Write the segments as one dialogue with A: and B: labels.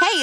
A: Hey,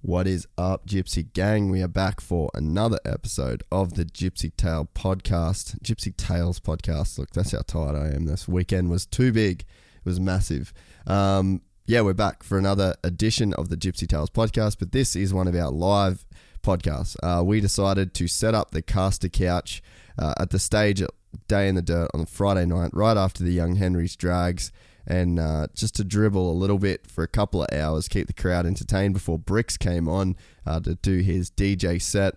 B: What is up, Gypsy Gang? We are back for another episode of the Gypsy Tale podcast. Gypsy Tales podcast. Look, that's how tired I am. This weekend was too big, it was massive. Um, yeah, we're back for another edition of the Gypsy Tales podcast, but this is one of our live podcasts. Uh, we decided to set up the caster couch uh, at the stage at Day in the Dirt on Friday night, right after the Young Henry's drags and uh, just to dribble a little bit for a couple of hours, keep the crowd entertained before Bricks came on uh, to do his DJ set.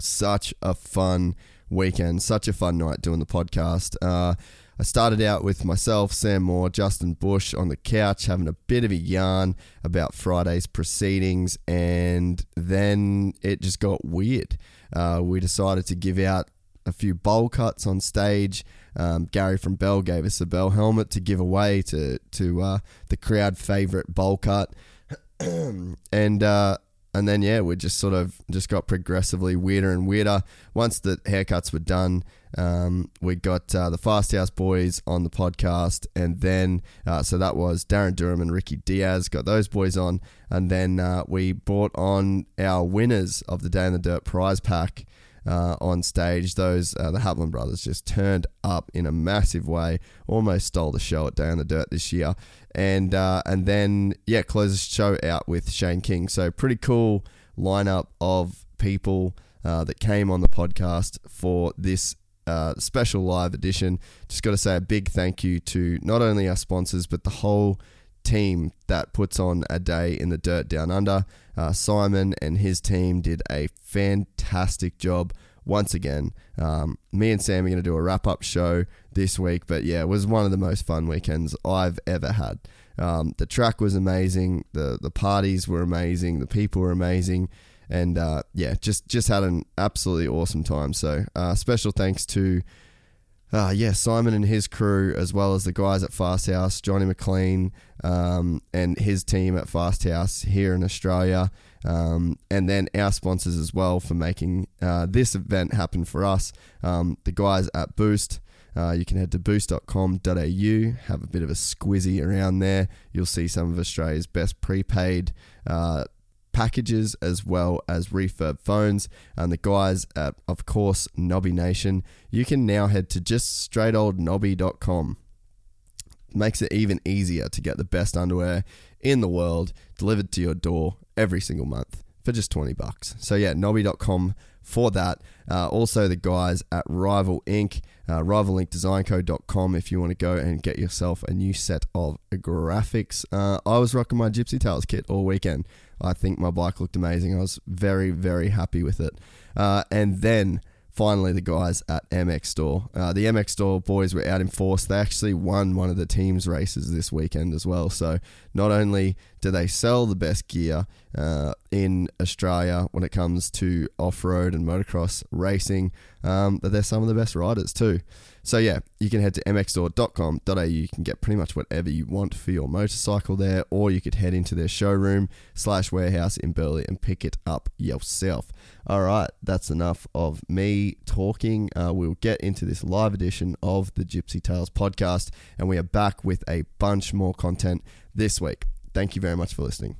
B: Such a fun weekend, such a fun night doing the podcast. Uh, I started out with myself, Sam Moore, Justin Bush on the couch, having a bit of a yarn about Friday's proceedings, and then it just got weird. Uh, we decided to give out a few bowl cuts on stage. Um, Gary from Bell gave us a Bell helmet to give away to to uh, the crowd favorite bowl cut, and uh, and then yeah, we just sort of just got progressively weirder and weirder. Once the haircuts were done, um, we got uh, the Fast House Boys on the podcast, and then uh, so that was Darren Durham and Ricky Diaz got those boys on, and then uh, we brought on our winners of the Day in the Dirt prize pack. Uh, on stage. Those uh, the Hapland brothers just turned up in a massive way, almost stole the show at Down the Dirt this year, and uh, and then yeah, close the show out with Shane King. So pretty cool lineup of people uh, that came on the podcast for this. uh, special live edition. Just got to say a big thank you to not only our sponsors, but the whole team that puts on a day in the dirt down under. Uh, Simon and his team did a fantastic job once again. Um, me and Sam are going to do a wrap up show this week, but yeah, it was one of the most fun weekends I've ever had. Um, the track was amazing, the the parties were amazing, the people were amazing, and uh, yeah, just just had an absolutely awesome time. So uh, special thanks to. Uh, yeah, Simon and his crew, as well as the guys at Fast House, Johnny McLean um, and his team at Fast House here in Australia, um, and then our sponsors as well for making uh, this event happen for us. Um, the guys at Boost, uh, you can head to boost.com.au, have a bit of a squizzy around there. You'll see some of Australia's best prepaid uh, packages as well as refurb phones and the guys at of course Nobby Nation you can now head to just straight old nobby.com makes it even easier to get the best underwear in the world delivered to your door every single month for just 20 bucks so yeah nobby.com for that uh, also the guys at Rival Inc uh, rivalinkdesignco.com if you want to go and get yourself a new set of graphics uh, I was rocking my Gypsy Tales kit all weekend I think my bike looked amazing. I was very, very happy with it. Uh, and then finally, the guys at MX Store. Uh, the MX Store boys were out in force. They actually won one of the team's races this weekend as well. So not only do they sell the best gear uh, in Australia when it comes to off road and motocross racing, um, but they're some of the best riders too. So yeah, you can head to mxstore.com.au. You can get pretty much whatever you want for your motorcycle there, or you could head into their showroom slash warehouse in Burley and pick it up yourself. All right, that's enough of me talking. Uh, we'll get into this live edition of the Gypsy Tales podcast, and we are back with a bunch more content this week. Thank you very much for listening.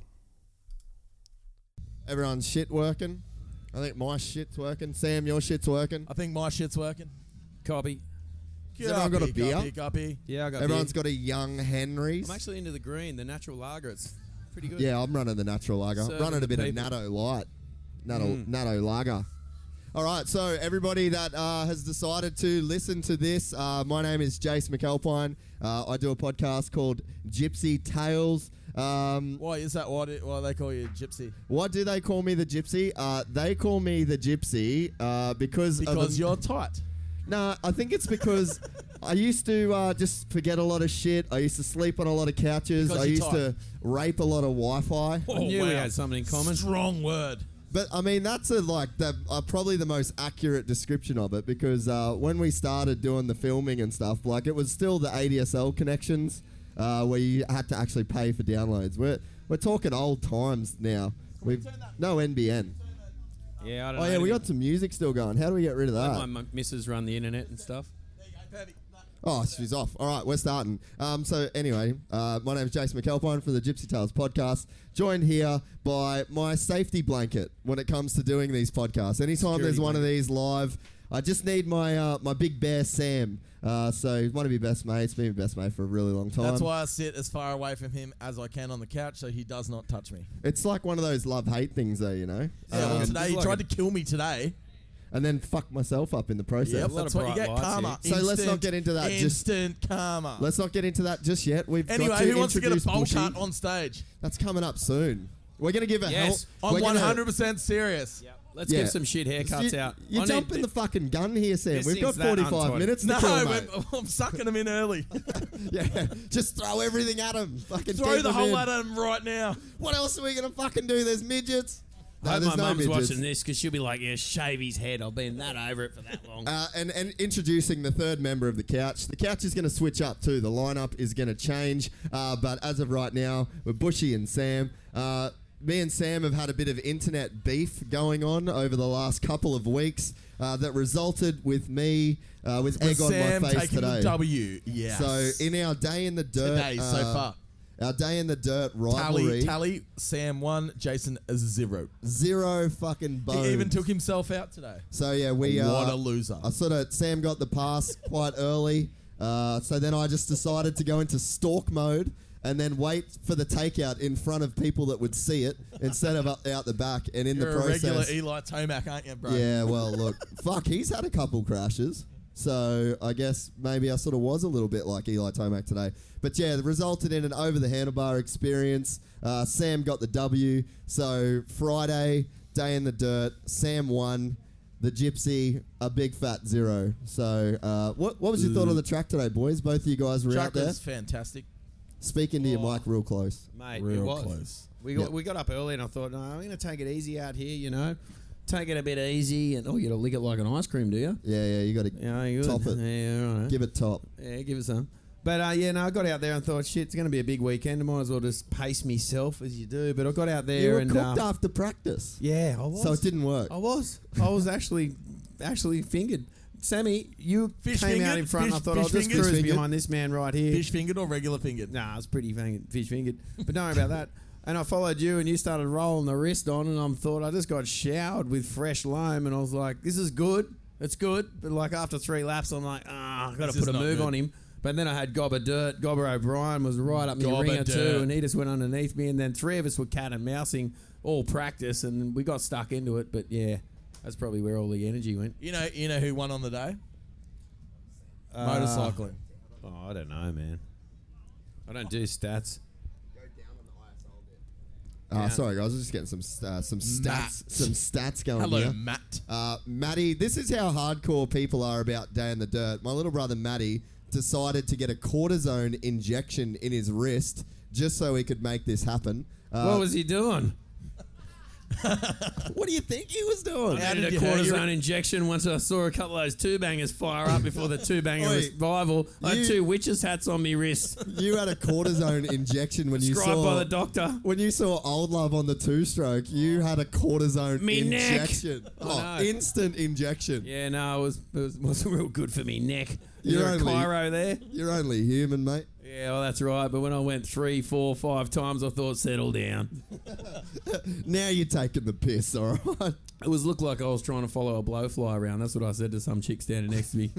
B: Everyone's shit working. I think my shit's working. Sam, your shit's working.
C: I think my shit's working. Copy.
B: Has everyone got a beer?
C: Copy, copy. Yeah, I got
B: Everyone's
C: beer.
B: got a young Henry's.
C: I'm actually into the green, the natural lager. It's
D: pretty good.
B: Yeah, I'm running the natural lager.
D: Serving
B: running
D: the
B: a
D: Mm.
B: bit
D: people.
B: of natto light, natto natto lager. All right, so everybody that uh, has decided to listen to this, uh, my name is Jace McAlpine. Uh, I do a podcast called Gypsy Tales. Um,
D: Why is that? Why, do, why they call you Gypsy?
B: why do they call me the Gypsy? Uh, they call me the Gypsy uh, because of
D: Because
B: a-
D: you're tight.
B: Nah, I think it's because I used to uh, just forget a lot of shit. I used to sleep on a lot of couches.
D: Because
B: I
D: you're
B: used to
D: tight.
B: rape a lot of Wi-Fi.
D: I knew we had something in common. Strong word.
B: But I mean, that's a, like the, uh, probably the most accurate description of it because uh, when we started doing the filming and stuff, like it was still the ADSL connections uh, where you had to actually pay for downloads. We're we're talking old times now. We've no NBN.
C: Yeah, I don't
B: Oh
C: know.
B: yeah, we got some music still going. How do we get rid of
C: my
B: that?
C: mu- missus run the internet and stuff.
B: Oh, she's off. All right, we're starting. Um, so anyway, uh, my name's Jason McAlpine from the Gypsy Tales podcast. Joined here by my safety blanket when it comes to doing these podcasts. Anytime there's one of these live, I just need my uh, my big bear Sam. Uh, so he's one of my best mates. Been my best mate for a really long time.
D: That's why I sit as far away from him as I can on the couch so he does not touch me.
B: it's like one of those love hate things, though. You know.
D: Yeah, well,
B: Um,
D: today he tried to kill me today.
B: and then fuck myself up in the process.
D: Yep,
C: lot
D: that's
C: of
D: what you
C: bright
D: get.
C: lights
D: Karma.
B: here. So let's not
D: Instant-
B: get into that, just-
D: Instant karma.
B: Let's not get into that just yet. We've
D: anyway,
B: got to
D: who wants to get a
B: introduce
D: bowl
B: Bushy.
D: cut on stage?
B: That's coming up soon. We're gonna give a
C: Yes,
B: help.
D: I'm
B: we're gonna-
D: 100% serious.
C: Let's
B: Yeah.
C: give some shit haircuts
B: you,
C: out.
B: You're
C: I need
B: jumping
C: thi-
B: the fucking gun here, Sam.
C: this
B: We've got
C: thing's that
B: 45
C: untouched.
B: minutes to
D: No,
B: kill,
D: I'm,
B: mate.
D: I'm sucking him in early.
B: Yeah, just throw everything at him. Fucking
D: Throw
B: keep
D: the
B: him
D: whole
B: in.
D: at him right now.
B: What else are we gonna fucking do? There's midgets. No,
C: I hope
B: there's
C: my
B: no
C: mum's
B: midgets.
C: watching this because she'll be like, "Yeah, shave his head. I've been that over it for that long."
B: Uh, and, and introducing the third member of the couch. The couch is going to switch up too. The lineup is going to change. Uh, but as of right now, we're Bushy and Sam. Uh, me and Sam have had a bit of internet beef going on over the last couple of weeks uh, that resulted with me uh, with egg
D: Sam
B: on my face
D: taking
B: today.
D: the W. Yeah.
B: So in our day in the dirt
D: Today, so
B: uh,
D: far.
B: our day in the dirt
D: tally,
B: rivalry,
D: tally. Sam one, Jason zero.
B: zero fucking bones.
D: He even took himself out today.
B: So yeah, we uh,
D: What a loser.
B: I sort of Sam got the pass quite early, uh, so then I just decided to go into stalk mode and then wait for the takeout in front of people that would see it instead of up, out the back and in
D: You're
B: the
D: a regular
B: process.
D: Eli Tomac, aren't you, bro?
B: yeah, well, look, fuck, he's had a couple crashes. So I guess maybe I sort of was a little bit like Eli Tomac today, but yeah, it resulted in an over the handlebar experience. Uh, Sam got the W. So Friday, day in the dirt. Sam won. The Gypsy, a big fat zero. So uh, what what was your thought on the track today, boys? Both of you guys were out
D: Jack
B: there
D: was fantastic.
B: speaking to your mic real close.
C: Oh, Mate,
D: Real
C: it was.
D: close.
C: We got
B: Yeah.
C: we got up early and I thought, no, I'm going to take it easy out here, you know, take it a bit easy, and oh, you got to lick it like an ice cream, do you?
B: Yeah, yeah, you got to
C: Yeah, you would.
B: top it.
C: Yeah, all right.
B: Give it top.
C: Yeah, give it some. But uh, yeah, no, I got out there and thought, shit, it's going to be a big weekend. I might as well just pace myself as you do. But I got out there
B: You were
C: and
B: cooked
C: uh,
B: after practice,
C: yeah, I was.
B: so it didn't work.
C: I was. I was actually actually fingered. Sammy, you
D: Fish
C: came out
D: fingered?
C: in front. and I
D: Fish-
C: thought
D: fish
C: I'll just
D: fingered?
C: cruise
D: Fish fingered?
C: behind this man right here.
D: Fish fingered or regular fingered?
C: Nah, I was pretty fang- fish fingered. But don't worry about that. And I followed you, and you started rolling the wrist on, and I thought I just got showered with fresh loam, and I was like, "This is good, it's good." But like after three laps, I'm like, "Ah, I got
D: This
C: to
D: is
C: put a
D: not
C: move
D: good.
C: on him." But then I had Gobber Dirt. Gobber O'Brien was right up my
D: Gobber
C: ringer
D: Dirt.
C: too, and he just went underneath me. And then three of us were cat and mousing all practice, and we got stuck into it. But yeah, that's probably where all the energy went.
D: You know, you know who won on the day?
B: Ah.
D: Motorcycling.
C: Uh, Oh, I don't know, man. I don't do stats.
B: Uh, Sorry, guys, I was just getting some st- uh, some stats,
D: Matt.
B: some stats going
D: Hello,
B: here.
D: Matt.
B: Uh, Maddie, this is how hardcore people are about Day in the Dirt. My little brother Maddie decided to get a cortisone injection in his wrist just so he could make this happen. Uh,
C: What was he doing?
B: what do you think he was doing?
C: I
D: How
C: needed
D: did
C: a
D: you hurt your-
C: cortisone injection once I saw a couple of those two bangers fire up before the two banger
B: Oi,
C: revival. I
B: you-
C: had two witches hats on me wrist,
B: You had a cortisone injection when you
C: prescribed
B: saw
C: by the doctor.
B: when you saw old love on the two stroke. You had a cortisone
C: Me neck.
B: injection. Oh,
C: no.
B: instant injection.
C: Yeah, no, it was it was, wasn't real good for me neck. Is
B: You're
C: there a
B: only-
C: Cairo there?
B: You're only human, mate.
C: Yeah, well that's right. But when I went three, four, five times, I thought settle down.
B: Now you're taking the piss, all right?
C: It was looked like I was trying to follow a blowfly around. That's what I said to some chick standing next to me.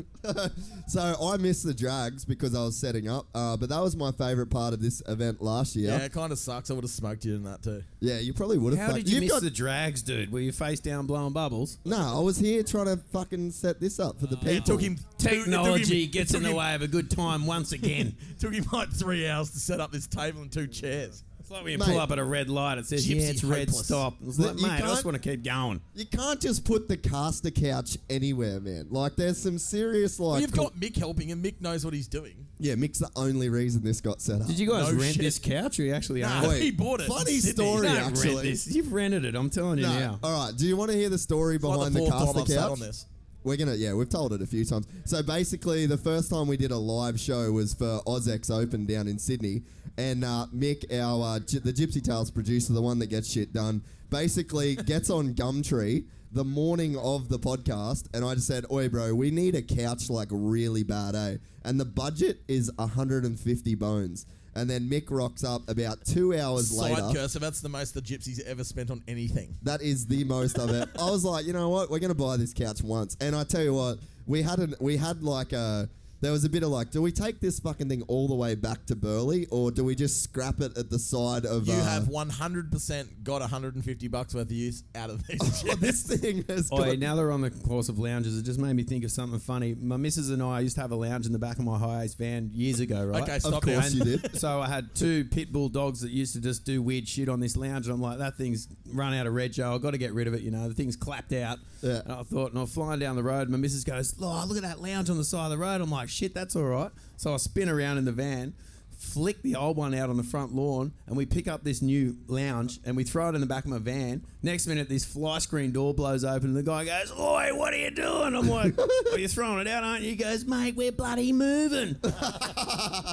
B: So I missed the drags because I was setting up, uh, but that was my favourite part of this event last year.
D: Yeah,
B: Yeah,
D: it kind of sucks. I would have smoked you in that too.
B: you probably would have.
C: How did you
B: have
C: miss
B: got
C: the drags, dude? Were you face down blowing bubbles?
B: No, I was here trying to fucking set this up for the people.
D: It took him two- it took him-
C: Technology
D: it
C: gets
D: took
C: in the
D: him-
C: way of a good time once again.
D: Took him like three hours to set up this table and two chairs.
C: it's like when you
B: Mate.
C: pull up at a red light, it says,
D: Gypsy
C: yeah, it's red,
D: hopeless.
C: stop. It's
B: Look,
C: like,
B: you
C: mate, I just
B: can't-
C: want to keep going.
B: You can't just put the caster couch anywhere, man. Like, there's some serious like.
D: Well, you've got Mick helping, and Mick knows what he's doing.
B: yeah, Mick's the only reason this got set up.
C: Did you guys
D: No
C: rent
D: shit.
C: this couch or you actually
D: Nah,
C: own it?
D: he bought it.
B: funny
D: in Sydney.
B: story,
C: You
D: No,
C: don't rent
B: actually.
C: this. You've rented it. I'm telling you
B: No.
C: now.
B: All right. Do you want to hear the story
D: like
B: behind the,
D: fourth time I've
B: caster
D: sat
B: couch?
D: on this.
B: We're gonna yeah, we've told it a few times. So basically, the first time we did a live show was for Ozex Open down in Sydney, and uh, Mick, our uh, Gy- the Gypsy Tales producer, the one that gets shit done, basically gets on Gumtree the morning of the podcast, and I just said, "Oi, bro, we need a couch like really bad, eh?" And the budget is 150 bones. And then Mick rocks up about two hours later.
D: Side cursor. That's the most the gypsies ever spent on anything.
B: That is the most of it. I was like, you know what? We're gonna buy this couch once. And I tell you what, we had an we had like a there was a bit of like, do we take this fucking thing all the way back to Burley, or do we just scrap it at the side of?
D: You
B: uh,
D: have 100% got 150 bucks worth of use out of these
B: oh,
D: chairs.
B: this thing has got.
C: Oi, now they're on the course of lounges. It just made me think of something funny. My missus and I used to have a lounge in the back of my high ace van years ago, right?
D: Okay, stop
B: course
D: there.
B: you did.
C: So I had two pit bull dogs that used to just do weird shit on this lounge, and I'm like, that thing's run out of rego. I've got to get rid of it. You know, the thing's clapped out.
B: Yeah.
C: And I thought, and I'm flying down the road. And my missus goes, "Oh, look at that lounge on the side of the road." I'm like, "Shit, that's all right." So I spin around in the van, flick the old one out on the front lawn, and we pick up this new lounge and we throw it in the back of my van. Next minute, this fly screen door blows open, and the guy goes, "Oi, what are you doing?" I'm like, "Well, you're throwing it out, aren't you?" He goes, "Mate, we're bloody moving." I'm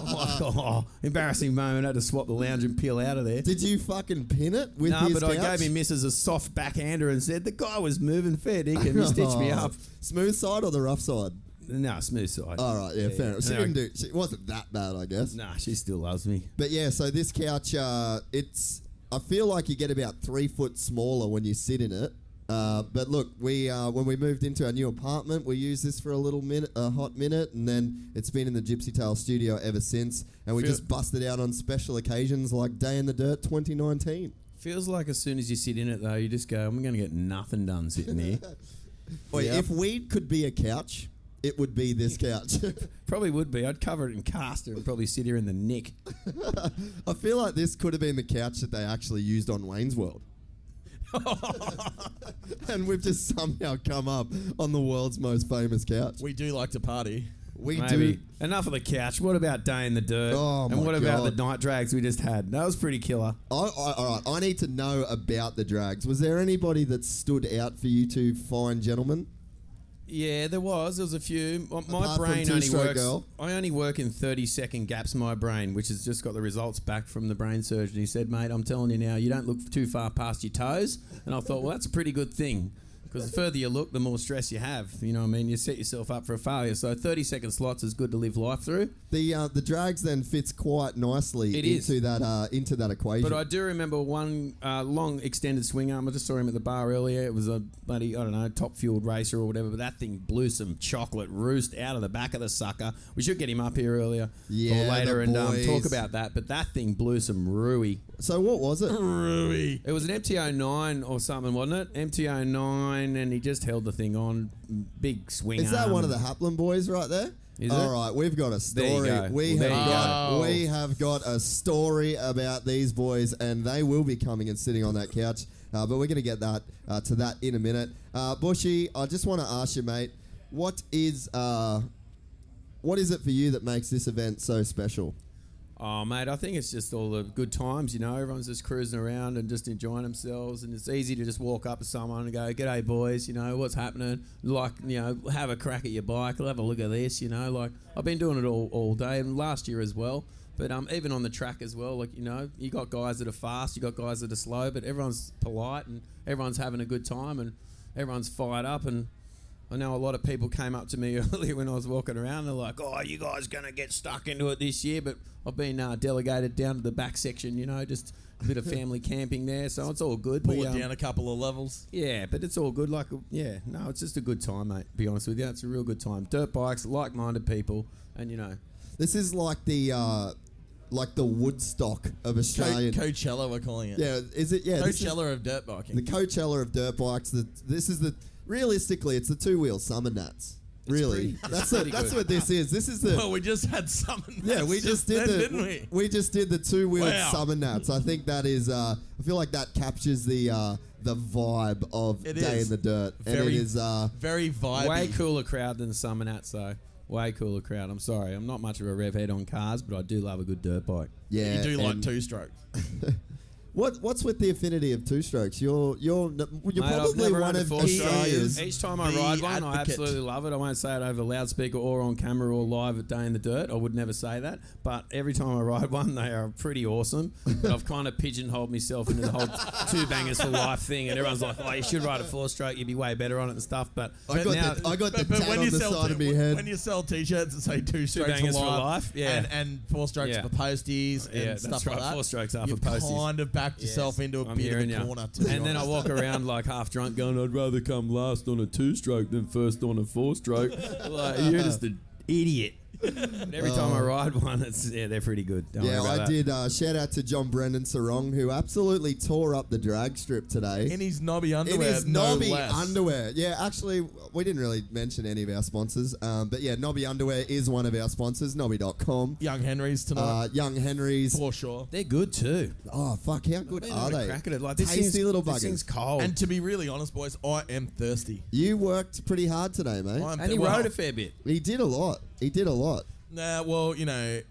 C: like,
B: Uh-uh.
C: oh, embarrassing moment. I had to swap the lounge and peel out of there.
B: Did you fucking pin it with
C: No,
B: his
C: but
B: couch?
C: I gave him Mrs. a soft backhander and said the guy was moving fair dinkum. He stitched me
B: Oh.
C: up.
B: Smooth side or the rough side?
C: No, smooth side.
B: All right, yeah, fair enough. She
C: No.
B: didn't do. She wasn't that bad, I guess.
C: Nah, she still loves me.
B: But yeah, so this couch, uh, it's I feel like you get about three foot smaller when you sit in it. Uh, but look, we uh, when we moved into our new apartment, we used this for a little minute, a hot minute, and then it's been in the Gypsy Tale studio ever since. And we just busted out on special occasions like Day in the Dirt 2019.
C: Feels like as soon as you sit in it though, you just go, I'm going to get nothing done sitting here.
B: Wait, if weed could be a couch, it would be this couch.
C: probably would be. I'd cover it in caster and probably sit here in the nick.
B: I feel like this could have been the couch that they actually used on Wayne's World. and we've just somehow come up on the world's most famous couch.
D: We do like to party.
B: We
C: Maybe.
B: do.
C: Enough of the couch. What about day in the dirt?
B: Oh,
C: and
B: my
C: what about the
B: God.
C: night drags we just had? That was pretty killer.
B: I, I, all right, I need to know about the drags. Was there anybody that stood out for you two fine gentlemen?
C: Yeah, there was. There was a few. My- My
B: Apart from
C: brain only
B: Two-Stroke
C: works.
B: Girl.
C: I only work in thirty second gaps. My brain, which has just got the results back from the brain surgeon, he said, "Mate, I'm telling you now, you don't look too far past your toes." And I thought, well, that's a pretty good thing. Because the further you look, the more stress you have. You know what I mean? You set yourself up for a failure. So 30 second slots is good to live life through.
B: The uh, the drags then fits quite nicely
C: It is.
B: into that uh, into that equation.
C: But I do remember one uh, long extended swing arm. I just saw him at the bar earlier. It was a bloody, I don't know, top fueled racer or whatever. But that thing blew some chocolate roost out of the back of the sucker. We should get him up here earlier
B: Yeah,
C: or
B: the
C: later and um, talk
B: boys.
C: about that. But that thing blew some rui.
B: so what was it?
D: Ruby.
C: It was an MTO9 or something, wasn't it? MTO9, and he just held the thing on. Big swing
B: Is that
C: arm.
B: one of the Haplin boys right there?
C: Um, Is
B: All
C: it?
B: right, we've got a
C: There you
B: story.
C: go.
B: We
C: There
B: have
C: you
B: got
D: go.
B: we have got a story about these boys, and they will be coming and sitting on that couch. Uh, but we're going to get that uh, to that in a minute. Uh, Bushy, I just want to ask you, mate, what is uh, what is it for you that makes this event so special?
C: Oh, mate, I think it's just all the good times, you know. Everyone's just cruising around and just enjoying themselves. And it's easy to just walk up to someone and go, G'day, boys, you know, what's happening? Like, you know, have a crack at your bike, have a look at this, you know. Like, I've been doing it all, all day and last year as well. But um, even on the track as well, like, you know, you got guys that are fast, you got guys that are slow, but everyone's polite and everyone's having a good time and everyone's fired up. And I know a lot of people came up to me earlier when I was walking around. They're like, "Oh, you guys gonna get stuck into it this year?" But I've been uh, delegated down to the back section. You know, just a bit of family camping there, so it's all good.
D: Pull
C: We,
D: it
C: um,
D: down a couple of levels.
C: yeah, but it's all good. Like, yeah, no, it's just a good time, mate. To be honest with you, it's a real good time. Dirt bikes, like-minded people, and you know,
B: This is like the uh, like the Woodstock of
D: Co-
B: Australian.
D: Coachella, we're calling it.
B: yeah, is it? Yeah, this is
D: Coachella of dirt biking.
B: the Coachella of dirt bikes. The, this is the realistically, it's the two wheel summer nuts. Really,
C: pretty-
B: that's
C: it's
B: the,
C: pretty
B: that's
C: good.
B: what this is. This is the
D: well, we just had something.
B: Yeah, we just
D: then,
B: did the
D: didn't we?
B: just did the two wheeled
D: Wow.
B: summer nuts. I think that is. Uh, I feel like that captures the uh, the vibe of
D: It
B: day
D: is.
B: in the dirt, and it
D: Very-
B: is. Uh,
D: Very vibey.
C: way cooler crowd than the Summer Nats, though. Way cooler crowd. I'm sorry, I'm not much of a rev head on cars, but I do love a good dirt bike.
B: yeah,
D: you do like
B: and
D: two strokes.
B: What what's with the affinity of two strokes? You're you're n- you're
C: Mate, I've
B: probably
C: never
B: one
C: owned a
B: of
C: four stroke.
B: Australia's.
C: Each time I
D: the
C: ride one, I
D: advocate.
C: absolutely love it. I won't say it over loudspeaker or on camera or live at Day in the Dirt. I would never say that. But every time I ride one, they are pretty awesome. But I've kind of pigeonholed myself into the whole two bangers for life thing. And everyone's like, oh, you should ride a four stroke. You'd be way better on it and stuff. But
B: I got
C: now,
B: the I got the
D: But, but
B: tat
D: when,
B: on
D: you
B: the
D: sell
B: side
D: t-
B: of my
D: when,
B: head.
D: when you sell t-shirts that say two strokes
C: bangers for
D: alive,
C: life, yeah.
D: and, and four strokes
C: Yeah.
D: for posties and
C: Yeah, that's
D: stuff
C: right,
D: like that,
C: four strokes are
D: you
C: for posties.
D: kind of backed yourself into a
C: I'm
D: bit
C: hearing
D: of
C: ya.
D: a corner. To be
C: And then I
D: honest.
C: walk around like half drunk, going, "I'd rather come last on a two-stroke than first on a four-stroke." like you're just an idiot. But every time
B: Um,
D: Oh.
C: I ride one, it's yeah, they're pretty good. Don't
B: yeah,
C: worry about
B: I
C: that.
B: did. Uh, shout out to John Brendan Sarong who absolutely tore up the drag strip today.
D: in his knobby
B: It
D: underwear.
B: is
D: no
B: Nobby
D: less.
B: Underwear. Yeah, actually, we didn't really mention any of our sponsors. Um, but yeah, Nobby Underwear is one of our sponsors, Nobby.com.
D: Young Henry's tonight
B: Uh, Young Henry's.
D: for sure.
C: They're good too.
B: Oh, fuck, how good
C: They know
B: are
C: how to
B: they?
C: crack at it. Like this
B: Tasty
C: thing's-
B: little
C: This thing's
B: buggers.
C: cold.
D: And to be really honest, boys, I am thirsty.
B: You worked pretty hard today, mate.
D: I'm
C: and he
D: well,
C: rode a fair bit.
B: he did a lot. He did a lot.
D: Nah, well, you know,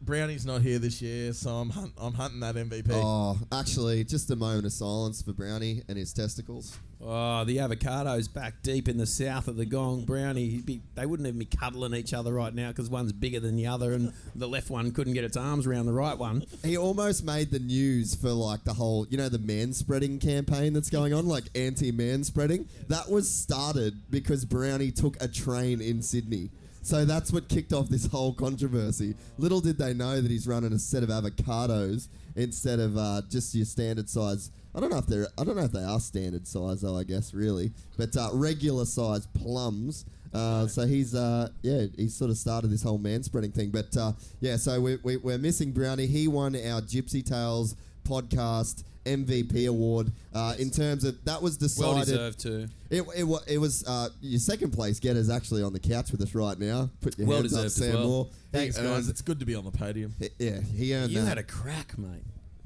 D: Brownie's not here this year, so I'm hunt- I'm hunting that MVP.
B: Oh, actually, just a moment of silence for Brownie and his testicles.
C: Oh, the avocados back deep in the south of the Gong Brownie. He'd be, they wouldn't even be cuddling each other right now because one's bigger than the other, and the left one couldn't get its arms around the right one.
B: He almost made the news for like the whole, you know, the man spreading campaign that's going on, like anti man spreading. That was started because Brownie took a train in Sydney. So that's what kicked off this whole controversy. Little did they know that he's running a set of avocados instead of uh, just your standard size. I don't know if they're. I don't know if they are standard size though. I guess really, but uh, regular size plums. Uh, so he's uh, yeah he sort of started this whole man spreading thing but uh, yeah so we, we, we're missing brownie he won our gypsy tales podcast mvp award uh, in terms of that was decided
C: Well deserved too.
B: It, it, wa- it was uh, your second place getters actually on the couch with us right now put your
C: Well
B: hands up
C: deserved as
B: sam
C: well.
B: moore He
D: Thanks, guys.
B: earned-
D: It's good to be on the podium.
B: yeah he earned
C: You
B: that
C: had a crack, mate.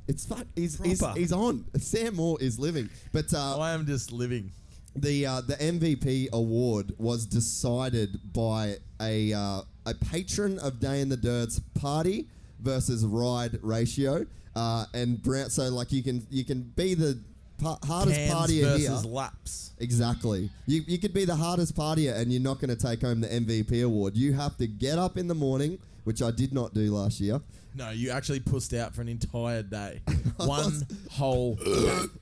B: it's fun he's, he's,
C: Proper.
B: he's on sam moore is living but uh,
D: I am just living.
B: The uh, the MVP award was decided by a uh, a patron of Day in the Dirt's party versus ride ratio, uh, and Brown. So like you can you can be the pa- hardest
D: Hands
B: partier
D: versus
B: here.
D: laps.
B: Exactly. You, you could be the hardest partier and you're not going to take home the MVP award. You have to get up in the morning, which I did not do last year.
D: No, you actually pussed out for an entire day. One
C: whole.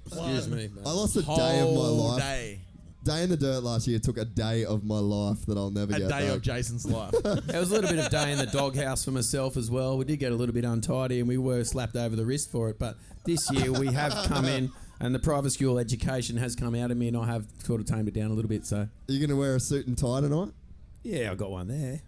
C: excuse me.
B: I lost a
D: whole
B: day of my life. Day.
D: day.
B: in the dirt last year took a day of my life that I'll never
D: A
B: get
D: day
B: back.
D: of Jason's life.
C: There was a little bit of day in the doghouse for myself as well. We did get a little bit untidy and we were slapped over the wrist for it. But this year we have come in and the private school education has come out of me and I have sort of tamed it down a little bit. So,
B: Are you going to wear a suit and tie tonight?
C: yeah, I got one there.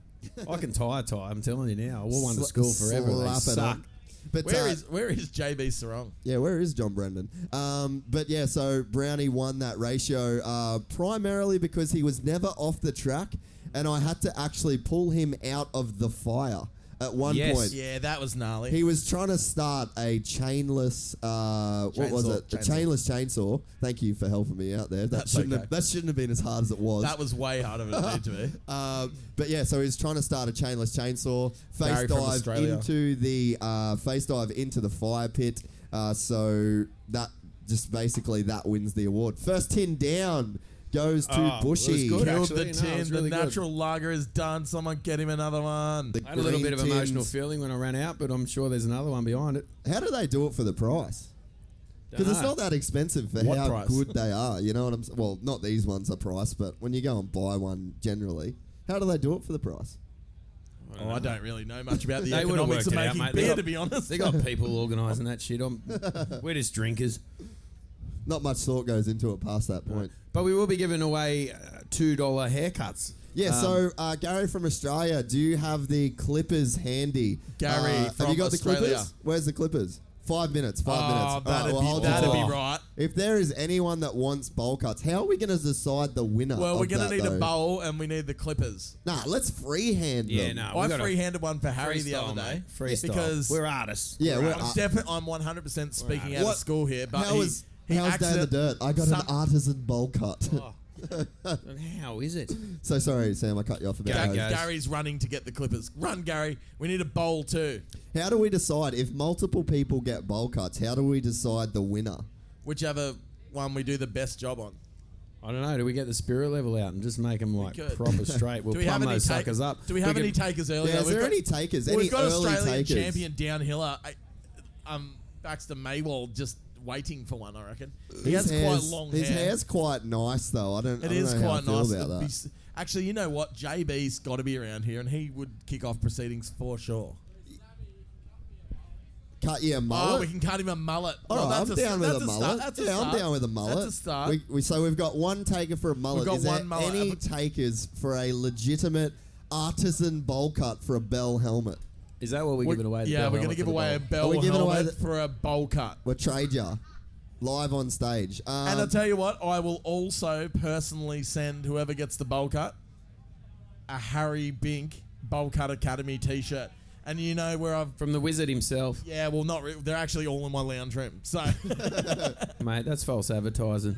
C: I can tie a tie, I'm telling you now. I wore one to
B: Sla-
C: school forever. They
B: slap it
C: suck.
B: on. But
D: Where
B: uh,
D: is where is JB Sarong?
B: yeah, where is John Brendan? Um, but yeah, so Brownie won that ratio uh, primarily because he was never off the track, and I had to actually pull him out of the fire at one
C: Yes.
B: point.
D: Yeah, that was gnarly.
B: He was trying to start a chainless, uh, what was
D: Chainsaw.
B: it? A chainless chainsaw. Thank you for helping me out there. That
D: That's
B: shouldn't
D: okay.
B: have, that shouldn't have been as hard as it was.
D: that was way harder than it needed to be.
B: Um, but yeah, so he's trying to start a chainless chainsaw face
D: Barry from
B: dive
D: Australia.
B: into the uh, face dive into the fire pit. Uh, so that just basically that wins the award. First tin down goes to
C: well, Oh, Ah, it was
B: Bushy.
C: good,
D: Killed
C: actually,
D: the
C: no, it
D: tin.
C: was really
D: the
C: good.
D: natural lager is done. Someone get him another one.
B: The
C: I had a little
B: green
C: bit of emotional
B: tins.
C: feeling when I ran out, but I'm sure there's another one behind it.
B: How do they do it for the price? Because it's
C: Dunno.
B: not that expensive for
D: What
B: how
D: price?
B: good they are. You know what I'm saying? Well, not these ones are price, but when you go and buy one generally, how do they do it for the price?
D: Oh, I don't really know much about the
C: They would've
D: economics of
C: worked it out,
D: making
C: mate. They
D: beer,
C: got-
D: to be honest.
C: They got people organising that shit. I'm, we're just drinkers.
B: Not much thought goes into it past that point.
C: But we will be giving away uh, $2 haircuts. Um,
B: Yeah,
D: Um,
B: so uh, Gary from Australia, do you have the clippers handy?
D: Gary
B: Uh,
D: from
B: have you got the
D: Australia.
B: clippers? Where's the clippers? Five minutes. Five
D: Oh,
B: minutes. All
D: that'd
B: we'll
D: be-
B: hold you
D: that'd
B: to
D: be
B: it.
D: right.
B: If there is anyone that wants bowl cuts, how are we going to decide the winner?
D: Well,
B: of
D: we're gonna
B: that,
D: need
B: though?
D: a bowl, and we need the clippers.
B: Nah, let's freehand
C: Yeah,
B: them.
C: no.
D: I
C: we gotta-
D: free-handed one for Harry the
C: Freestyle,
D: other day
C: mate. Freestyle.
D: because
C: we're artists.
B: Yeah, we're,
D: I'm
B: uh,
D: definitely I'm 100 percent speaking out of
B: What-
D: school here, but
B: how
D: he,
B: was
D: he
B: how's Day
D: accident-
B: in the Dirt? I got
D: some-
B: an artisan bowl cut.
D: Oh.
C: But how is it?
B: so sorry, Sam, I cut you off about
C: Go,
B: that.
D: Gary-
C: guys.
D: Gary's running to get the clippers. Run, Gary. We need a bowl too.
B: How do we decide if multiple people get bowl cuts? How do we decide the winner?
D: Whichever one we do the best job on.
C: I don't know. Do we get the spirit level out and just make them like
D: could.
C: proper straight? We'll
D: do we
C: plumb
D: have any
C: those
D: ta-
C: suckers up.
D: Do we have
C: could-
D: any takers earlier?
B: Yeah, is
D: We've
B: there
D: got-
B: any takers? Any
D: We've got
B: early
D: Australian
B: takers?
D: champion downhiller, I, um, Baxter Maywald, just waiting for one. I reckon he
B: His
D: has quite
B: hair's-
D: long
B: His
D: hair.
B: hair's quite nice though. I don't. I
D: It
B: don't
D: is
B: know how I
D: quite
B: feel
D: nice.
B: about
D: It'd be
B: that.
D: s- Actually, you know what? JB's got to be around here, and he would kick off proceedings for sure.
B: Cut you a mullet.
D: Oh, we can cut him a mullet.
B: All
D: Well,
B: right,
D: that's
B: I'm
D: a,
B: down with
D: that's
B: a
D: start.
B: mullet.
D: That's a
B: yeah, I'm
D: start.
B: down with a mullet.
D: That's a start.
B: We, we, so we've got one taker for a mullet.
D: got
B: Is there
D: one mullet.
B: any
D: Have a-
B: takers for a legitimate artisan bowl cut for a bell helmet?
C: Is that what we're,
D: We-
C: giving away? the
D: yeah,
C: bell
D: we're
C: helmet
D: going to give
C: for the
D: away a
C: bowl?
D: bell
B: Are we
D: helmet
B: giving away the-
D: for a bowl cut.
B: We'll trade ya live on stage. Um,
D: and I'll tell you what, I will also personally send whoever gets the bowl cut a Harry Bink Bowl Cut Academy t shirt. And you know where I've.
C: from the wizard himself,
D: Yeah, well, not. Re- they're actually all in my lounge room. So
C: mate. That's false advertising.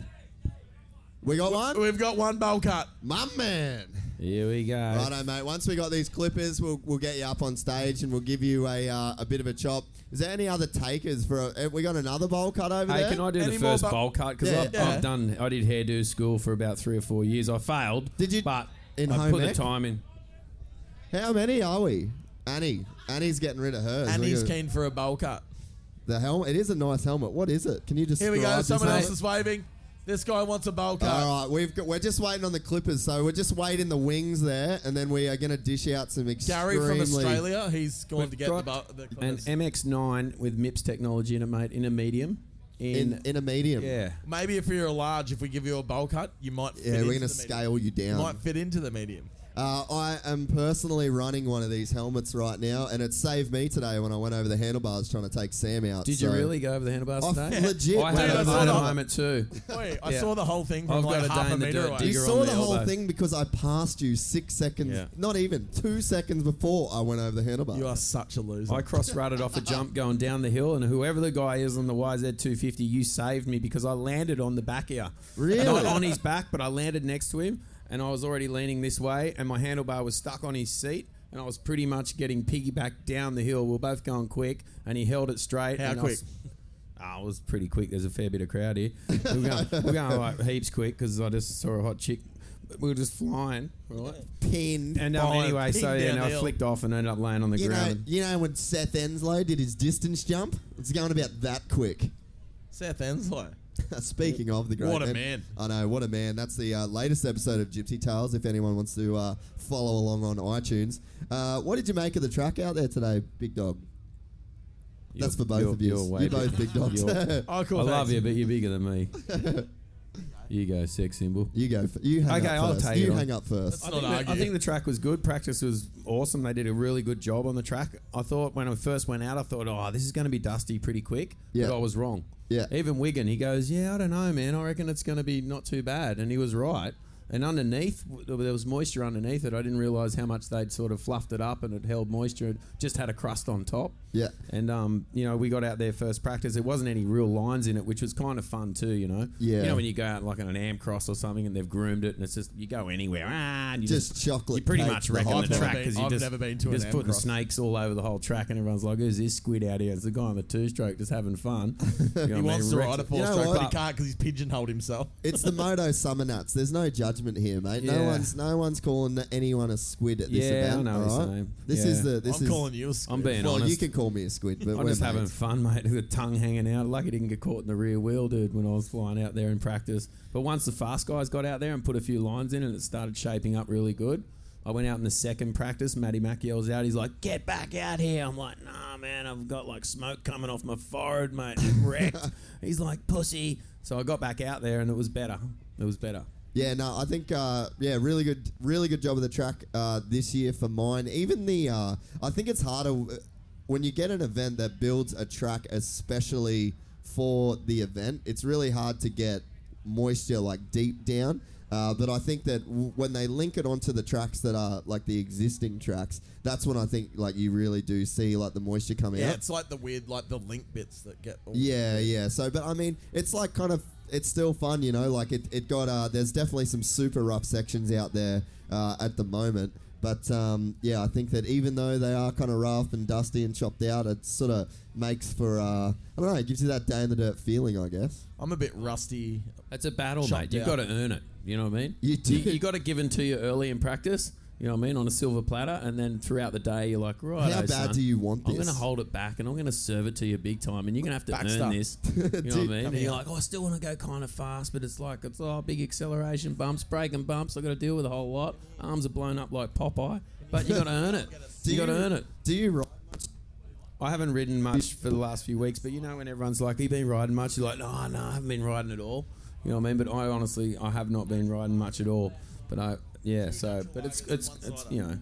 B: we got one.
D: we've got one bowl cut.
B: My man.
C: Here we go.
B: Righto, mate. Once we got these clippers, we'll, we'll get you up on stage and we'll give you a uh, a bit of a chop. Is there any other takers for? A, have we got another bowl cut over
C: Hey,
B: there.
C: can I do
D: Any
C: the
D: more
C: first
D: bu-
C: bowl cut? Because
B: Yeah.
C: I've,
D: Yeah.
C: I've done, I did hairdo school for about three or four years. I failed.
B: Did you-
C: But
B: in
C: I
B: home
C: put
B: ec?
C: the time in.
B: How many are we? Annie. Annie's getting rid of hers.
D: and
B: We
D: he's
B: gotta-
D: keen for a bowl cut.
B: The helmet. It is a nice helmet. What is it? Can you just?
D: Here we go. Someone else is waving. This guy wants a bowl cut.
B: All right, we've got, we're just waiting on the clippers, so we're just waiting the wings there, and then we are going to dish out some extremely.
D: Gary from Australia, he's going to
C: We've
D: get the, bowl,
C: got
D: the
C: An
D: clippers.
C: MX9 with MIPS technology in it, mate, in a medium. In,
B: in in a medium.
C: yeah.
D: Maybe if you're a large, if we give you a bowl cut, you might. Fit
B: yeah,
D: into
B: we're going
D: the
B: to scale you
D: Medium.
B: down.
D: You might fit into the medium.
B: Uh, I am personally running one of these helmets right now, and it saved me today when I went over the handlebars trying to take Sam out.
C: Did you
B: Uh, so-
C: really go over the handlebars
B: I
C: today?
B: f- legit.
C: I
B: went
C: had
D: Dude,
C: a
D: I
B: over the
D: saw
C: mate at
D: that.
B: handlebars.
C: home at two.
D: Wait, I
C: Yeah.
D: saw the whole thing from
C: I've
D: like
C: got a
D: half
C: day
D: a
C: in the
D: meter
C: dirt,
D: away.
B: You
C: digger. You're
B: saw
C: on
B: the
C: the
B: whole
C: elbow.
B: thing because I passed you six seconds,
C: Yeah.
B: not even two seconds before I went over the handlebars.
D: You are such a loser.
C: I cross rutted off a jump going down the hill, and whoever the guy is on the YZ250, you saved me because I landed on the back here.
B: Really?
C: Not on his back, but I landed next to him, and I was already leaning this way, and my handlebar was stuck on his seat, and I was pretty much getting piggyback down the hill. We were both going quick, and he held it straight.
D: How
C: and I
D: quick?
C: was- Ah, I was pretty quick. There's a fair bit of crowd here. We We're going, we we're going like heaps quick because I just saw a hot chick. We were just flying, right?
B: pinned.
C: And um,
D: Flying,
C: anyway, so
D: ping
C: yeah,
D: down
C: no,
D: the
C: I
D: hill.
C: flicked off and ended up laying on the
B: you know,
C: ground.
B: you know when Seth Enslow did his distance jump? It's going about that quick.
D: Seth Enslow.
B: Speaking of the great
D: What a man.
B: I know, what a man. That's the uh, latest episode of Gypsy Tales. If anyone wants to uh, follow along on iTunes, uh, what did you make of the track out there today, Big Dog? That's for both
C: you're-
B: of you.
C: you're way
B: You're both big dogs.
C: You're-
D: Oh, cool.
C: I
D: thanks.
C: love you, but you're bigger than me. you go, sex symbol.
B: you go. f- You hang
C: Okay,
B: up
C: I'll
B: 1st
C: take
B: you
C: it on.
B: hang up first.
D: That's
C: I think,
D: not
C: the, I
D: argue.
C: think the track was good. Practice was awesome. They did a really good job on the track. I thought when I first went out, I thought, oh, this is going to be dusty pretty quick.
B: Yeah.
C: But I was wrong.
B: Yeah.
C: Even Wigan, he goes, yeah, I don't know, man. I reckon it's going to be not too bad. And he was right. And underneath, w- there was moisture underneath it. I didn't realize how much they'd sort of fluffed it up and it held moisture. It just had a crust on top.
B: Yeah.
C: And um, you know, we got out there first practice. There wasn't any real lines in it, which was kind of fun too. You know.
B: Yeah.
C: You know when you go out like on an am cross or something, and they've groomed it, and it's just you go anywhere, ah, and you just,
B: Just chocolate
C: You pretty
B: cake
C: much
B: the
C: wrecking
B: whole
C: the,
B: time.
C: track
D: I've
C: because you
D: never
C: just
D: been to
C: just
D: an am
C: putting
D: cross.
C: snakes all over the whole track, and everyone's like, "Who's this squid out here?" It's the guy on the two stroke just having fun. You know what I
D: He
C: mean?
D: wants to
C: Wrecked
D: ride a
C: it.
D: four
B: know
D: stroke,
B: what?
D: but he can't because he's pigeonholed himself.
B: It's the Moto Summer Nuts. There's no judgment here, mate. No
C: Yeah.
B: one's no one's calling anyone a squid at this
C: Yeah, I
B: event.
C: know his
B: all right?
C: name.
B: This is
C: Yeah.
B: the this
D: I'm
B: is
D: calling you a squid.
C: I'm being
B: well,
C: honest.
B: you can call me a squid, but
C: I'm
B: we're
C: just having
B: mates.
C: fun, mate. The tongue hanging out. Lucky I didn't get caught in the rear wheel, dude, when I was flying out there in practice. But once the fast guys got out there and put a few lines in and it started shaping up really good, I went out in the second practice. Matty Mack yells out, he's like, Get back out here. I'm like, Nah, man, I've got like smoke coming off my forehead, mate. I'm wrecked. he's like, Pussy. So I got back out there and it was better. It was better.
B: Yeah, no, I think uh, yeah, really good, really good job of the track uh, this year for mine. Even the uh, I think it's harder uh, when you get an event that builds a track especially for the event. It's really hard to get moisture like deep down. Uh, but I think that w- when they link it onto the tracks that are like the existing tracks, that's when I think like you really do see like the moisture coming
D: Yeah,
B: out.
D: it's like the weird, like the link bits that get. All
B: Yeah, yeah. So, but I mean, it's like kind of, it's still fun, you know. Like it, it got. Uh, there's definitely some super rough sections out there uh, at the moment. But um, yeah, I think that even though they are kind of rough and dusty and chopped out, it sort of makes for uh, I don't know. It gives you that day in the dirt feeling, I guess.
D: I'm a bit rusty.
C: It's a battle,
D: Chopped
C: mate. You've
D: out.
C: got to earn it. You know what I mean?
B: You do.
C: you got to give them to you early in practice. You know what I mean? On a silver platter, and then throughout the day, you're like, right.
B: How bad do you want
C: I'm
B: this?
C: going to hold it back, and I'm going to serve it to you big time, and you're going to have to
D: Baxter.
C: earn this. You know what I
B: Dude,
C: mean? And you're
D: out.
C: like, oh, I still want to go kind of fast, but it's like it's oh, big acceleration bumps, braking bumps. I got to deal with a whole lot. Arms are blown up like Popeye, but you got to earn it.
B: Do
C: you got to
B: you-
C: earn it.
B: Do you ride?
C: I haven't ridden much for the last few weeks, but you know when everyone's like, "You've been riding much," you're like, "No, no, I haven't been riding at all." You know what I mean? But I honestly, I have not been riding much at all. But I, yeah. So, but it's it's it's you know,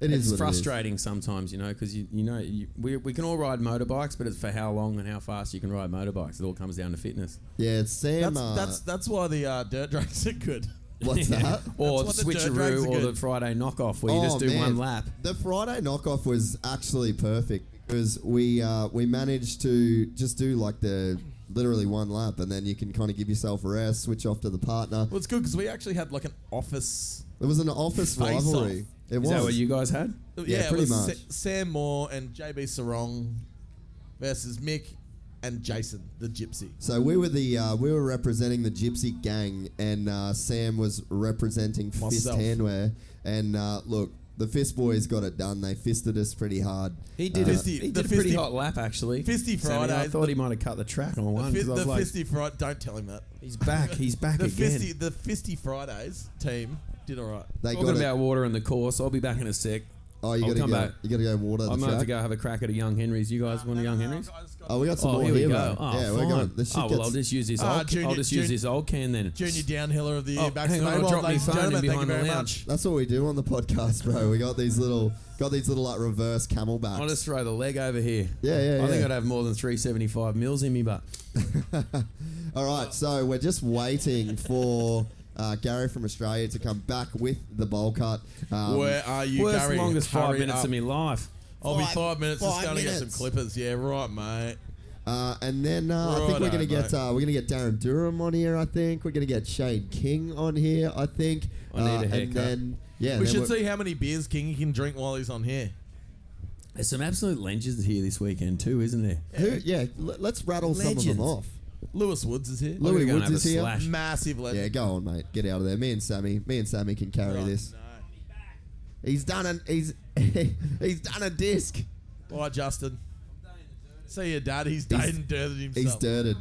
B: It is
C: it's
B: what it is.
C: frustrating sometimes, you know, because you you know you, we we can all ride motorbikes, but it's for how long and how fast you can ride motorbikes. It all comes down to fitness.
B: Yeah, it's Sam.
D: That's
B: uh,
D: that's that's why the uh, dirt drags are good.
B: what's that? Oh,
C: Or the
D: That's what the dirt drags
C: switcheroo,
D: are
C: or the
D: good.
C: Friday knockoff, where you just do
B: man.
C: one lap.
B: The Friday knockoff was actually perfect because we uh, we managed to just do like the literally one lap, and then you can kind of give yourself a rest, switch off to the partner.
D: Well, it's good because we actually had like an office.
B: It was an office
D: Face
B: rivalry.
D: off.
B: It
C: Is
B: was.
C: that what you guys had?
D: Yeah,
B: pretty
D: it was
B: much.
D: Sa- Sam Moore and JB Sarong versus Mick and Jason the Gypsy.
B: so we were the uh, we were representing the Gypsy Gang, and uh, Sam was representing Fist
D: Myself.
B: Handwear. And uh, look, the Fist Boys got it done. They fisted us pretty hard.
C: did,
D: Uh,
C: a,
D: Fisty-
C: he did
D: the
C: a pretty
D: Fisty-
C: hot lap actually.
D: Fisty
C: Sammy, I
D: Fridays,
C: thought
D: the-
C: he might have cut the track on one.
D: Fi-
C: 'cause I was
D: the
C: like,
D: Fisty Friday. Don't tell him that.
C: He's back. He's back
D: The
C: again.
D: Fisty the Fisty Fridays team did all right.
B: They
C: Talking
B: got
C: about
B: it.
C: water in the course. I'll be back in a sec.
B: Oh, you
C: I'll
B: got to go.
C: come back.
B: You got to go water. the
C: I might have to
B: track.
C: go have a crack at a Young Henry's. You guys want a Young Henry's?
B: Oh, we got
C: Oh,
B: some more
C: here we
B: mate.
C: go. Oh,
B: yeah,
C: fine.
B: we're going. This shit
C: oh well, I'll
B: gets-
C: just use this.
D: Ah,
C: old,
D: junior-
C: I'll just use
D: junior-
C: this old can then.
D: Junior downhiller of the year.
C: oh,
D: back
C: hang on, I dropped my phone in behind the lounge.
B: That's what we do on the podcast, bro. We got these little, got these little like reverse camelbacks.
C: I'll just throw the leg over here.
B: Ah. Yeah, yeah,
C: I think
B: yeah.
C: I'd have more than 375 mils in me, but
B: All right, so we're just waiting for uh, Gary from Australia to come back with the bowl cut. Um,
D: Where are you,
C: worst
D: Gary?
C: longest five
D: Hurry
C: minutes
D: up.
C: of my life.
D: I'll be
B: Five-
D: five minutes.
B: five
D: Just going to get some
B: minutes.
D: clippers. Yeah, right, mate.
B: uh, and then uh, I think we're
D: Righto,
B: gonna get
D: mate.
B: uh, we're gonna get Darren Durham on here. I think we're gonna get Shane King on here. I think.
C: I need a
B: Uh, And
C: haircut.
B: then yeah,
D: we
B: then
D: should
B: we're-
D: see how many beers King can drink while he's on here.
C: There's some absolute legends here this weekend too, isn't there?
B: Who, yeah, l- let's rattle some of
C: Legends.
B: them off.
D: Lewis Woods is here.
B: Louis
C: gonna
B: Woods
C: have a
B: is here.
C: slash.
D: Massive
B: Yeah,
D: legend.
B: go on, mate. Get out of there. Me and Sammy. Me and Sammy can carry
D: Oh,
B: this.
D: no.
B: He's done an he's he's done a disc.
D: Bye, Justin. See your dad. He's
B: He's-
D: dead and dirted
B: He's
D: himself.
B: dirted.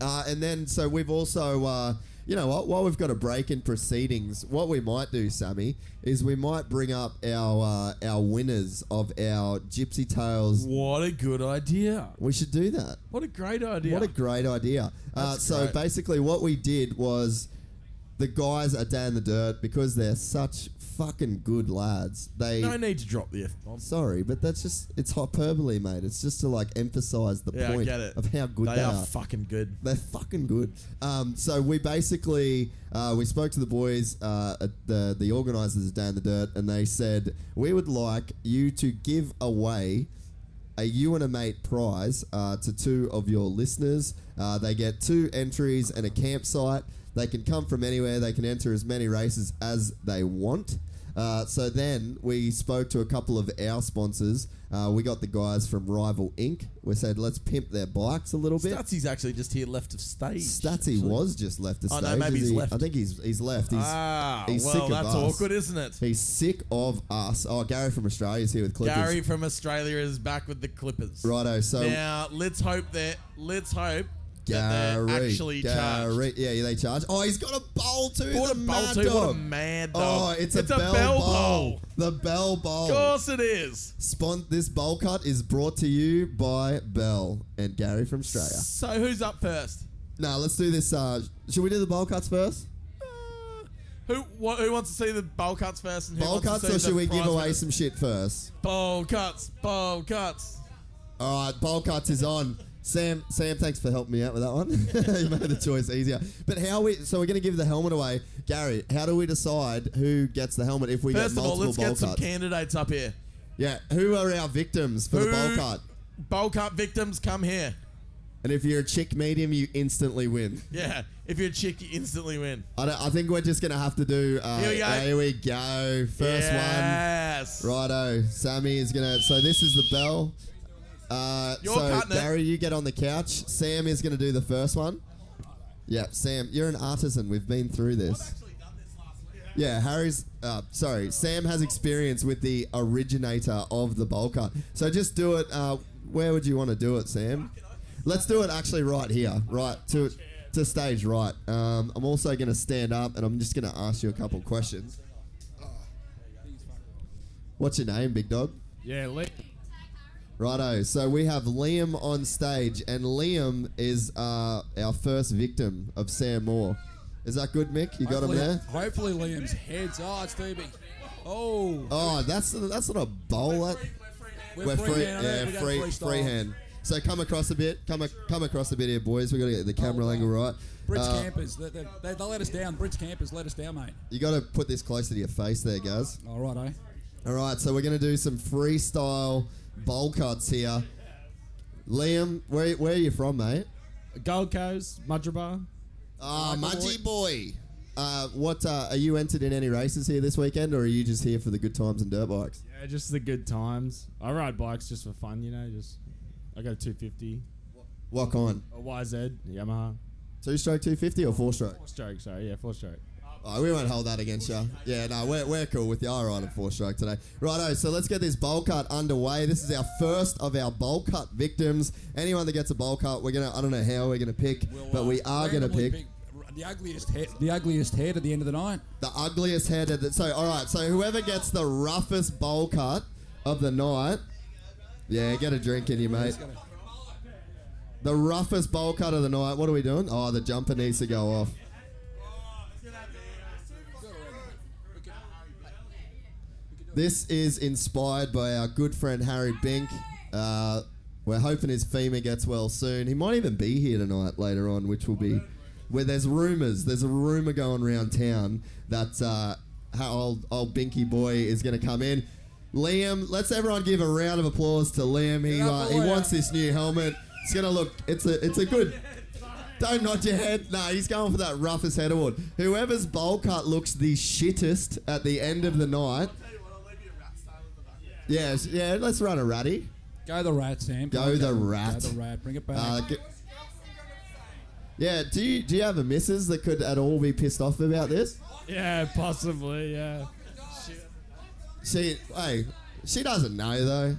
B: Uh, and then so we've also uh, you know what while we've got a break in proceedings, what we might do, Sammy, is we might bring up our uh, our winners of our Gypsy Tales.
D: What a good idea.
B: We should do that.
D: What a great idea.
B: What a great idea. Uh,
D: That's
B: so
D: great.
B: basically, what we did was the guys at Day in the Dirt, because they're such fucking good lads, they.
D: no need to drop the F bomb.
B: Sorry, but that's just, it's hyperbole, mate. It's just to like emphasize the
D: Yeah, I
B: point
D: get it.
B: of how good
D: they,
B: they,
D: are, fucking good.
B: they're fucking good. Um, so we basically uh, we spoke to the boys, uh, at the the organisers of Day in the Dirt, and they said we would like you to give away a you and a mate prize uh, to two of your listeners. Uh, they get two entries and a campsite. They can come from anywhere. They can enter as many races as they want. Uh, so then we spoke to a couple of our sponsors. Uh, we got the guys from Rival Inc. We said, let's pimp their bikes a little bit.
D: Statsy's actually just here left of stage.
B: Statsy was just left the
D: Oh,
B: stage.
D: no, maybe
B: Is
D: he's
B: he-
D: left.
B: I think he's he's left. He's,
D: Ah,
B: he's
D: well,
B: sick of
D: that's
B: us.
D: awkward, isn't it?
B: He's sick of us. Oh, Gary from Australia is here with Clippers.
D: Gary from Australia is back with the Clippers.
B: Righto. So
D: Now let's hope that let's hope that
B: Gary,
D: they're actually
B: Gary,
D: charged.
B: yeah, they charge. Oh, he's got a bowl too.
D: What
B: the
D: a bowl
B: mad
D: too, what a
B: dog.
D: mad
B: Oh,
D: dog.
B: it's, a, bell, bowl. The bell bowl.
D: Of course it is.
B: Spon- this bowl cut is brought to you by Bell and Gary from Australia.
D: So who's up first?
B: Now let's do this. Uh, should we do the bowl cuts first?
D: Who wha who wants to see the bowl cuts first? And who
B: Bowl
D: wants
B: cuts,
D: to see
B: or
D: the
B: should we give
D: prize
B: away
D: winners?
B: some shit first?
D: bowl cuts? Bowl cuts.
B: All right, bowl cuts is on. Sam, Sam, thanks for helping me out with that one. you made the choice easier. But how we? So we're going to give the helmet away, Gary. How do we decide who gets the helmet if we
D: First
B: get
D: of all,
B: multiple
D: let's
B: bowl
D: get some
B: cuts?
D: candidates up here.
B: yeah, who are our victims for the bowl
D: Who-
B: cut?
D: Bowl cut victims, come here.
B: And if you're a chick medium, you instantly win.
D: Yeah, if you're a chick, you instantly win.
B: I, don't, I think we're just going to have to do. Uh,
D: Here we go.
B: Here we go. First
D: yes.
B: one. Righto. Sammy is going to. So this is the bell. Uh,
D: You're
B: so
D: cutting it.
B: Gary, you get on the couch. Sam is going to do the first one. Yeah, Sam, you're an artisan. We've been through this. Yeah, Harry's. Uh, sorry, Sam has experience with the originator of the bowl cut. So just do it. Uh, where would you want to do it, Sam? Let's do it actually right here, right to to stage right. Um, I'm also going to stand up and I'm just going to ask you a couple questions. What's your name, big dog?
E: Yeah, Lee.
B: Righto. So we have Liam on stage, and Liam is uh, our first victim of Sam Moore. Is that good, Mick? You got him
E: hopefully,
B: there.
E: Hopefully Liam's heads. Oh, it's too big. Oh.
B: Oh, that's that's not a bowl. That we're free,
E: hand,
B: yeah,
E: we got
B: free,
E: freestyle.
B: free hand. So come across a bit, come a, come across a bit here, boys. We got to get the camera angle right.
E: Bridge
B: Uh,
E: campers, they, they, they, they let us down. Bridge campers let us down, mate.
B: you got to put this closer to your face, there, guys.
E: All right, eh?
B: All right, so we're gonna do some freestyle bowl cuts here. Liam, where where are you from, mate?
E: Gold Coast, Mudrabar.
B: Ah, Mudgy boy. Uh, what uh, are you entered in any races here this weekend, or are you just here for the good times and dirt bikes?
F: Yeah, just the good times. I ride bikes just for fun, you know. Just I go 250,
B: What kind?
F: a YZ, Yamaha,
B: Two stroke, two fifty, or four stroke?
F: four stroke. Sorry, yeah, four stroke.
B: Oh, we won't hold that against you. Yeah, no, we're, we're cool with you. All right, a four stroke today. Righto, so let's get this bowl cut underway. This is our first of our bowl cut victims. Anyone that gets a bowl cut, we're gonna. I don't know how we're gonna pick, but we are gonna
E: uh, randomly
B: pick,
E: the ugliest head. The ugliest head at the end of the night.
B: the ugliest head. Of the, so, all right, so whoever gets the roughest bowl cut of the night, yeah, get a drink in you, mate. The roughest bowl cut of the night. What are we doing? Oh, the jumper needs to go off. This is inspired by our good friend Harry Bink. Uh, we're hoping his femur gets well soon. He might even be here tonight later on, which will be where there's rumours. There's a rumour going around town that uh, how old old Binky boy is going to come in. Liam, let's everyone give a round of applause to Liam. He
E: Get up
B: uh,
E: for
B: he
E: Liam.
B: wants this new helmet. It's gonna look. It's a it's a good. Don't nod your head. Nah, he's going for that roughest head award. Whoever's bowl cut looks the shittest at the end of the night. Yes, yeah, let's run a ratty.
E: Go the rat, Sam.
B: Go
E: Come
B: the
E: on, Go
B: rat.
E: Go the rat. Bring it back.
B: Uh, g- yeah, do you do you have a missus that could at all be pissed off about this?
F: Yeah, possibly. Yeah.
B: She hey, she doesn't know though.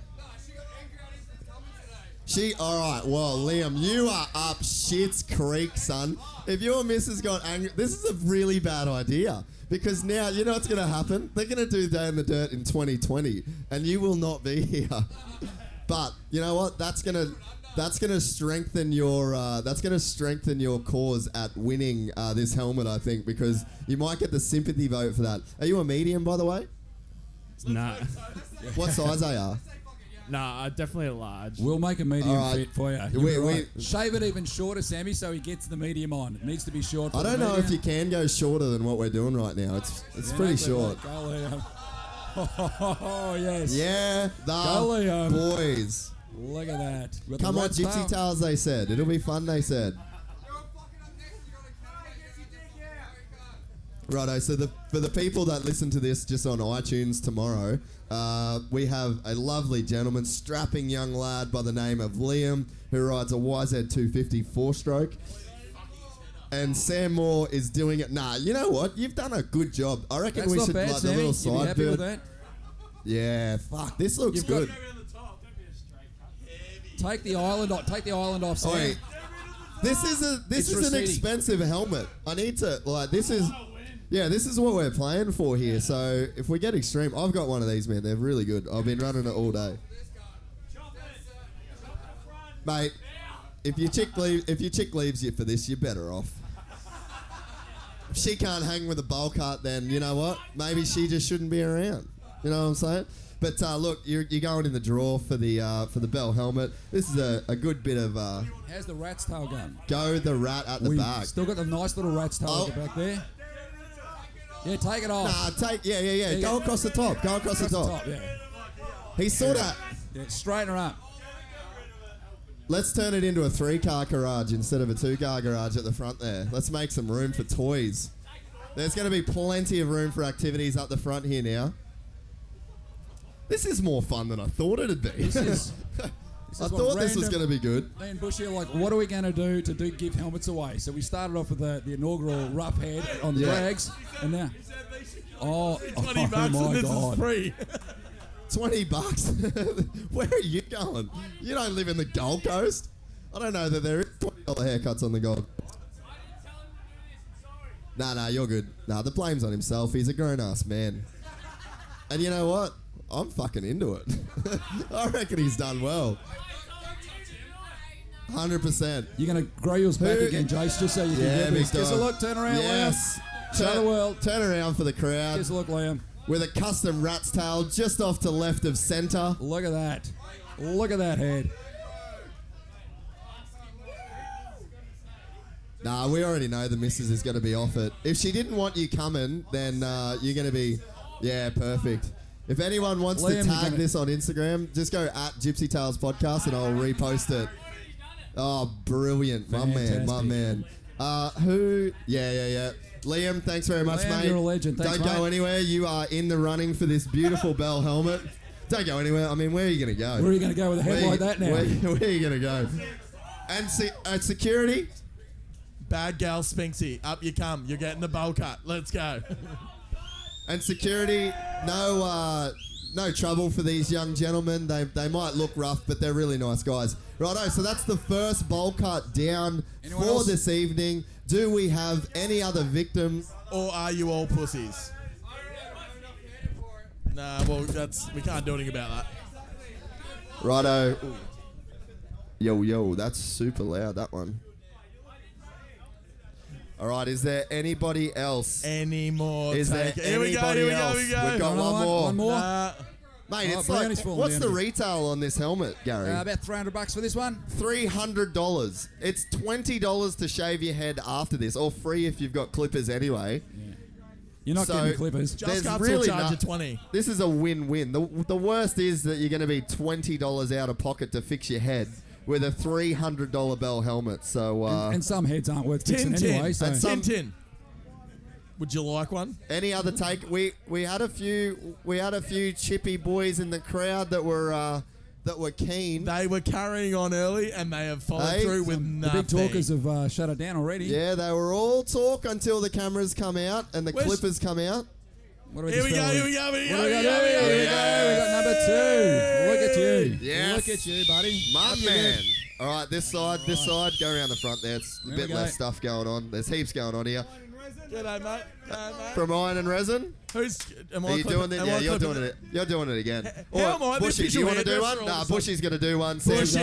B: She all right. Well, Liam, you are up shit's creek, son. If your missus got angry, this is a really bad idea because now you know what's going to happen. They're going to do day in the dirt in 2020, and you will not be here. But you know what? That's gonna that's gonna strengthen your uh, that's gonna strengthen your cause at winning uh, this helmet, I think, because you might get the sympathy vote for that. Are you a medium, by the way?
F: Nah,
B: Uh, What size are you?
F: nah, uh, definitely a large.
E: we'll make a medium
B: All right.
E: fit for you. You'll
B: We-
E: be right.
B: we-
E: Shave it even shorter, Sammy, so he gets the medium on. It needs to be short. For
B: I
E: the
B: don't know
E: medium.
B: if you can go shorter than what we're doing right now. It's it's pretty short.
E: Go, Liam. Oh, yes.
B: Yeah,
E: Go,
B: the
E: Liam.
B: boys.
E: Look at that. We've got the
B: Come on,
E: red
B: Gypsy
E: tail.
B: Tales, they said. It'll be fun, they said. Righto. So the, for the people that listen to this just on iTunes tomorrow, uh, we have a lovely gentleman, strapping young lad by the name of Liam, who rides a YZ250 four-stroke. And Sam Moore is doing it. Nah, you know what? You've done a good job. I reckon
E: That's
B: we
E: not
B: should
E: bad,
B: like
E: Sammy.
B: the little
E: You be
B: side
E: happy with
B: build.
E: that?
B: Yeah. Fuck. This looks
E: You've got-
B: good.
E: Take the island off. Take the island off, Sam.
B: Oi. This is a this
E: It's
B: is an
E: receding.
B: expensive helmet. I need to like this is yeah, this is what we're playing for here. So if we get extreme, I've got one of these, man. They're really good. I've been running it all day, mate. If your chick leave, if your chick leaves you for this, you're better off. If she can't hang with a bowl cut, then you know what? Maybe she just shouldn't be around. You know what I'm saying? But uh, look, you're, you're going in the draw for the uh, for the bell helmet. This is a, a good bit of uh,
E: How's the rat's tail going?
B: go the rat at the
E: We've
B: back.
E: still got the nice little rat's tail
B: Oh.
E: at the Oh. back there. Yeah, take it off.
B: Nah, take yeah, yeah, yeah.
E: Yeah,
B: go
E: yeah.
B: across the top. Go across, the top.
E: Top, yeah.
B: He's sort of.
E: yeah. Straighten her up.
B: Let's turn it into a three-car garage instead of a two-car garage at the front there. Let's make some room for toys. There's going to be plenty of room for activities up the front here now. This is more fun than I thought it'd be.
E: is- This
B: I
E: is what
B: thought this was
E: random-
B: going to be good.
E: Me and Bushy are like, what are we going to do to do give helmets away? So we started off with the, the inaugural rough head on the
B: Yeah.
E: rags, and now, oh, oh
D: 20 bucks
E: my
D: and this
E: god,
D: is free.
B: Twenty bucks. Where are you going? You don't live in the Gold Coast. I don't know that there is twenty-dollar haircuts on the Gold. Nah, nah, you're good. Nah, the blame's on himself. He's a grown-ass man. And you know what? I'm fucking into it. I reckon he's done well. Hundred percent.
E: you're going to grow yours back
B: Who-
E: again, Jace, just so you can
B: Yeah,
E: get
B: big
E: this. Give us a
B: dog.
E: look, turn around,
B: Yes.
E: Liam. Show the world.
B: Turn around for the crowd
E: Give us a look, Liam.
B: with a custom rat's tail just off to left of centre.
E: Look at that. Look at that head.
B: Nah, we already know the missus is going to be off it. If she didn't want you coming, then uh, you're going to be, yeah, perfect. If anyone wants
E: Liam,
B: to
E: you're
B: tag
E: gonna-
B: this on Instagram, just go at Gypsy Tales Podcast and I'll repost it. Oh, brilliant. My man, my
E: Fantastic.
B: man. Uh, who? Yeah, yeah, yeah. Liam, thanks very much,
E: Liam,
B: mate.
E: you're a legend. Thanks,
B: Don't go
E: mate.
B: anywhere. You are in the running for this beautiful bell helmet. Don't go anywhere. I mean, where are you going to go?
E: Where are you going to go with a head
B: Where
E: like that now?
B: Where, where are you going to go? And se- uh, security,
D: Bad gal Spinksy, up you come. You're getting the bowl cut. Let's go.
B: And security, no, uh, no trouble for these young gentlemen. They, they might look rough, but they're really nice guys. Righto, so that's the first bowl cut down
E: Anyone
B: for
E: else?
B: this evening. Do we have any other victims?
D: Or are you all pussies? Nah, well, that's we can't do anything about that.
B: Righto. Yo, yo, that's super loud, that one. All right, is there anybody else?
D: Any more?
B: Is there
D: take- here we go. Here we go.
B: anybody
D: Here we go.
B: else? We've got
E: Another
B: one
E: one?
B: more.
E: One more?
D: Nah,
B: Mate,
E: Oh,
B: it's like,
E: Brownie's fallen
B: what's
E: down
B: the
E: here.
B: retail on this helmet, Gary?
E: Uh, about 300 bucks for this one.
B: Three hundred dollars. It's twenty dollars to shave your head after this, or free if you've got clippers anyway.
E: You're not
B: So-
E: getting clippers.
B: Ju- There's
D: just up
B: really
D: really charge
B: no-
D: of twenty.
B: This is a win-win. The, the worst is that you're going to be twenty dollars out of pocket to fix your head with a three hundred dollar bell helmet. So uh,
E: and some heads aren't worth fixing
D: Tin tin.
E: anyway. So.
B: And some-
D: Tin tin. Would you like one?
B: any other take? We we had a few we had a few chippy boys in the crowd that were uh, that were keen.
D: They were carrying on early, and they have followed
B: Hey,
D: through with
E: the
D: nothing.
E: big talkers have uh, shut it down already.
B: yeah, they were all talk until the cameras come out and the
D: Where's-
B: clippers come out.
E: What about
D: Here
E: this
D: we go,
E: fella?
D: here we go, here we
E: What
D: go,
E: do we
D: here
E: got?
D: we go,
E: Here we
D: here we
E: go. We got number two. Look at you.
B: Yes.
E: Look at you, buddy.
B: My
E: Up your
B: man.
E: head.
B: All right, this side, this side, go around the front there. It's a
E: There
B: bit
E: we go.
B: less stuff going on. There's heaps going on here.
D: G'day, mate. G'day, mate.
B: From Iron and Resin,
D: Who's? Am
B: are you doing it?
D: am
B: Yeah,
D: I
B: you're
D: clipping
B: doing it. You're doing it again.
D: How
B: All
D: am I the
B: Bushy, do
D: official
B: you want to do
D: hairdresser
B: one?
D: all of
B: Nah,
D: a sudden?
B: Bushy's going to do one. Sam,
D: Bushy.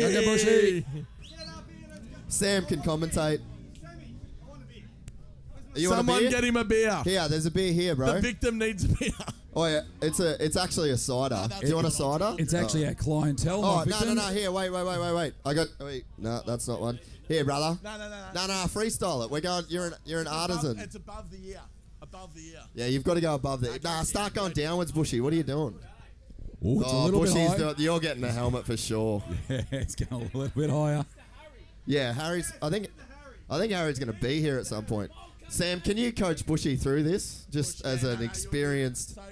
E: Go get Bushy.
B: Sam can commentate. Are you want a
D: Someone
B: beer?
D: get him a beer.
B: Here, there's a beer here,
D: The
B: bro.
D: victim needs a beer.
B: Oh yeah, it's a, it's actually a cider. do you want a cider?
E: It's actually a clientele.
B: Oh,
E: my
B: no, no,
E: victim.
B: no. Here, wait, wait, wait, wait, wait. I got. Wait, no, that's not one. Here, brother.
D: No, no, no, no.
B: No, no. Freestyle it. We're going. You're an, you're an artisan.
D: It's above the ear. Above the ear.
B: Yeah, you've got to go above that. Nah, start going downwards, Bushy. What are you doing? Oh,
E: Ooh, it's a little bit high.
B: doing, you're getting the helmet for sure.
E: it's going a little bit higher.
B: Yeah, Harry's. I think, I think Harry's going to be here at some point. Sam, can you coach Bushy through this, just as an experienced?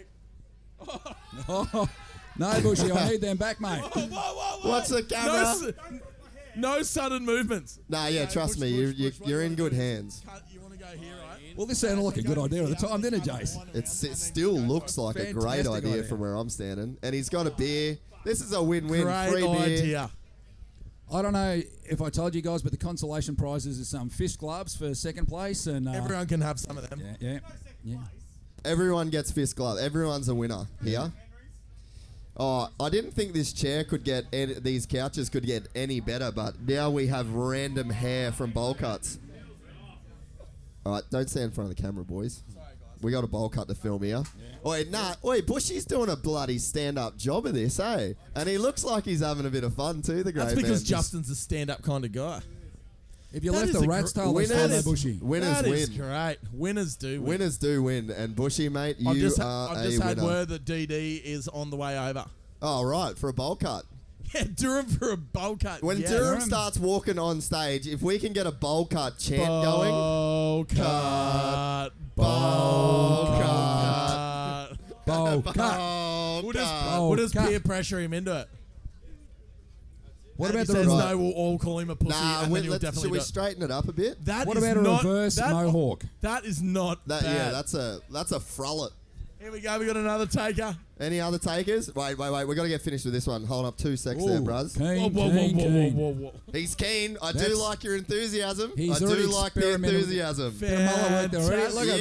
E: No, Bushy, I need them back, mate.
B: What's the
D: No,
B: camera?
D: s- no sudden movements.
B: Nah, yeah, trust
D: push,
B: me, you,
D: push,
B: you,
D: push. What
B: you're
D: do
B: in
D: I
B: good
D: do?
B: hands.
D: Cut, you want to go here, right?
E: Well, this sounded like a good idea at the time, didn't it, Jace?
B: It's, it still looks like a great
E: Fantastic
B: idea,
E: idea.
B: from where I'm standing, and he's got a beer. This is a win-win.
D: Great
B: Free beer.
D: idea.
E: I don't know if I told you guys, but the consolation prizes is some fish gloves for second place, and uh,
D: Everyone can have some of them.
E: yeah, yeah, yeah.
B: Everyone gets fist glove. Everyone's a winner here. Oh, I didn't think this chair could get any, these couches could get any better, but now we have random hair from bowl cuts. All right, don't stand in front of the camera, boys. We got a bowl cut to film here. Oi, nah, oi, Bushy's doing a bloody stand-up job of this, eh? And he looks like he's having a bit of fun too. The great
D: That's because
B: man.
D: Justin's a stand-up kind of guy.
E: If you
D: That
E: left
D: is
E: the
D: a
E: rat's
D: gr-
E: tail, they
B: winners,
E: follow Bushy.
B: winners
D: That is
B: win.
D: great. Winners do win.
B: Winners do win, and Bushy, mate, you
D: I've just,
B: are
D: I've just
B: a
D: had
B: winner.
D: word that DD is on the way over.
B: Oh, right, for a bowl cut.
D: Yeah, Durham for a bowl cut.
B: When
D: yeah.
B: Durham starts walking on stage, if we can get a bowl cut chant going,
D: Bowl cut.
B: bowl cut,
D: cut.
E: Bowl cut.
B: bowl
D: We'll just,
E: Bowl
D: we'll just
E: cut.
D: peer pressure him into it.
E: What
D: And
E: about
D: if he
E: the
D: says
E: remote?
D: no, we'll all call him a pussy,
B: Nah,
D: and
B: we,
D: then he'll
B: let's,
D: definitely
B: should we
D: do it.
B: straight it up a bit?
D: That
E: What
D: is
E: about a
D: not-
E: reverse
D: that-
E: mohawk?
D: That is not
B: That-
D: bad.
B: yeah, that's a that's a frolic.
D: Here we go. We got another taker.
B: Any other takers? Wait, wait, wait. We gotta get finished with this one. Hold up, two secs there,
E: Ooh,
B: bros.
E: Keen,
D: Whoa, whoa, whoa,
E: keen,
D: whoa, whoa,
E: keen.
D: whoa, whoa.
B: He's keen. I do
E: That's-
B: like your enthusiasm.
E: He's
B: I do
E: already
B: like the
E: experimental-
B: enthusiasm.
E: Bit of mullet work there already. Look at that.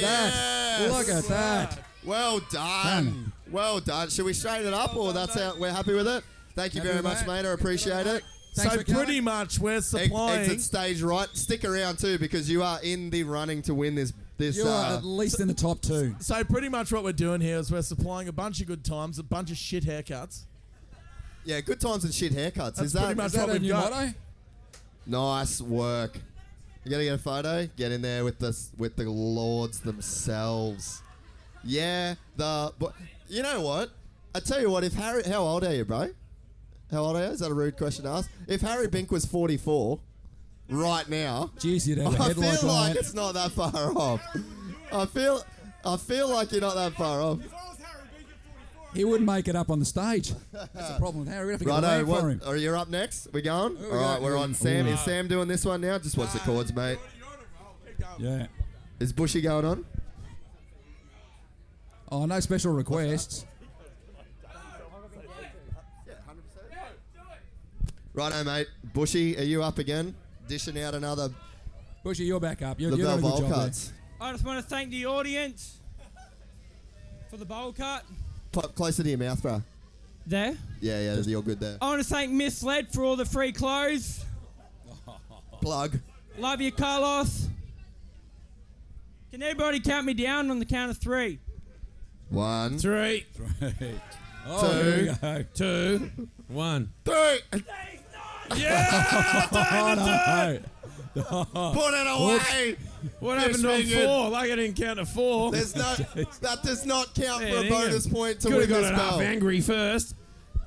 B: Yes.
E: Look at that.
B: Well done. Well done. Should we straighten it up, or that's how we're happy with it? Thank you
E: Happy
B: very
E: with
B: much,
E: that.
B: mate. I appreciate it.
E: Thanks
D: so
E: for coming.
D: pretty much we're
B: Ex-
D: supplying.
B: exit stage right. Stick around too because you are in the running to win this. This
E: You are
B: uh,
E: at least in the top two.
D: so pretty much what we're doing here is we're supplying a bunch of good times, a bunch of shit haircuts.
B: yeah, good times and shit haircuts.
D: That's
B: Is that
D: pretty much
E: Is that
D: what
E: a
D: we've
E: new
D: got.
E: motto?
B: nice work? You gotta get a photo. Get in there with the with the lords themselves. Yeah, the but you know what? I tell you what. If Harry, how old are you, bro? How old are you? Is that a rude question to ask? If Harry Bink was forty four, right now,
E: Jeez, you'd have a
B: I
E: head
B: feel
E: like
B: like,
E: that.
B: it's not that far off. I feel, I feel like you're not that far off.
E: He wouldn't make it up on the stage. That's the problem with Harry. We'd have to get a
B: Righto,
E: man for him.
B: what, are you up next? We going?
E: we
B: All right,
E: got?
B: we're on Sam.
E: Ooh.
B: Is Sam doing this one now? Just watch the chords, mate.
E: Yeah.
B: Is Bushy going on?
E: Oh, no special requests.
B: Righto, mate. Bushy, are you up again? Dishing out another
E: Bushy, you're back up. You're, you're
B: Lavelle
E: doing a good
B: bowl
E: job there.
B: cuts.
G: I just want to thank the audience for the bowl cut.
B: Pop closer to your mouth, bro.
G: There.
B: Yeah, yeah, you're good there.
G: I want to thank Miss Led for all the free clothes.
B: Plug.
G: Love you, Carlos. Can everybody count me down on the count of three?
B: One, two,
F: Three,
E: Oh, here we go.
F: two, one.
B: three.
E: Oh, no.
B: Put it away.
F: What
B: Yes,
F: happened on
B: very good.
F: four? Like I didn't count to four.
B: There's no. That does not count
F: Yeah,
B: for a
F: there you
B: bonus
F: go.
B: point to
F: Could
B: win
F: have got
B: this
F: it half
B: bell.
F: angry first.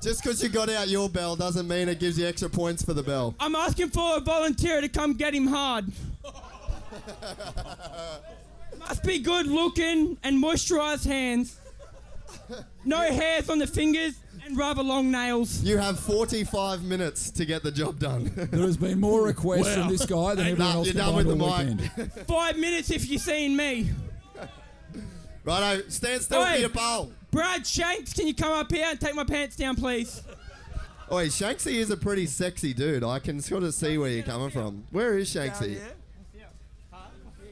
B: Just because you got out your bell doesn't mean it gives you extra points for the bell.
G: I'm asking for a volunteer to come get him hard. Must be good looking and moisturized hands. No hairs on the fingers and rather long nails.
B: You have 45 minutes to get the job done.
E: There has been more requests from
F: Wow.
E: this guy than everyone
B: nah,
E: else
B: you're done
E: combined
B: with
E: all
B: the mic.
E: weekend.
G: Five minutes if you've seen me.
B: Righto, stand still for
G: Oi.
B: your bowl.
G: Brad Shanks, can you come up here and take my pants down, please?
B: Oi, Shanksy is a pretty sexy dude. I can sort of see where you're coming from. Where is Shanksy?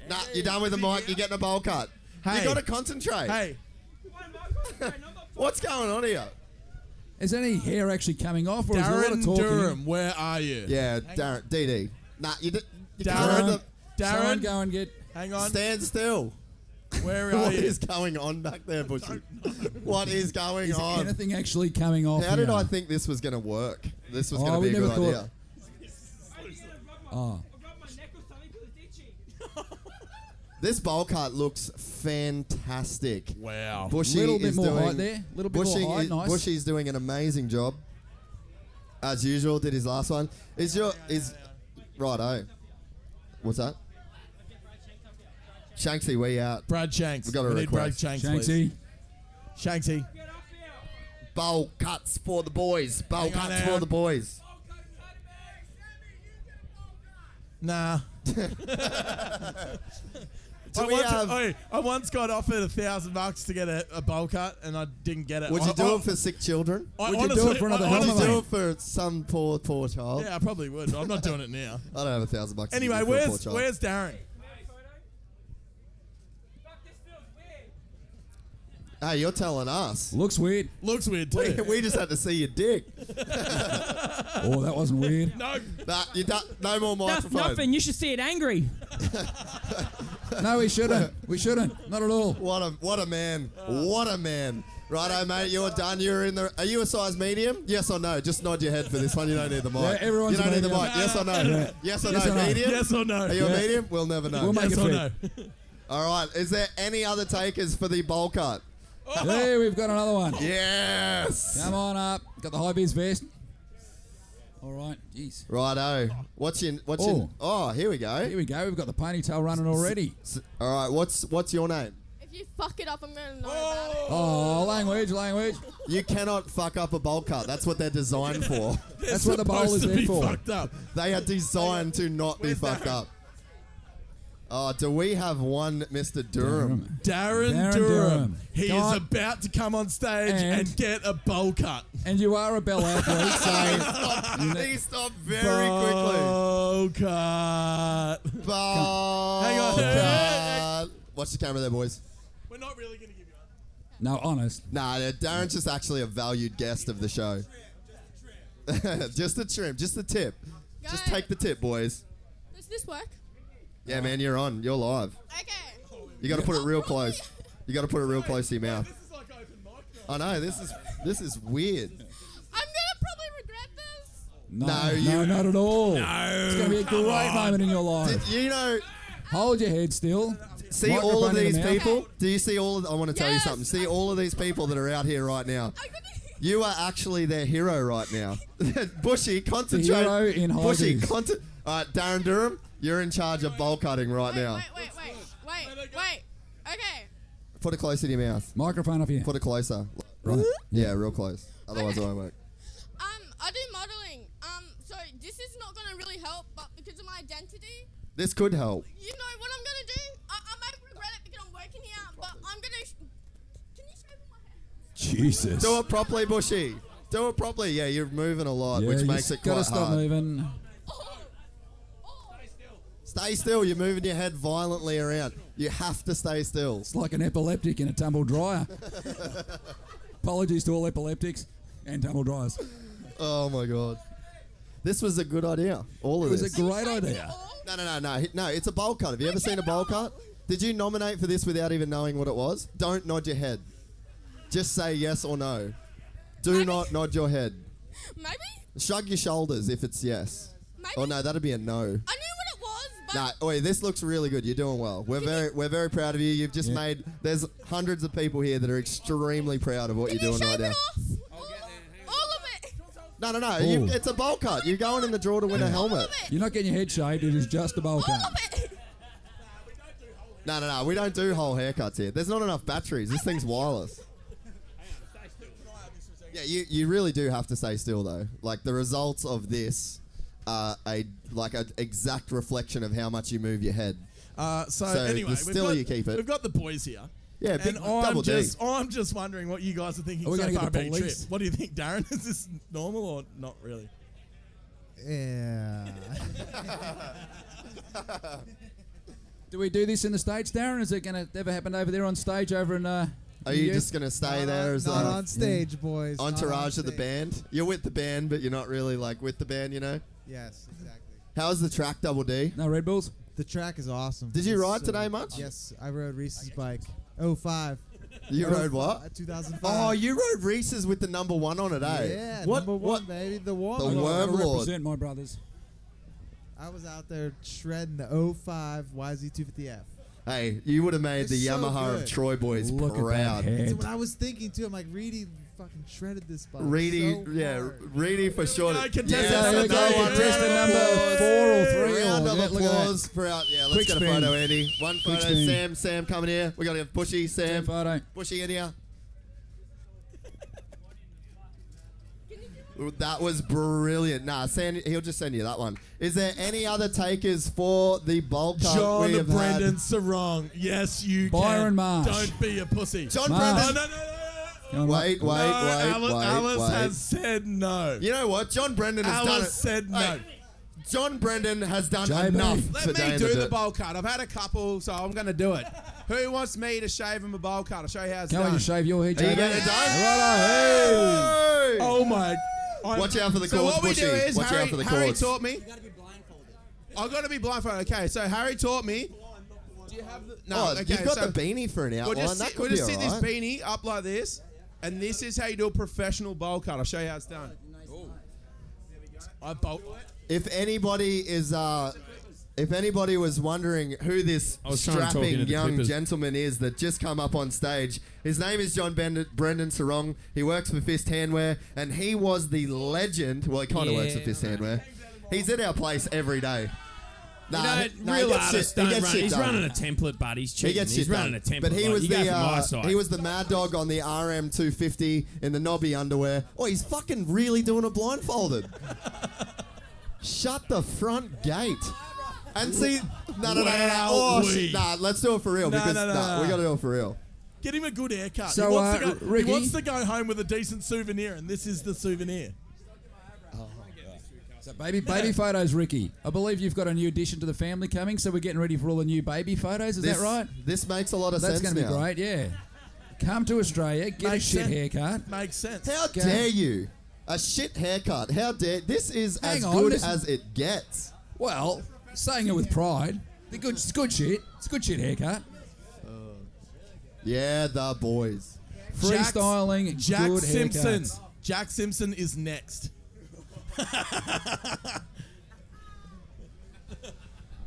B: Nah, you're done with the mic. You're getting a bowl cut. You
D: Hey.
B: got to concentrate.
D: Hey,
B: What's going on here?
E: Is any hair actually coming off, or is there a lot of
D: Darren
E: talking?
D: Durham, where are you?
B: Yeah, Darren, DD. Nah, you, d- you can't
D: Darren.
B: have
E: Someone-
B: the-
E: someone
D: Darren,
E: go and get.
D: hang on.
B: Stand still.
D: Where are
B: What
D: you?
B: is going on back there, Bushy? What is going
E: Is
B: on?
E: anything actually coming off?
B: How did
E: here?
B: I think this was going to work? This was
E: Oh,
B: going
E: we
B: to be a
E: never
B: good
E: thought-
B: idea.
E: Oh.
B: This bowl cut looks fantastic.
D: Wow.
B: Bushy
E: Little bit
B: is
E: more
B: doing,
E: height there. Little bit more
B: Bushy
E: height,
B: is-
E: nice.
B: Bushy's doing an amazing job. As usual, did his last one. oh. Is your is righto? What's that? Shanksy, we out.
D: Brad Shanks.
B: We got a
D: need Brad
B: request.
D: Shanks,
E: Shanksy.
D: please. Shanksy.
B: Bowl cuts for the boys. Bowl
D: Hang on
B: cuts
D: now.
B: for the boys.
D: Nah. I,
B: we
D: once,
B: have-
D: oi, I once got offered a thousand bucks to get a, a bowl cut, and I didn't get it.
B: Would
D: I-
B: you do
D: I-
B: it for sick children?
D: I
B: Would you
D: honestly-
B: do it for another
D: I
B: Would you
D: honestly-
B: do it for some poor, poor child?
D: Yeah, I probably would. But I'm not doing it now.
B: I don't have a thousand bucks. to
D: Anyway,
B: give for a poor
D: where's
B: child.
D: where's Darren?
B: Hey, you're telling us.
E: Looks weird.
D: Looks weird too.
B: We, we just had to see your dick.
E: Oh, that wasn't weird.
D: no,
B: Nah, you don't- no more
G: That's
B: microphone.
G: nothing. You should see it angry.
E: No, we shouldn't. We shouldn't. Not at all.
B: What a what a man. What a man. Righto, mate. You're done. You're in the. Are you a size medium? Yes or no? Just nod your head for this one. You don't need the mic.
E: Yeah, everyone's
B: you don't
E: a
B: need the
E: medium.
B: mic. Yes or no?
E: Yeah.
B: Yes or
E: Yes
B: no?
E: or no.
B: Medium.
D: yes or no?
B: Are you a
E: Yeah.
B: medium? We'll never know.
E: We'll make
D: yes
E: it
D: or
E: fit.
D: no?
B: All right. Is there any other takers for the bowl cut?
E: Hey, we've got another one.
B: Yes.
E: Come on up. Got the high bees vest. All right. Jeez.
B: Righto. What's your what's your? Oh,
E: Oh.
B: here we go.
E: Here we go. We've got the ponytail running already.
B: S- All right. What's what's your name?
H: If you fuck it up, I'm gonna know about it.
E: Oh, language, language.
B: You cannot fuck up a bowl cut. That's what they're designed for.
E: That's what the bowl
D: Supposed
E: is
D: to
E: there
D: be
E: for.
D: fucked up.
B: They are designed to not be fucked up. Oh, do we have one, Mr. Durham?
D: Darren,
E: Darren
D: Durham.
E: Durham.
D: He
E: God.
D: is about to come on stage and,
E: And-
D: get a bowl cut.
E: And you are a bell athlete, so
B: He stopped very quickly.
D: Bowl cut.
B: Bowl
D: Hang on.
B: cut. Watch the camera there, boys.
D: We're not really going to give you one.
E: no, honest.
B: Nah, yeah, Darren's just actually a valued guest of the show. just the trim, just the tip. Just
H: Guys.
B: take the tip, boys.
H: Does this work?
B: Yeah, man, you're on. You're live.
H: Okay.
B: You got to put it real close. You got to put it real close to your mouth.
D: This is like open mic night.
B: I know this is this is weird.
H: I'm gonna probably regret this.
E: No,
B: No,
E: no,
B: you-
E: not at all.
D: No,
E: It's going to be a
D: come
E: great
D: on.
E: moment in your life.
B: You know,
E: Hold your head still.
B: See all
E: Microphone
B: of
E: in
B: these
E: the mouth.
B: people? Do you see all of I want to tell you
H: Yes.
B: something. See all of these people that are out here right now.
H: I'm gonna.
B: You are actually their hero right now. Bushy, concentrate.
E: hero in
B: Bushy,
E: hobbies.
B: concentrate. All right, Darren Durham, you're in charge of bowl cutting right
H: Wait,
B: now.
H: wait, wait, wait, wait, wait. Okay.
B: Put it closer to your mouth.
E: Microphone up here.
B: Put it closer.
E: Right.
B: Yeah, real close. Otherwise, it won't work.
H: Um, I do modeling. Um, so this is not gonna really help, but because of my identity,
B: This could help.
H: you know what I'm gonna do? I, I might regret it because I'm working here, but I'm gonna. Sh- Can you show me my hair?
E: Jesus.
B: Do it properly, Bushy. Do it properly. Yeah, you're moving a lot,
E: Yeah,
B: which
E: you
B: makes it
E: gotta
B: quite
E: stop
B: hard.
E: moving.
H: Oh. Oh.
B: Stay still. Oh, You're moving your head violently around. You have to stay still.
E: It's like an epileptic in a tumble dryer. Ah. Apologies to all epileptics and tumble dryers.
B: Oh my god. This was a good idea. All of
E: It was a
B: this.
E: great
H: Like it
E: idea.
H: all?
B: no, no, no, no, He- no. It's a bowl cut. Have you ever seen a bowl cut? Did you nominate for this without even knowing what it was? Don't nod your head. Just say yes or no. Do not nod your head.
H: Maybe.
B: Shrug your shoulders if it's yes.
H: Maybe.
B: Oh no, that'd be a no.
H: I knew what it was, but
B: Nah, wait. This looks really good. You're doing well. We're very, we're very proud of you. You've just made. There's hundreds of people here that are extremely proud of what
H: can
B: you're
H: you
B: doing right
H: shave it
B: now.
H: off? All, all of it.
B: No, no, no. You,
E: Ooh.
B: it's a bowl cut. You're going in the draw to win a
H: All
B: helmet.
H: of it.
E: You're not getting your head shaved. It is just a bowl
H: All
E: cut.
H: of it.
B: No, no, no. We don't do whole haircuts here. There's not enough batteries. This thing's wireless. Yeah, you, you really do have to stay still though. Like the results of this are a like an exact reflection of how much you move your head.
D: Uh, so,
B: So
D: anyway,
B: the
D: we've
B: still
D: got,
B: you keep it.
D: We've got the boys here.
B: Yeah, big
D: and I'm
B: double D.
D: just, I'm just wondering what you guys are thinking
E: Are we
D: so
E: gonna get
D: far
E: the
D: about your trip.
E: police?
D: What do you think, Darren? Is this normal or not really?
F: Yeah.
E: Do we do this in the States, Darren? Is it going to ever happen over there on stage over in. Uh,
B: Are
E: the
B: you
E: US?
B: just gonna stay there as
F: not
B: a Mm.
F: on stage, boys. not on
B: entourage of the
F: stage.
B: band? You're with the band, but you're not really like with the band. You know.
F: Yes, exactly.
B: How's the track, Double D?
E: No Red Bulls?
F: The track is awesome.
B: Did you
F: It's
B: ride
F: so-
B: today much?
F: Yes, I rode Reese's bike. Oh five.
B: You rode what?
F: 2005.
B: Oh, you rode Reese's with the number one on it, eh?
F: Yeah,
B: What?
F: number one,
B: what?
F: baby. The one.
B: The
E: I
B: Worm Lord.
E: represent my brothers.
F: I was out there shredding the 05 YZ250F.
B: Hey, you would have made
F: It's
B: the
F: so
B: Yamaha of
F: good.
B: Troy boys
E: Look at
B: proud.
E: that
F: That's
E: head.
F: what I was thinking too. I'm like, Reedy
I: fucking shredded this bug.
B: Reedy,
I: so
B: yeah,
I: hard.
B: Reedy for sure.
I: Yeah,
B: Yeah,
I: okay,
B: no one.
I: contestant
B: Round
I: number
B: of
I: four or
B: applause.
I: three or-
B: Round of
I: yeah, look at
B: applause
I: that.
B: for out. Yeah, let's
I: Quick
B: get a
I: spin.
B: photo, Andy. One
I: Quick
B: photo.
I: spin.
B: Sam, Sam coming here. We got to get Bushy, Sam. Photo. Bushy in here. That was brilliant. Nah, send, he'll just send you that one. Is there any other takers for the bulk cut
D: John
B: we have
D: Brendan
B: had?
D: Sarong. Yes, you
B: Byron
D: can.
B: Marsh.
D: Don't be a pussy.
B: John
D: No,
B: Marsh.
D: no, no,
B: Wait, wait,
D: no.
B: wait,
D: Alice,
B: wait,
D: Alice
B: wait.
D: has said no.
B: You know what? John Brendan has done it.
D: Alice said no.
B: Hey, John Brendan has done
D: JB.
B: enough.
I: Let
B: for Day
I: me
B: in
I: do the
B: Dirt.
I: bowl cut. I've had a couple, so I'm going to do it. Who wants me to shave him a bowl cut? I'll show you how it's
E: Go
I: done.
E: on, you shave your head,
I: Are you
E: JB.
I: getting it done?
E: Righto, hey.
D: Oh my!
B: Watch out for the
I: so
B: cords,
I: what we do
B: Bushy.
I: is
B: Watch out
I: Harry,
B: for the
I: Harry
B: cords.
I: taught me. You got to be blindfolded. I got to be blindfolded. Okay, so Harry taught me. Do you have the? No,
B: Oh,
I: okay,
B: you've got
I: so
B: the beanie for an outline.
I: We'll just
B: that
I: sit,
B: could
I: we'll
B: be
I: just sit this
B: alright.
I: beanie up like this, and this is how you do a professional bowl cut. I'll show you how it's done. I bolt.
B: If anybody is, uh, if anybody was wondering who this
C: I was trying to talk into
B: strapping
C: the
B: young
C: Clippers.
B: gentleman is that just come up on stage, his name is John Bend- Brendan Sarong. He works for Fist Handwear, and he was the legend. Well, he kind of works for
C: Yeah,
B: Fist Handwear. He's at our place every day.
C: You
B: Nah,
C: know,
B: he- nah, he
C: real
B: gets
C: artists
B: shit- he
C: don't
B: gets
C: run-
B: shit
C: he's
B: done.
C: running a template, but he's cheating. He's
B: shit
C: running
B: done.
C: a template,
B: But he
C: like,
B: was
C: you go
B: the
C: from my
B: uh,
C: side.
B: he was the mad dog on the RM 250 in the knobby underwear. Oh, he's fucking really doing a blindfolded. Shut the front gate. And see, no, no, no, no, no. Oh, shit,
D: Wowee.
B: nah, let's do it for real
D: No,
B: because
D: no, no,
B: nah,
D: no,
B: we
D: no.
B: got to do it for real.
D: Get him a good haircut.
B: So,
D: he, wants
B: uh,
D: to go,
B: Ricky-
D: he wants to go home with a decent souvenir, and this is the souvenir.
J: Oh,
E: So baby, baby photos, Ricky. I believe you've got a new addition to the family coming, so we're getting ready for all the new baby photos. Is
B: This-
E: that right?
B: This makes a lot of
E: That's
B: sense
E: gonna
B: now.
E: be great. Yeah. Come to Australia, get
B: Makes
E: a shit
B: sense.
E: haircut.
D: Makes sense.
B: How
E: Okay.
B: dare you? A shit haircut. How dare? This is
E: Hang
B: as
E: on,
B: good
E: this is-
B: as it gets.
E: Well, saying it with pride. The good, it's good shit. It's good shit haircut.
C: Uh,
B: Yeah, the boys.
E: Freestyling,
D: Jack
E: good
D: Simpson.
E: haircuts.
D: Jack Simpson is next.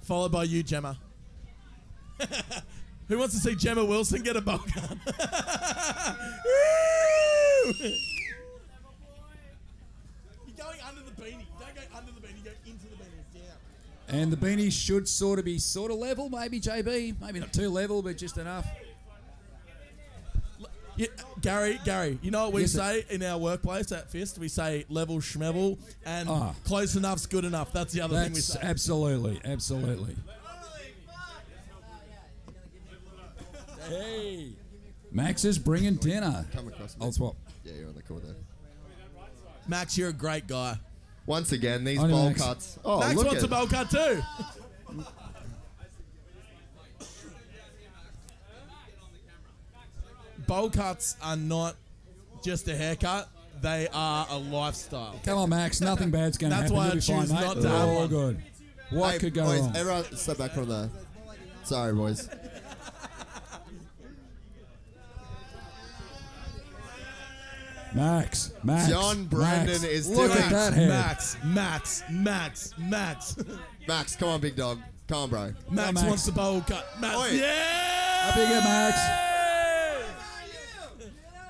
D: Followed by you, Gemma. Who wants to see Gemma Wilson get a bowl cut? You're going under the beanie. Don't go under the beanie. Go into the beanie. Down.
E: And the beanie should sort of be sort of level, maybe JB, maybe not too level, but just enough.
D: Yeah, Gary, Gary, you know what we
E: Yes,
D: say in our workplace at Fist? We say level schmevel and
E: Ah.
D: close enough's good enough. That's the other thing we
E: That's
D: say.
E: absolutely, absolutely. Hey. Max is bringing dinner.
B: Come across me.
E: I'll swap.
B: Yeah, you're on the corner.
D: Max, you're a great guy.
B: Once again, these
E: I know,
B: bowl
E: Max.
B: cuts. Oh,
D: Max
B: look
D: wants
B: at
D: a bowl cut too. bowl cuts are not just a haircut; they are a lifestyle.
E: Come on, Max. Nothing bad's going to
D: That's
E: happen.
D: why
E: You'll
D: I
E: be fine,
D: choose
E: mate.
D: not to
E: We're
D: have
E: all
D: one.
E: good. What
B: Hey,
E: could go
B: boys,
E: wrong?
B: Everyone, step back from there. Sorry, boys.
E: Max, Max.
B: John Brandon
E: Max.
B: is
E: Look
B: doing
E: at that hair.
D: Max, Max, Max, Max.
B: Max, come on, big dog. Come on, bro.
D: Max,
E: Max.
D: wants a bowl cut. Max,
B: Oi.
D: yeah.
E: Up you go, Max.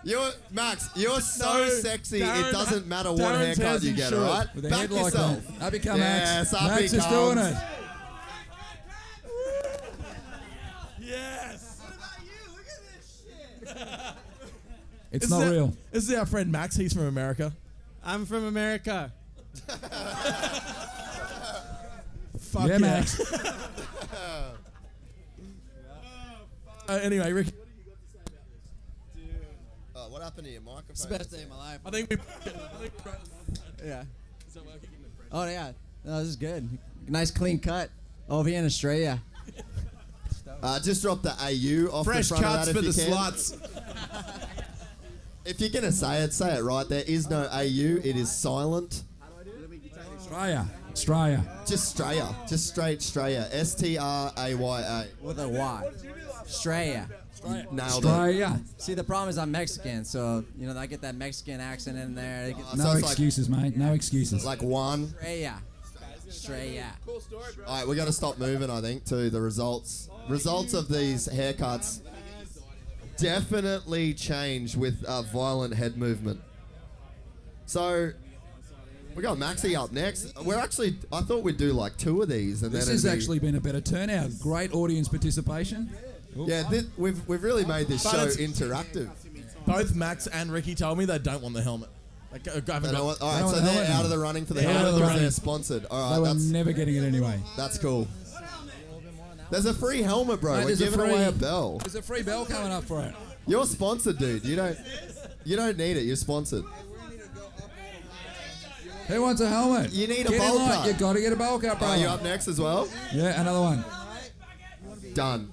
B: You're Max. You're so
D: No,
B: sexy.
D: Darren-
B: it doesn't matter what
D: Darren's
B: haircut
D: has
B: you
D: his
B: get.
D: shirt
B: All right,
E: With a
B: back
E: head like
B: yourself.
E: that. Up you come,
B: Yes,
E: Max.
B: up
E: Max
B: he
E: is doing
B: comes.
E: it.
D: Yes.
E: It's
D: This
E: not
D: is our-
E: real.
D: This is our friend Max. He's from America.
C: I'm from America.
D: Fuck
E: Yeah,
D: yeah,
E: Max.
D: Uh, anyway, Rick,
B: Oh, what happened to your microphone?
K: It's the best day of my life.
D: I think we.
K: Yeah. Oh yeah. No, this is good. Nice clean cut. Over here in Australia.
B: Uh, just drop the AU off
I: Fresh
B: the front
I: cuts
B: of
I: for
B: that
I: the
B: if you can.
I: sluts.
B: If you're gonna say it, say it right. There is no AU. It is silent.
E: Australia. Australia.
B: Just Straya. Just straight Straya. S T R A Y A.
K: With a Y. Australia.
B: Nailed it.
E: Australia.
K: See, the problem is I'm Mexican, so you know I get that Mexican accent in there. They get
B: Oh,
E: No
B: So it's like-
E: excuses, mate. No excuses.
B: Like one.
K: Australia. Australia.
B: All right, we got to stop moving. I think to the results. Results of these haircuts. definitely changed with uh, violent head movement. So we got Maxi up next. We're actually, I thought we'd do like two of these, and
E: This
B: then
E: has
B: it'd be-
E: actually been a better turnout. Great audience participation.
B: Yeah, thi- we've we've really made this
E: But
B: show
E: it's-
B: interactive.
D: Both Max and Ricky told me they don't want the helmet. Like, uh, I haven't
B: They don't
D: got-
B: want- all right, so they're out of the running for the
D: They're out
B: helmet
D: of the
B: because they're
D: running.
B: sponsored. All
E: they
B: right,
E: were
B: that's
E: never getting it anyway.
B: that's cool. There's a free helmet, bro.
E: Mate,
B: We're
E: there's a
B: giving away a
E: free-
B: bell.
E: There's a free bell coming up for it.
B: You're sponsored, dude. You don't you don't need it. You're sponsored.
E: Who wants a helmet?
B: You need a
E: Get in
B: bowl
E: line.
B: cut.
E: You gotta get a bowl cut,
B: Are
E: brother.
B: you up next as well?
E: Yeah, another one.
B: Done.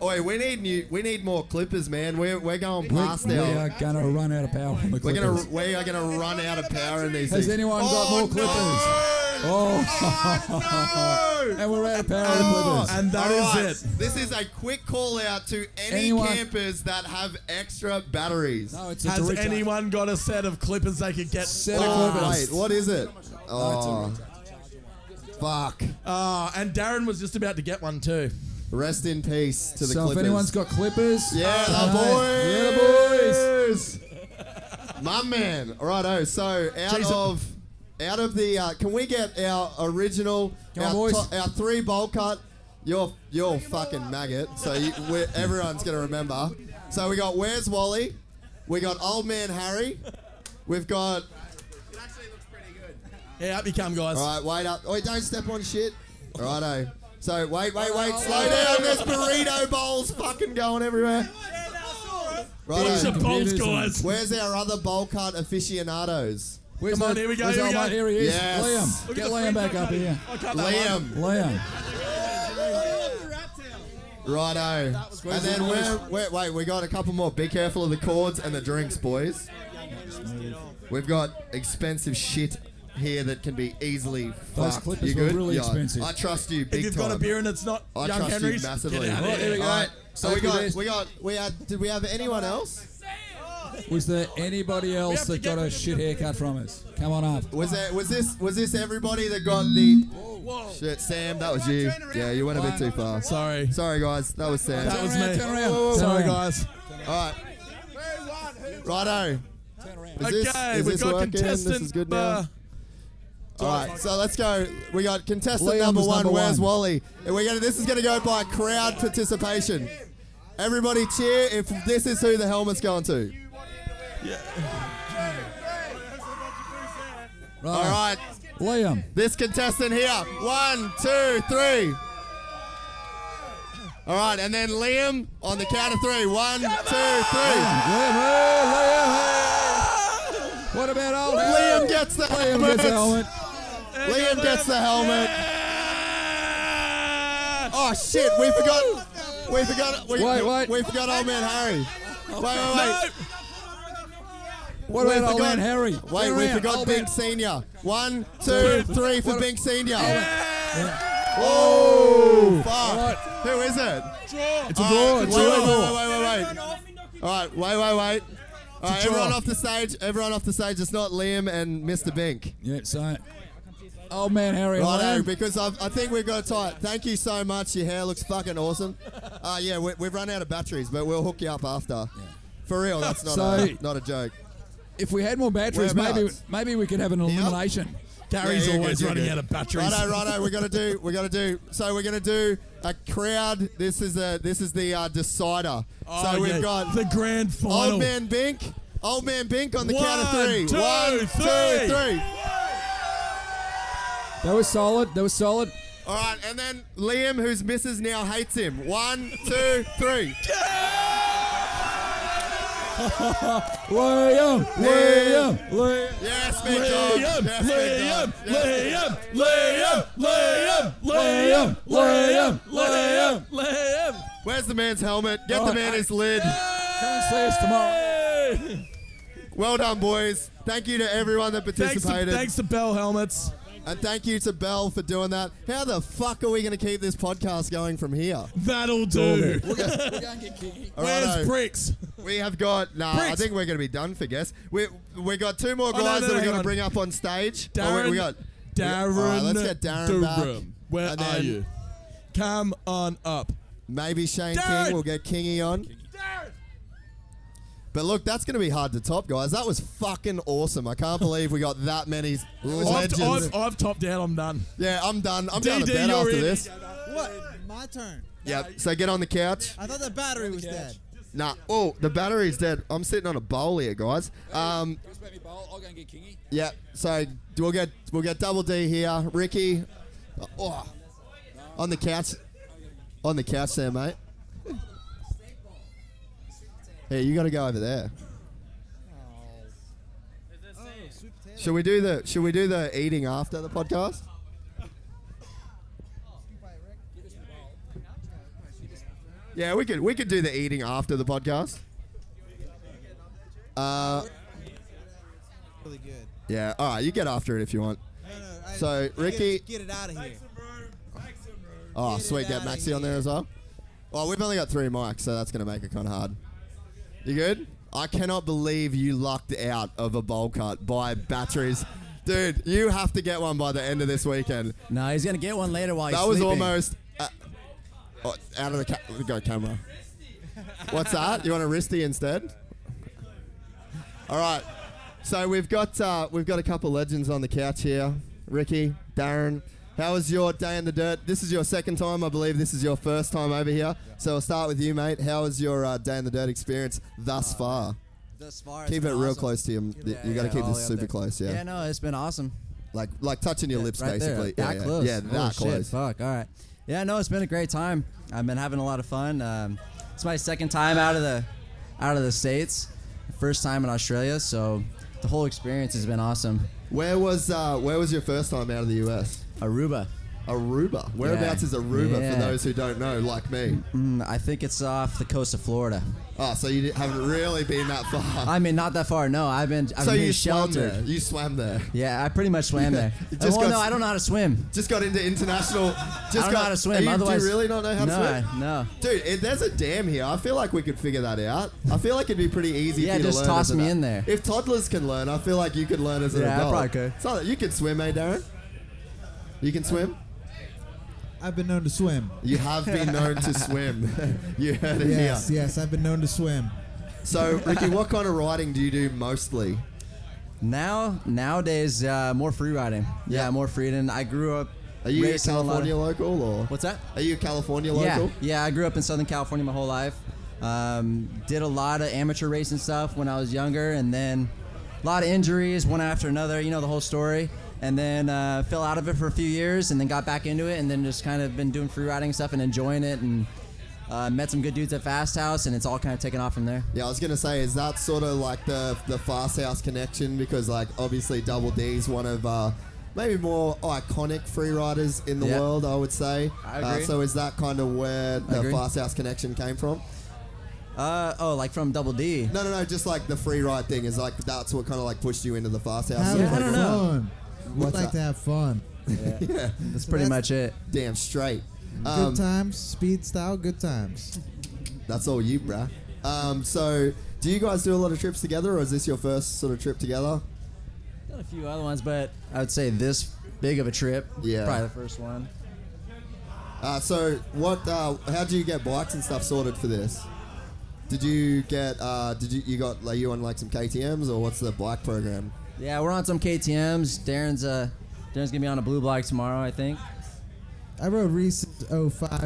B: Oi, we need new, we need more clippers, man. We're, we're going
E: We,
B: past
E: we
B: our.
E: are gonna run out of power on the
B: We're gonna
E: Clippers.
B: we are gonna run out of power in these.
E: Has
B: things.
E: anyone got more Clippers? Oh, and we're out of power on the Clippers.
D: Oh. And that is
B: it. This is a quick call out to any
D: Anyone-
B: campers that have extra batteries. No,
D: it. Has anyone got a set of clippers they could get?
B: Set of
D: Oh,
B: clippers. Wait, what is it? Oh, fuck.
D: Oh, and Darren was just about to get one too.
B: Rest in peace to the
E: So if
B: Clippers.
E: anyone's got Clippers,
B: Yeah, the
E: boys.
B: Yeah, the boys. My man. Righto. So out
E: Jeez, it-
B: of out of the, uh, can we get our original,
E: Come on,
B: our,
E: boys.
B: to- our three bowl cut? You're you're fucking maggot. So you, we're, everyone's gonna remember. So we got where's Wally? We got old man Harry. We've got.
D: Yeah, up you come, guys.
B: All right, wait up. Oi, don't step on shit. Righto. So wait, wait,
E: Oh,
B: wait. Slow down. There's burrito bowls fucking going everywhere. Righto.
D: Bunch of bowls, guys.
B: Where's our other bowl cut aficionados?
E: Where's Come on, the- here we go, where's here we our go. mate? Here he is.
B: Yes.
E: Liam. Look at Get the Liam free back cut, up buddy. here. I cut that
B: Liam.
E: Liam.
B: Righto. And then we're, we're, wait, we got a couple more. Be careful of the cords and the drinks, boys. We've got expensive shit here that can be easily
E: Those
B: fucked.
E: clippers
B: you
E: were
B: good?
E: really
B: Yeah.
E: expensive.
B: I trust you
E: If
B: big
E: you've got
B: time.
E: a beer and it's not
B: I
E: Young
B: trust
E: Henry's,
B: you massively.
E: get out of Well, here. here we go.
B: All right. So we
E: Safety
B: got,
E: vest.
B: we got, we had, did we have anyone else?
E: Was there anybody else that got a shit haircut from us? Come on up.
B: Was there, was this, was this everybody that got the? Shit, Sam, that was you. Yeah, you went a bit too far. Sorry. Sorry, guys. That was Sam.
D: That was me.
B: Whoa, whoa,
D: Sorry,
B: whoa.
D: guys.
B: All right. Righto. Is this-
D: Okay,
B: is
D: we've
B: this
D: got
B: working? This
D: contestant,
B: is good now.
D: uh,
B: All right, so let's go. We got contestant
D: Liam
B: number
D: is
B: one.
D: number
B: Where's
D: one.
B: Wally? And we're gonna. This is gonna go by crowd participation. Everybody cheer if this is who the helmet's going to. All right,
E: Liam.
B: This contestant here. One, two, three. All right, and then Liam on the count of three. One, two, three.
E: What about old
B: Liam gets the
E: Liam
B: helmet.
E: gets the helmet.
B: Liam gets the helmet. Oh shit, we forgot. We forgot. We,
E: Wait, wait.
B: we forgot old man Harry. Wait, wait, wait.
E: What
B: We
E: about old
B: forgot-
E: man Harry?
B: Wait,
E: Turn
B: we
E: around,
B: forgot
E: old
B: Bink
E: man.
B: Senior. One, two, three for
E: What-
B: Bink Senior.
E: Oh,
B: Oh, fuck. Who is it?
E: It's a
B: All
E: draw,
B: right,
E: it's a
B: wait,
E: draw.
B: Wait, wait, wait, wait, wait. All right, wait, wait, wait. All right,
E: draw.
B: everyone off the stage. Everyone off the stage. It's not Liam and Mr. Bink.
E: Yeah, so old man Harry.
B: Righto,
E: Liam.
B: because I've, I think we've got a tie. Thank you so much. Your hair looks fucking awesome. Uh, yeah, we, we've run out of batteries, but we'll hook you up after. For real, that's not,
E: So-
B: a, not a joke.
E: If we had more batteries, maybe
B: Whereabouts?
E: maybe we could have an elimination.
B: Yeah, you're good, you're good. Righto, righto. We're gonna do. We're gonna do. So we're gonna do a crowd. This is the. This is the uh, decider.
D: Oh,
B: so we've
D: yeah,
B: got
D: the grand final.
B: Old man Bink. Old man Bink on the count of
D: One,
B: three.
D: two,
B: One, two,
D: three.
B: three.
E: That was solid. That was solid.
B: All right, and then Liam, whose missus now hates him. One, two, three.
E: Liam, Liam, Liam.
B: Yes, big
D: Liam,
B: dog. Yes, big dog.
D: Liam, Liam, Liam, Liam, Liam, Liam, Liam, Liam. Oh.
B: Where's the man's helmet? Get the man his lid.
E: Come and see us tomorrow.
B: Well done, boys. Thank you to everyone that
D: Thanks to,
B: participated.
D: thanks to Bell Helmets.
B: And thank you to Bell for doing that. How the fuck are we going to keep this podcast going from here?
D: That'll do. Where's
B: Righto.
D: Bricks?
B: We have got. Nah, I
D: Bricks.
B: think we're going to be done for guess. We we got two more
D: Oh, no,
B: guys
D: no, no,
B: that we're
D: hang
B: going to
D: on.
B: bring up on stage. Oh,
D: Darren,
B: we, we got
D: Darren.
B: All right, let's get Darren back.
D: Durham. Where
B: And
D: are
B: then
D: you? Come on up.
B: Maybe Shane
D: Darren!
B: King. We'll get Kingy on. But look, that's going to be hard to top, guys. That was fucking awesome. I can't believe we got that many legends.
D: I've, I've, I've topped out. I'm done.
B: yeah, I'm done. I'm
D: DD,
B: down to bed
D: you're
B: after
D: in.
B: this.
L: What? My turn.
B: Yep. So get on the couch.
L: I thought the battery was dead.
B: Nah. Oh, the battery's dead. I'm sitting on a bowl here, guys. Um,
E: I'll go and get Kingy.
B: yeah. So we'll get we'll get double D here, Ricky. Oh, on the couch, on the couch there, mate. Hey, you got to go over there. Should we do the Should we do the eating after the podcast? Yeah, we could we could do the eating after the podcast. Uh,
L: Really good.
B: yeah. All right, you get after it if you want.
L: I- get
B: So
L: it-
B: Ricky,
L: get it out of here.
B: oh sweet, get Maxi on there as well. Well, we've only got three mics, so that's gonna make it kind of hard. You good? I cannot believe you lucked out of a bowl cut by batteries. Dude, you have to get one by the end of this weekend.
K: No, he's gonna get one later while
B: that
K: he's
B: was
K: sleeping.
B: almost uh, oh, out of the ca- go camera. What's that? You want a wristy instead? All right. So we've got uh, we've got a couple legends on the couch here. Ricky, Darren, how was your day in the dirt? This is your second time, I believe. This is your first time over here. So we'll start with you, mate. How was your uh, day in the dirt experience thus far?
K: Uh, Thus far, it's
B: keep it
K: been
B: real
K: awesome.
B: close to you. you got to
K: yeah,
B: keep
K: all the way up
B: this super
K: there.
B: close. Yeah.
K: Yeah, no, it's been awesome.
B: Like like touching your lips,
K: right there,
B: basically.
K: that
B: yeah, yeah.
K: close.
B: Yeah,
K: Holy
B: that
K: shit,
B: close.
K: fuck. All right. Yeah, no, it's been a great time. I've been having a lot of fun. Um, it's my second time out of the out of the states. First time in Australia, so the whole experience has been awesome.
B: Where was uh, where was your first time out of the US?
K: Aruba.
B: Aruba. Whereabouts
K: Yeah.
B: is Aruba
K: Yeah.
B: for those who don't know, like me?
K: Mm, I think it's off the coast of Florida.
B: Oh, so you di- haven't really been that far.
K: I mean, not that far. No, I've been. I've
B: so
K: been
B: you swam
K: sheltered.
B: there. You swam there.
K: Yeah, I pretty much swam there.
B: You just
K: Oh, well,
B: got
K: no,
B: s-
K: I don't know how to swim.
B: Just got into international. Just
K: I don't
B: got,
K: know how to swim.
B: Are you-
K: otherwise,
B: do you really not know how
K: no,
B: to swim?
K: I- no.
B: Dude, if there's a dam here. I feel like we could figure that out. I feel like it'd be pretty easy.
K: Yeah,
B: for you to
K: just
B: learn
K: toss
B: as an
K: me
B: ad-
K: in there.
B: If toddlers can learn, I feel like you could learn as an
K: Yeah, I
B: adult.
K: probably could.
B: So you could swim, eh, Darren? You can swim.
L: I've been known to swim.
B: You have been known to swim. you heard it
L: Yes,
B: here.
L: yes, I've been known to swim.
B: So, Ricky, what kind of riding do you do mostly?
K: Now, nowadays, uh, more free riding. Yeah, more freedom. I grew up.
B: Are you a
K: racing lot of-
B: California local or
K: What's that?
B: Are you a California
K: yeah,
B: local?
K: Yeah, I grew up in Southern California my whole life. Um, did a lot of amateur racing stuff when I was younger, and then a lot of injuries one after another. You know the whole story. And then uh, fell out of it for a few years, and then got back into it, and then just kind of been doing free riding stuff and enjoying it, and uh, met some good dudes at Fast House, and it's all kind of taken off from there.
B: Yeah, I was gonna say, is that sort of like the the Fast House connection? Because like obviously Double D's one of uh, maybe more iconic freeriders in the
K: Yeah.
B: world, I would say.
K: I
B: Uh,
K: agree.
B: so is that kind of where the
K: agree.
B: Fast House connection came from?
K: Uh, oh, like from Double D.
B: No, no, no. Just like the free ride thing is like that's what kind of like pushed you into the Fast House.
L: Have
B: sort of
L: fun.
B: like-
L: We
B: What's
L: like
B: that?
L: to have fun.
B: yeah,
K: that's pretty much it.
B: Damn straight. Um,
L: good times, speed style, good times.
B: That's all you, bruh. Um, so, do you guys do a lot of trips together, or is this your first sort of trip together?
K: Done a few other ones, but I would say this big of a trip.
B: Yeah.
K: Probably the first one.
B: Uh, so, what? Uh, how do you get bikes and stuff sorted for this? Did you get? Uh, did you you got? Like, you on like some KTM's, or what's the bike program?
K: Yeah, we're on some KTM's. Darren's uh, Darren's gonna be on a blue block tomorrow, I think.
L: I rode recent 05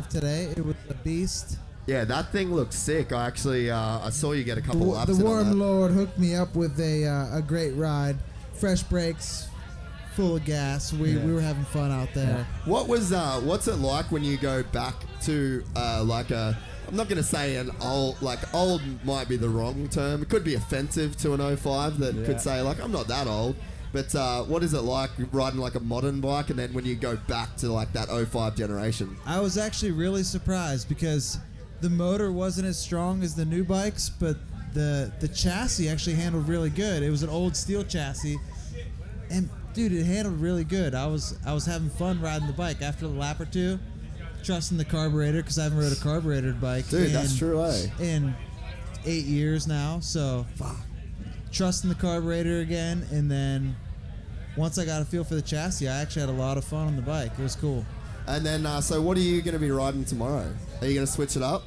L: today. It was a beast.
B: Yeah, that thing looks sick. I actually uh, I saw you get a
L: The, wa- the warm lord hooked me up with a uh, a great ride, fresh brakes, full of gas. We,
B: Yeah.
L: we were having fun out there.
B: What was uh, what's it like when you go back to uh, like a I'm not gonna say an old like old might be the wrong term. It could be offensive to an 05 that
K: Yeah.
B: could say like I'm not that old. But uh, what is it like riding like a modern bike and then when you go back to like that 05 generation?
M: I was actually really surprised because the motor wasn't as strong as the new bikes, but the the chassis actually handled really good. It was an old steel chassis, and dude, it handled really good. I was I was having fun riding the bike after a lap or two, trusting the carburetor because I haven't rode a carbureted bike.
B: Dude, that's true, eh?
M: In eight years now, so trusting the carburetor again, and then once I got a feel for the chassis, I actually had a lot of fun on the bike. It was cool.
B: And then uh, so what are you gonna be riding tomorrow? Are you gonna switch it up?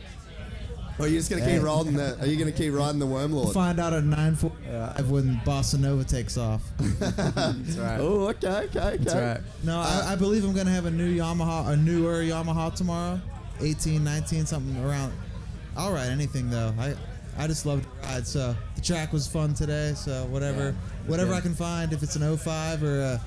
B: Or are you just gonna
L: Yeah.
B: keep riding the? Are you gonna keep riding the Wormlord?
L: Find out at 9.45 when Bossa Nova takes off. That's
B: right. Oh, okay, okay, okay.
L: That's right. No, I, I believe I'm going to have a new Yamaha, a newer Yamaha tomorrow. 18, 19, something around. I'll ride anything, though. I I just love to ride. So the track was fun today. So whatever
M: Yeah,
L: whatever
M: yeah.
L: I can find, if it's an 05 or a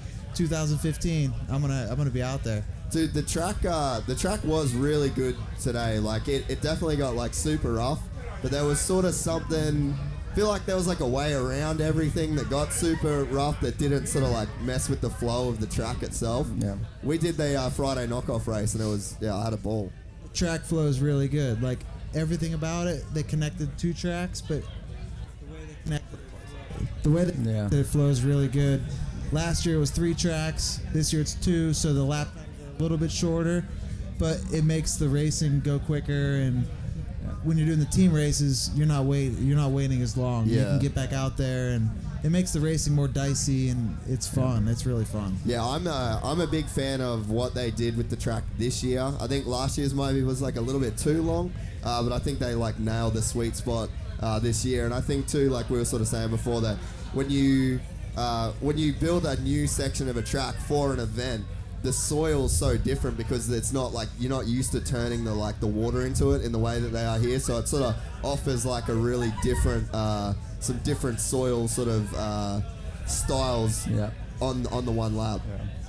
L: 2015, I'm going to I'm gonna be out there.
B: Dude, the track uh, the track was really good today. Like it, it definitely got like super rough, but there was sort of something feel like there was like a way around everything that got super rough that didn't sort of like mess with the flow of the track itself.
K: Yeah.
B: We did the uh, Friday knockoff race and it was yeah, I had a ball.
L: track flow is really good. Like everything about it, they connected two tracks, but the way that, that it flows really good. Last year it was three tracks. This year it's two, so the lap a little bit shorter, but it makes the racing go quicker. And uh, when you're doing the team races, you're not wait you're not waiting as long. You
B: Yeah.
L: can get back out there, and it makes the racing more dicey, and it's fun. It's really fun.
B: Yeah, I'm a, I'm a big fan of what they did with the track this year. I think last year's maybe was like a little bit too long, uh, but I think they like nailed the sweet spot uh, this year. And I think too, like we were sort of saying before, that when you uh, when you build a new section of a track for an event, the soil's so different because it's not like you're not used to turning the like the water into it in the way that they are here. So it sort of offers like a really different uh, some different soil sort of uh, styles
K: Yeah.
B: on on the one lap.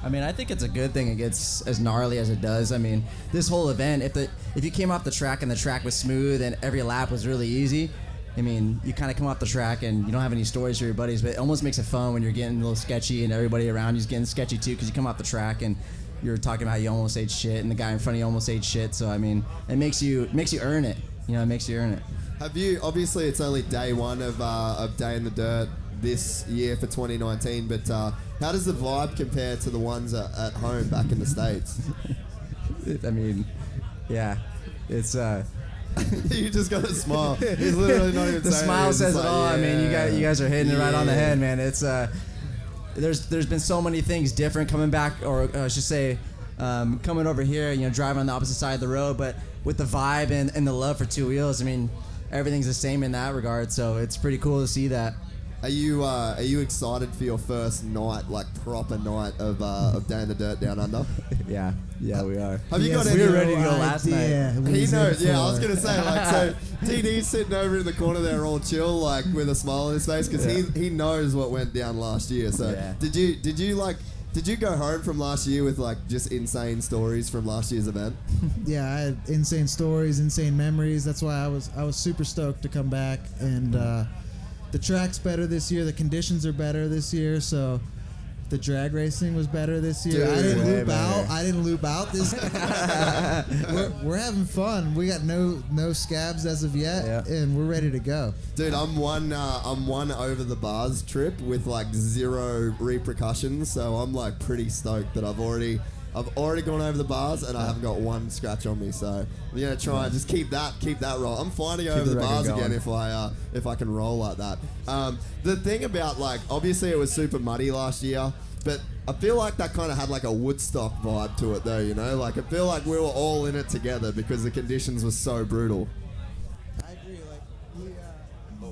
K: I mean, I think it's a good thing it gets as gnarly as it does. I mean, this whole event, if the if you came off the track and the track was smooth and every lap was really easy, I mean, you kind of come off the track and you don't have any stories for your buddies, but it almost makes it fun when you're getting a little sketchy and everybody around you's getting sketchy too because you come off the track and you're talking about you almost ate shit and the guy in front of you almost ate shit. So I mean, it makes you it makes you earn it. You know, it makes you earn it.
B: Have you? Obviously, it's only day one of uh, of Day in the Dirt this year for 2019. But uh, how does the vibe compare to the ones at, at home back in the states?
K: I mean, yeah, it's uh.
B: you just got a smile. He's literally not even
K: the
B: saying
K: smile
B: it. He's
K: says
B: just
K: it
B: like,
K: all. I mean, you
B: yeah,
K: guys, you guys are hitting it right on the
B: yeah.
K: head, man. It's uh, there's there's been so many things different coming back, or uh, I should say, um, coming over here. You know, driving on the opposite side of the road, but with the vibe and, and the love for two wheels, I mean, everything's the same in that regard. So it's pretty cool to see that.
B: Are you uh, are you excited for your first night, like proper night of uh, of Day in the Dirt down under?
K: yeah, yeah, we are.
B: Have you got
K: we
B: any?
K: were ready to go last night.
B: He knows. Yeah, I was gonna say like so. TD's sitting over in the corner there, all chill, like with a smile on his face, because he he knows what went down last year. So
K: Yeah.
B: did you did you like did you go home from last year with like just insane stories from last year's event?
L: yeah, I had insane stories, insane memories. That's why I was I was super stoked to come back. And
M: Mm-hmm.
L: uh, the track's better this year. The conditions are better this year. So the drag racing was better this year. I
M: Dude,
L: didn't
M: way
L: loop out.
M: better.
L: I didn't loop out this. we're, we're having fun. We got no no scabs as of yet, and we're ready to go.
B: Dude, I'm one. Uh, I'm one over the bars trip with like zero repercussions. So I'm like pretty stoked that I've already, I've already gone over the bars and I haven't got one scratch on me. So I'm gonna try and just keep that, keep that roll. I'm fine to go
K: Keep
B: over
K: the
B: the
K: record
B: bars
K: going.
B: again if I, uh, if I can roll like that. Um, the thing about like, obviously it was super muddy last year, but. I feel like that kind of had like a Woodstock vibe to it, though. You know, like I feel like we were all in it together because the conditions were so brutal.
L: I agree. Like we, uh,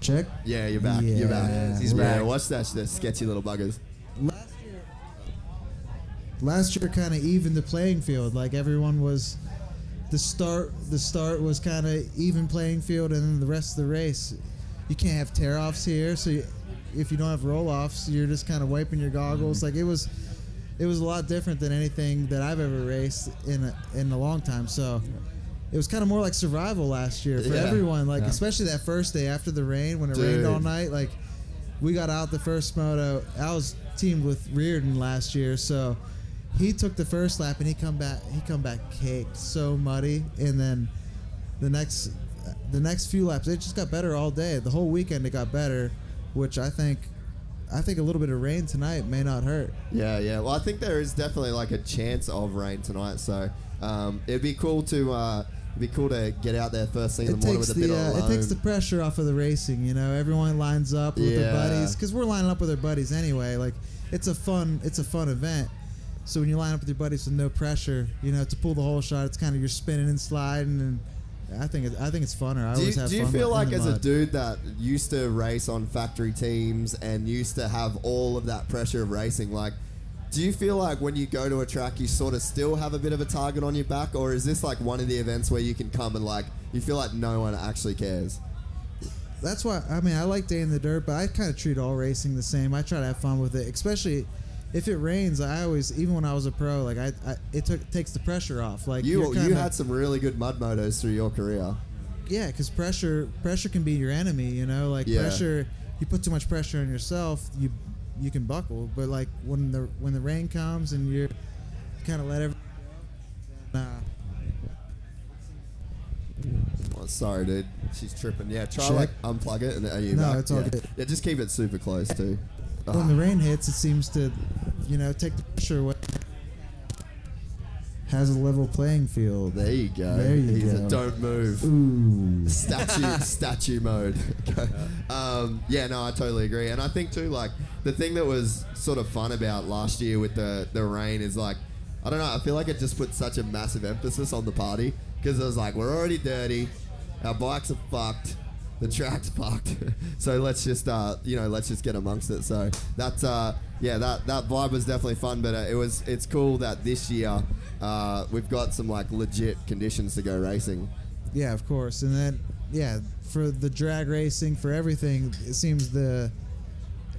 L: Check.
B: Yeah, you're back. You're
L: Yeah.
B: back.
L: He's
B: yeah,
L: back.
B: Watch that, the sketchy little buggers.
L: last year kind of evened the playing field. Like everyone was, the start the start was kind of even playing field, and then the rest of the race, you can't have tear offs here. So you, if you don't have roll offs, you're just kind of wiping your goggles.
M: Mm-hmm.
L: Like it was, it was a lot different than anything that I've ever raced in a, in a long time. So. It was kind of more like survival last year for
M: Yeah.
L: everyone, like
M: Yeah.
L: especially that first day after the rain when it rained
M: Dude.
L: all night. Like we got out the first moto. I was teamed with Reardon last year, so he took the first lap and he come back. He come back caked, so muddy. And then the next, the next few laps, it just got better all day. The whole weekend it got better, which I think, I think a little bit of rain tonight may not hurt.
B: Yeah, yeah. Well, I think there is definitely like a chance of rain tonight, so um, it'd be cool to uh, it'd be cool to get out there first thing in
L: It
B: the morning
L: takes
B: with a
L: the
B: bit of
L: uh, it
B: loam.
L: takes the pressure off of the racing. You know, everyone lines up with their
B: Yeah.
L: buddies because we're lining up with our buddies anyway. Like it's a fun it's a fun event, So when you line up with your buddies with no pressure, you know, to pull the whole shot, it's kind of you're spinning and sliding, and I think it, I think it's funner. I
B: do you,
L: always have
B: do you
L: fun
B: feel
L: with- in
B: like
L: the
B: as a
L: mud.
B: dude that used to race on factory teams and used to have all of that pressure of racing like do you feel like when you go to a track you sort of still have a bit of a target on your back or is this like one of the events where you can come and like you feel like no one actually cares
L: that's why I mean I like day in the dirt, but I kind of treat all racing the same. I try to have fun with it, especially if it rains. I always, even when I was a pro, like I, I it took, takes the pressure off. Like
B: you
L: you're
B: you
L: kinda-
B: had some really good mud motos through your career
L: yeah, because pressure pressure can be your enemy. You know, like
B: Yeah.
L: pressure. You put too much pressure on yourself, you you can buckle. But like when the when the rain comes and you're kind of let every nah.
B: Oh, sorry dude she's tripping yeah try
L: Check.
B: like unplug it and are you
L: No,
B: back?
L: it's all
B: yeah.
L: good.
B: yeah just keep it super close Ah, too
L: when the rain hits, it seems to, you know, take the pressure away. Has a level playing field.
B: There you go.
L: There you
B: He's
L: go.
B: a don't move.
L: Ooh.
B: Statue, statue mode. Okay. um, yeah, no, I totally agree. And I think, too, like, the thing that was sort of fun about last year with the, the rain is, like, I don't know, I feel like it just put such a massive emphasis on the party because it was like, we're already dirty, our bikes are fucked, the track's fucked. so let's just, uh, you know, let's just get amongst it. So that's, uh, yeah, that, that vibe was definitely fun, but uh, it was, it's cool that this year uh, we've got some, like, legit conditions to go racing.
L: Yeah, of course. And then yeah, for the drag racing, for everything, it seems the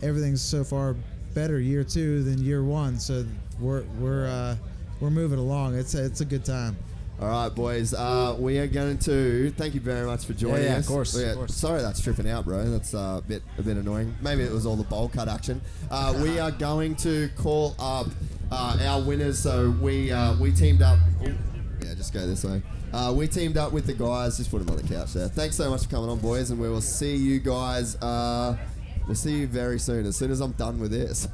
L: everything's so far better year two than year one. So we're we're uh, we're moving along. It's a, it's a good time.
B: All right, boys. Uh, we are going to thank you very much for joining
L: Yeah, yeah,
B: us.
L: of course,
B: Yeah,
L: of course.
B: Sorry that's tripping out, bro. That's uh, a bit a bit annoying. Maybe it was all the bowl cut action. Uh, we are going to call up uh, our winners. So we uh, we teamed up. Yeah, just go this way. Uh, we teamed up with the guys. Just put them on the couch there. Thanks so much for coming on, boys, and we will see you guys. Uh, we'll see you very soon. As soon as I'm done with this.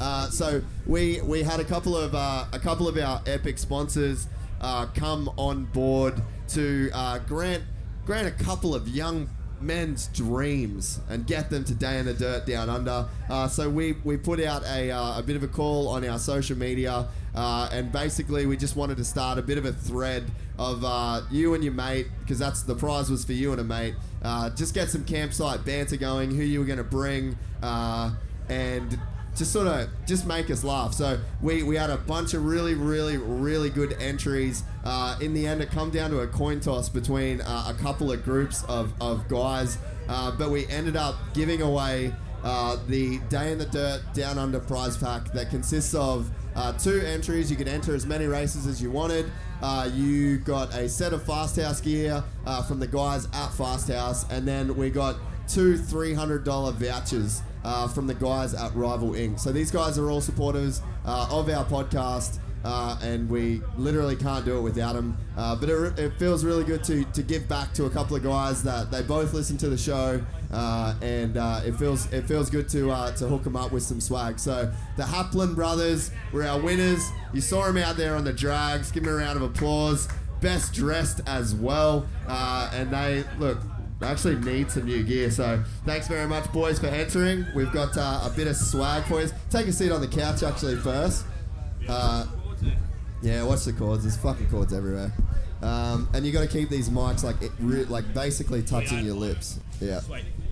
B: Uh, so we we had a couple of uh, a couple of our epic sponsors uh, come on board to uh, grant grant a couple of young men's dreams and get them today in the dirt down under. Uh, so we we put out a uh, a bit of a call on our social media. Uh, and basically, we just wanted to start a bit of a thread of uh, you and your mate, because that's the prize was for you and a mate. Uh, just get some campsite banter going. Who you were going to bring, uh, and just sort of just make us laugh. So we, we had a bunch of really, really, really good entries. Uh, in the end, it come down to a coin toss between uh, a couple of groups of, of guys, uh, but we ended up giving away uh, the Day in the Dirt Down Under prize pack that consists of uh, two entries. You could enter as many races as you wanted. Uh, you got a set of Fast House gear uh, from the guys at Fast House, and then we got two $300 vouchers uh, from the guys at Rival Inc. So these guys are all supporters uh, of our podcast, uh, and we literally can't do it without them. Uh, but it, it feels really good to, to give back to a couple of guys that they both listen to the show, uh, and uh, it feels it feels good to uh, to hook them up with some swag. So the Hapland brothers were our winners. You saw them out there on the drags. Give them a round of applause. Best dressed as well, uh, and they look. I actually need some new gear. So thanks very much, boys, for entering. We've got uh, a bit of swag for you. Take a seat on the couch, actually, first. Uh, yeah, watch the cords. There's fucking cords everywhere. Um, and you got to keep these mics like it, re- like basically touching your lips. Yeah.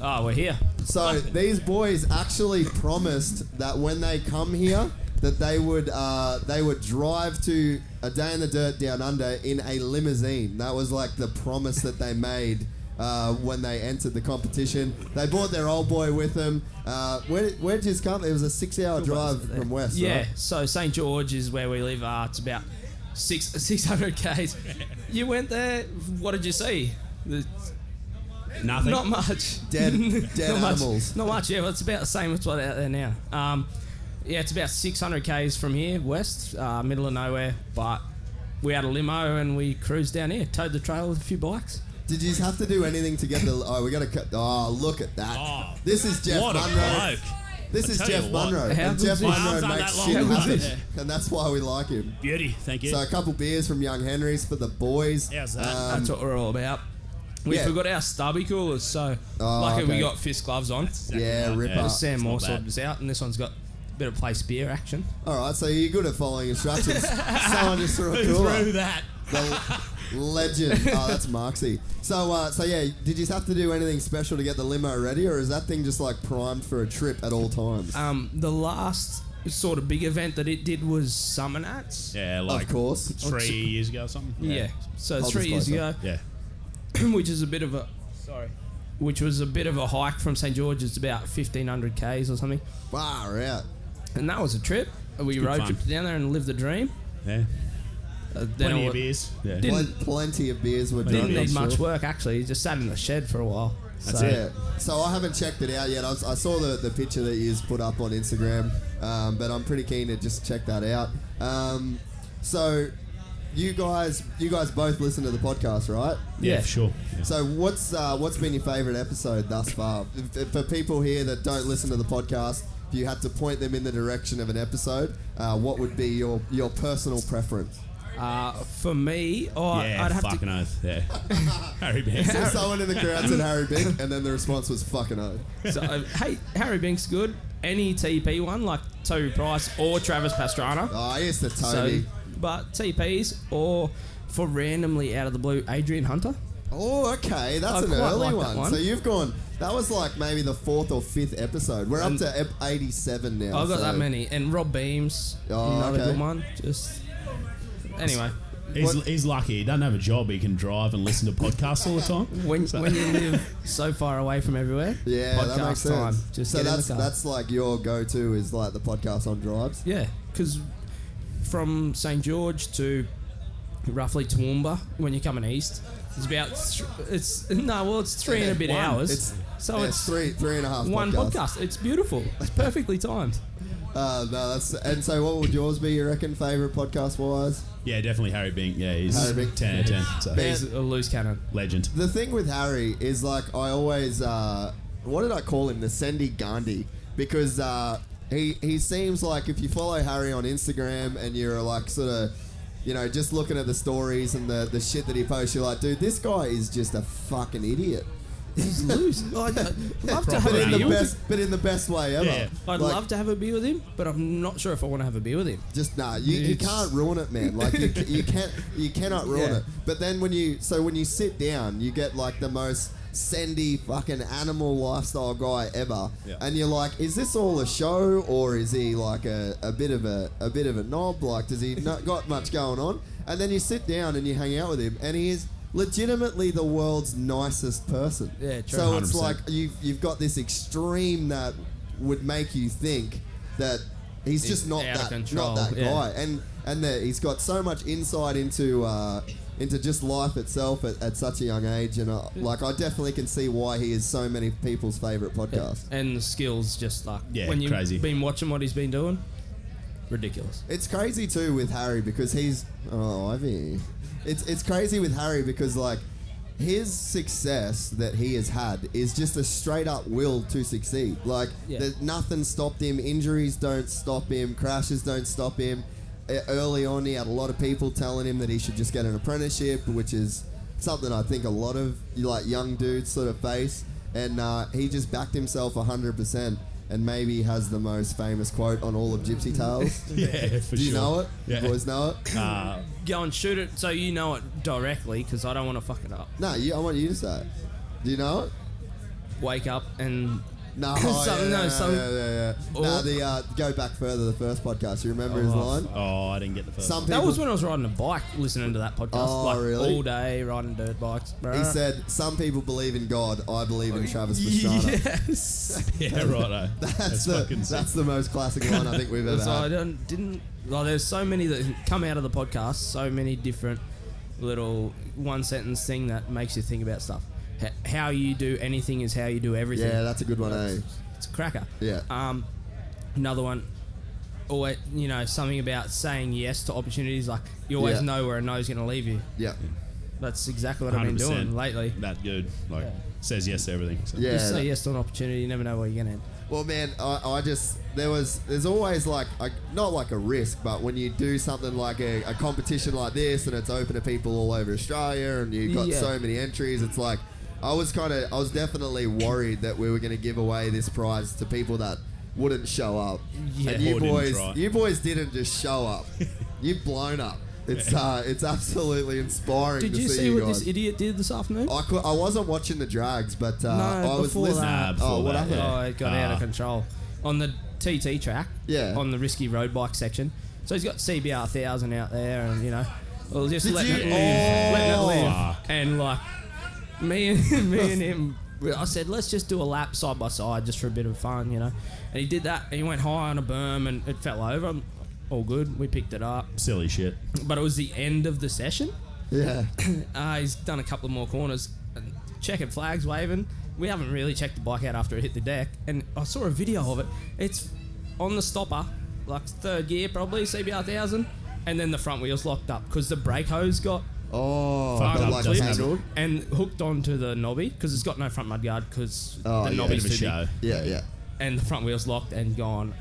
N: Ah, we're here.
B: So these boys actually promised that when they come here, that they would uh, they would drive to a day in the dirt down under in a limousine. That was like the promise that they made. Uh, when they entered the competition, they brought their old boy with them. Uh, where, where did you come? It was a six-hour drive from West.
N: Yeah,
B: right?
N: so St George is where we live. Uh, it's about six six hundred k's. You went there. What did you see? The-
J: Nothing.
N: Not much.
J: Dead-
N: Not
J: dead
N: much.
J: animals.
N: Not much. Yeah, well, it's about the same as what out there now. Um, yeah, it's about six hundred k's from here west, uh, middle of nowhere. But we had a limo and we cruised down here, towed the trailer with a few bikes.
B: Did you have to do anything to get the? Oh, we got to cut. Oh, look at that. this is Jeff
J: what a
B: Munro.
J: bloke.
B: This
J: I
B: is
J: tell
B: Jeff
J: you what.
B: Munro.
J: How
B: And
J: good
B: Jeff
J: is- My arms
B: Munro
J: aren't
B: makes
J: that
B: shit
J: long. How
B: happen.
J: good is-
B: And that's why we like him.
J: Beauty, thank you.
B: So a couple beers from Young Henry's for the boys. Um,
N: How's that? That's what we're all about. We
B: Yeah.
N: forgot our stubby coolers, so
B: Oh,
N: luckily
B: okay.
N: we got fist gloves on.
B: Yeah, right. ripper.
N: Sam
B: It's
N: Moore
B: not bad.
N: sorted us out, and this one's got bit of play spear action.
B: All right, so you're good at following instructions. Someone just threw a
N: Who
B: cooler.
N: threw that?
B: The legend. Oh, that's Marksy. So, uh, so yeah, did you have to do anything special to get the limo ready, or is that thing just like primed for a trip at all times?
N: Um, the last sort of big event that it did was Summer Nats.
J: Yeah, like three years ago or something.
N: Yeah. So
J: Hold
N: three years
J: this closer.
N: ago.
J: Yeah.
N: which is a bit of a sorry. Which was a bit of a hike from St George. It's about fifteen hundred k's or something.
B: Wow, right.
N: And that was a trip. We
J: good
N: road
J: fun.
N: tripped down there and lived the dream.
J: Yeah.
N: Uh, then
J: Plenty
N: I
J: of
N: wa-
J: beers. Yeah.
N: Didn't,
B: Pl- plenty of beers were
N: didn't
B: done.
N: need
B: I'm
N: much
B: sure.
N: work actually. Just sat in the shed for a while.
B: so, yeah. So I haven't checked it out yet. I, was, I saw the, the picture that you put up on Instagram, um, but I'm pretty keen to just check that out. Um, so you guys, you guys both listen to the podcast, right?
J: Yeah, Yeah. sure. Yeah.
B: So what's uh, what's been your favourite episode thus far? F- For people here that don't listen to the podcast, if you had to point them in the direction of an episode, uh, what would be your your personal preference?
N: Uh, for me, oh,
J: yeah,
N: I'd have to
J: fucking oath. Yeah. Harry Beck.
B: So someone in the crowd said Harry Bink, and then the response was fucking oh.
N: So, uh, hey, Harry Bink's good. Any TP one, like Toby Price or Travis Pastrana.
B: Oh, yes, the Toby.
N: but TPs or for randomly out of the blue, Adrian Hunter.
B: Oh,
N: I
B: okay, that's an
N: quite like
B: early
N: that
B: one.
N: one.
B: So you've gone. That was like maybe the fourth or fifth episode. We're up
N: And-
B: to ep- eighty-seven now.
N: I've got
B: so-
N: that many. And Rob Beams,
B: Oh,
N: another
B: okay.
N: good one. Just anyway.
J: He's, he's lucky. He doesn't have a job. He can drive and listen to podcasts all the time.
N: When, when you live so far away from everywhere,
B: Yeah,
N: podcast
B: that makes
N: time.
B: sense.
N: Just
B: so
N: get in the
B: that's
N: car.
B: that's like your go-to is like the podcast on drives.
N: Yeah, because from St George to roughly Toowoomba, when you're coming east, it's about th- it's no, well, it's three and a bit
B: One.
N: hours.
B: It's-
N: so
B: yeah,
N: it's
B: three three and a half.
N: one
B: podcasts.
N: podcast. It's beautiful. It's perfectly timed.
B: Uh, no, that's and so what would yours be? You reckon favorite podcast wise?
J: Yeah, definitely Harry Bink. Yeah, he's
B: Harry Bink.
J: 10 out of 10. So.
B: He's
N: a loose cannon.
J: Legend.
B: The thing with Harry is like I always uh, what did I call him? The Sandy Gandhi because uh, he he seems like if you follow Harry on Instagram and you're like sort of you know just looking at the stories and the the shit that he posts, you're like, dude, this guy is just a fucking idiot.
N: He's loose.
B: Oh,
N: I'd love to have
B: but
N: a
B: in the
N: beer with
B: best, but in the best way ever.
N: Yeah. I'd
B: Like,
N: love to have a beer with him, but I'm not sure if I want to have a beer with him.
B: Just nah, you, you
N: It's-
B: can't ruin it, man. Like you, ca- you can't, you cannot ruin
N: Yeah.
B: it. But then when you, so when you sit down, you get like the most sendy fucking animal lifestyle guy ever,
J: Yeah.
B: and you're like, is this all a show or is he like a, a bit of a a bit of a knob? Like, does he not got much going on? And then you sit down and you hang out with him, and he is legitimately the world's nicest person.
N: Yeah, true.
B: So it's
N: 100%.
B: like you've you've got this extreme that would make you think that he's
N: He's
B: just not
N: out of
B: that
N: control,
B: not that
N: yeah.
B: guy. And and the, he's got so much insight into uh, into just life itself at, at such a young age. And I, like I definitely can see why he is so many people's favorite podcast.
N: And the skills, just like
B: Yeah,
N: when you've
B: crazy.
N: been watching what he's been doing, ridiculous.
B: It's crazy too with Harry because he's oh Ivy. It's it's crazy with Harry because like his success that he has had is just a straight up will to succeed. Like
N: Yeah.
B: there's nothing stopped him. Injuries don't stop him. Crashes don't stop him. E- Early on, he had a lot of people telling him that he should just get an apprenticeship, which is something I think a lot of like young dudes sort of face. And uh, he just backed himself 100% and maybe has the most famous quote on all of Gypsy Tales.
J: Yeah, for
B: Do you
J: sure.
B: know it?
J: Yeah.
B: You boys know it?
J: Uh,
N: Go and shoot it so you know it directly, because I don't want to fuck it up.
B: no, you, I want you to say it. Do you know it?
N: Wake up and
B: No, oh,
N: Some-
B: yeah,
N: no,
B: yeah,
N: some-
B: yeah, yeah, yeah. No,
N: Or-
B: the, uh, go back further, the first podcast. You remember his
N: Oh,
B: line?
J: oh, I didn't get the first
B: Some
J: one.
N: That
B: people-
N: was when I was riding a bike, listening to that podcast,
B: Oh,
N: like
B: really?
N: all day riding dirt bikes.
B: He said, "Some people believe in God. I believe in Travis Pastrana."
N: Yes.
J: Yeah, righto.
B: That's,
J: That's
B: the
J: fucking sick.
B: that's the most classic line I think we've ever
N: So I
B: had.
N: don't, didn't. Like, there's so many that come out of the podcast. So many different little one sentence thing that makes you think about stuff. H- how you do anything is how you do everything.
B: Yeah, that's a good one, eh?
N: It's a cracker.
B: Yeah.
N: Um, another one. Or you know something about saying yes to opportunities. Like you always
J: Yeah.
N: know where a no's going to leave you.
B: Yeah.
N: That's exactly what I've been doing lately.
J: That good. Like,
N: Yeah.
J: says yes to everything. So.
B: Yeah.
N: Just say yes to an opportunity. You never know where you're going to end.
B: Well, man, I, I just there was there's always like a, not like a risk, but when you do something like a, a competition like this and it's open to people all over Australia and you've got
N: Yeah.
B: so many entries, it's like I was kind of I was definitely worried that we were going to give away this prize to people that wouldn't show up.
I: Yeah.
B: and you
I: Or didn't
B: boys,
I: try.
B: you boys didn't just show up. You've blown up. It's
I: Yeah.
B: uh, it's absolutely inspiring
N: Did
B: to
N: you
B: see,
N: see
B: you
N: what
B: guys.
N: this idiot did this afternoon?
B: I, cou- I wasn't watching the drags, but uh,
N: no,
B: I was
N: before
B: listening.
N: that.
B: oh, what happened?
N: Oh, it got out of control on the TT track. Yeah, on the risky road bike section. So he's got CBR thousand out there, and you know, well, just
G: Did
N: letting
G: you-
N: it live,
G: Oh.
N: letting it live,
G: Fuck.
N: and like me and me and him. I said, let's just do a lap side by side just for a bit of fun, you know. And he did that. And he went high on a berm and it fell over. All good. We picked it up.
J: Silly shit.
N: But it was the end of the session.
B: Yeah.
N: uh, he's done a couple of more corners. and Checkered flags waving. We haven't really checked the bike out after it hit the deck. And I saw a video of it. It's on the stopper, like third gear probably, CBR 1000. And then the front wheel's locked up because the brake hose got.
B: Oh,
N: fucked
B: got,
N: up,
B: like,
N: clipped
B: tangled?
N: and hooked onto the knobby because it's got no front mudguard because
B: Oh,
N: the
B: yeah.
N: knobby's
B: Bit of a
N: too big.
B: show. Yeah, yeah.
N: And the front wheel's locked and gone.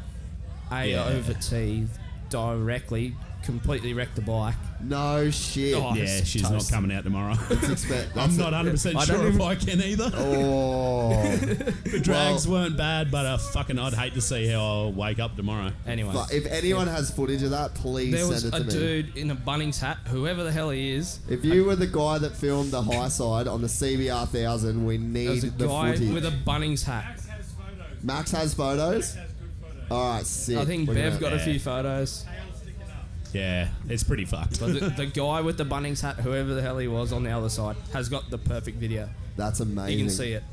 N: A
B: Yeah.
N: over T directly, completely wrecked the bike.
B: No shit.
J: Yeah, she's not coming out tomorrow. I'm not 100 percent
N: I don't
J: sure if
N: even-
J: I can either.
B: Oh,
J: the drags weren't bad, but uh, fucking, I'd hate to see how I'll wake up tomorrow.
N: Anyway,
B: But if anyone has footage of that, please
N: there
B: send
N: was
B: it to
N: a
B: me.
N: dude in a Bunnings hat, whoever the hell he is.
B: If you were the guy that filmed the high side on the CBR thousand, we
N: There
B: need
N: was a
B: the
N: guy
B: footage.
N: with a Bunnings hat.
B: Max has photos. All right, sick.
N: I think
B: Look at
N: Bev
B: that.
N: got a few photos.
J: Yeah, it's pretty fucked.
N: But the, the guy with the Bunnings hat, whoever the hell he was on the other side, has got the perfect video.
B: That's amazing.
N: You can see it.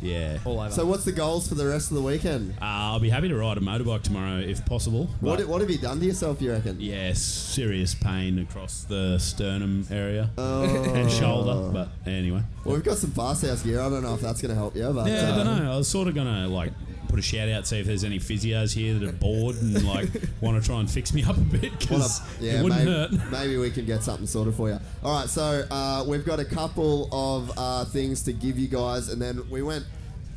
J: Yeah.
N: All over.
B: So what's the goals for the rest of the weekend?
J: Uh, I'll be happy to ride a motorbike tomorrow if possible.
B: What,
J: but-
B: what have you done to yourself, you reckon?
J: Yeah, serious pain across the sternum area
B: Oh.
J: and shoulder. But anyway.
B: Well, we've got some fast house gear. I don't know if that's going to help you, but
J: Yeah,
B: uh,
J: I don't know. I was sort of gonna like put a shout out, see if there's any physios here that are bored and like want to try and fix me up a bit
B: Well,
J: because
B: uh, yeah,
J: it wouldn't
B: maybe,
J: hurt.
B: maybe we can get something sorted for you. All right, so uh, we've got a couple of uh, things to give you guys, and then we went.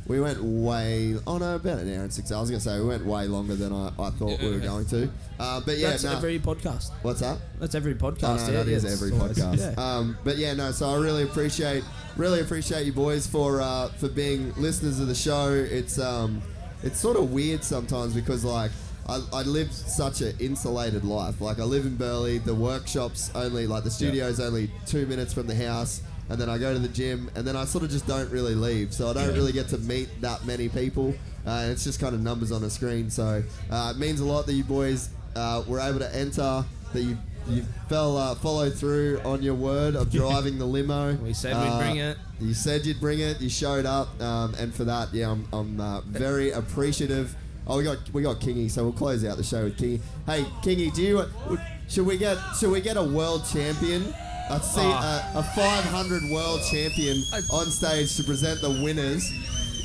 B: We went way, oh no, about an hour and six. I was going to say we went way longer than I, I thought we were
N: Yeah.
B: going to. Uh, but yeah,
N: That's
B: nah.
N: every podcast.
B: What's that?
N: That's every
B: I
N: podcast.
B: know,
N: yeah,
B: that is
N: it's
B: every
N: always- yeah.
B: podcast. Um, but yeah, no. So I really appreciate, really appreciate you boys for uh, for being listeners of the show. It's um, it's sort of weird sometimes because like I, I live such an insulated life. Like I live in Burley. The workshops only like the studio's only two minutes from the house. And then I go to the gym, and then I sort of just don't really leave. So I don't
J: Yeah.
B: really get to meet that many people. Uh, and it's just kind of numbers on a screen. So uh, it means a lot that you boys uh, were able to enter, that you you fell uh, followed through on your word of driving the limo. Uh, We
N: said we'd bring it.
B: You said you'd bring it. You showed up, um, and for that, yeah, I'm, I'm uh, very appreciative. Oh, we got we got Kingy, so we'll close out the show with Kingy. Hey, Kingy, do you should we get should we get a world champion? I see
I: Ah.
B: a, a 500 world champion on stage to present the winners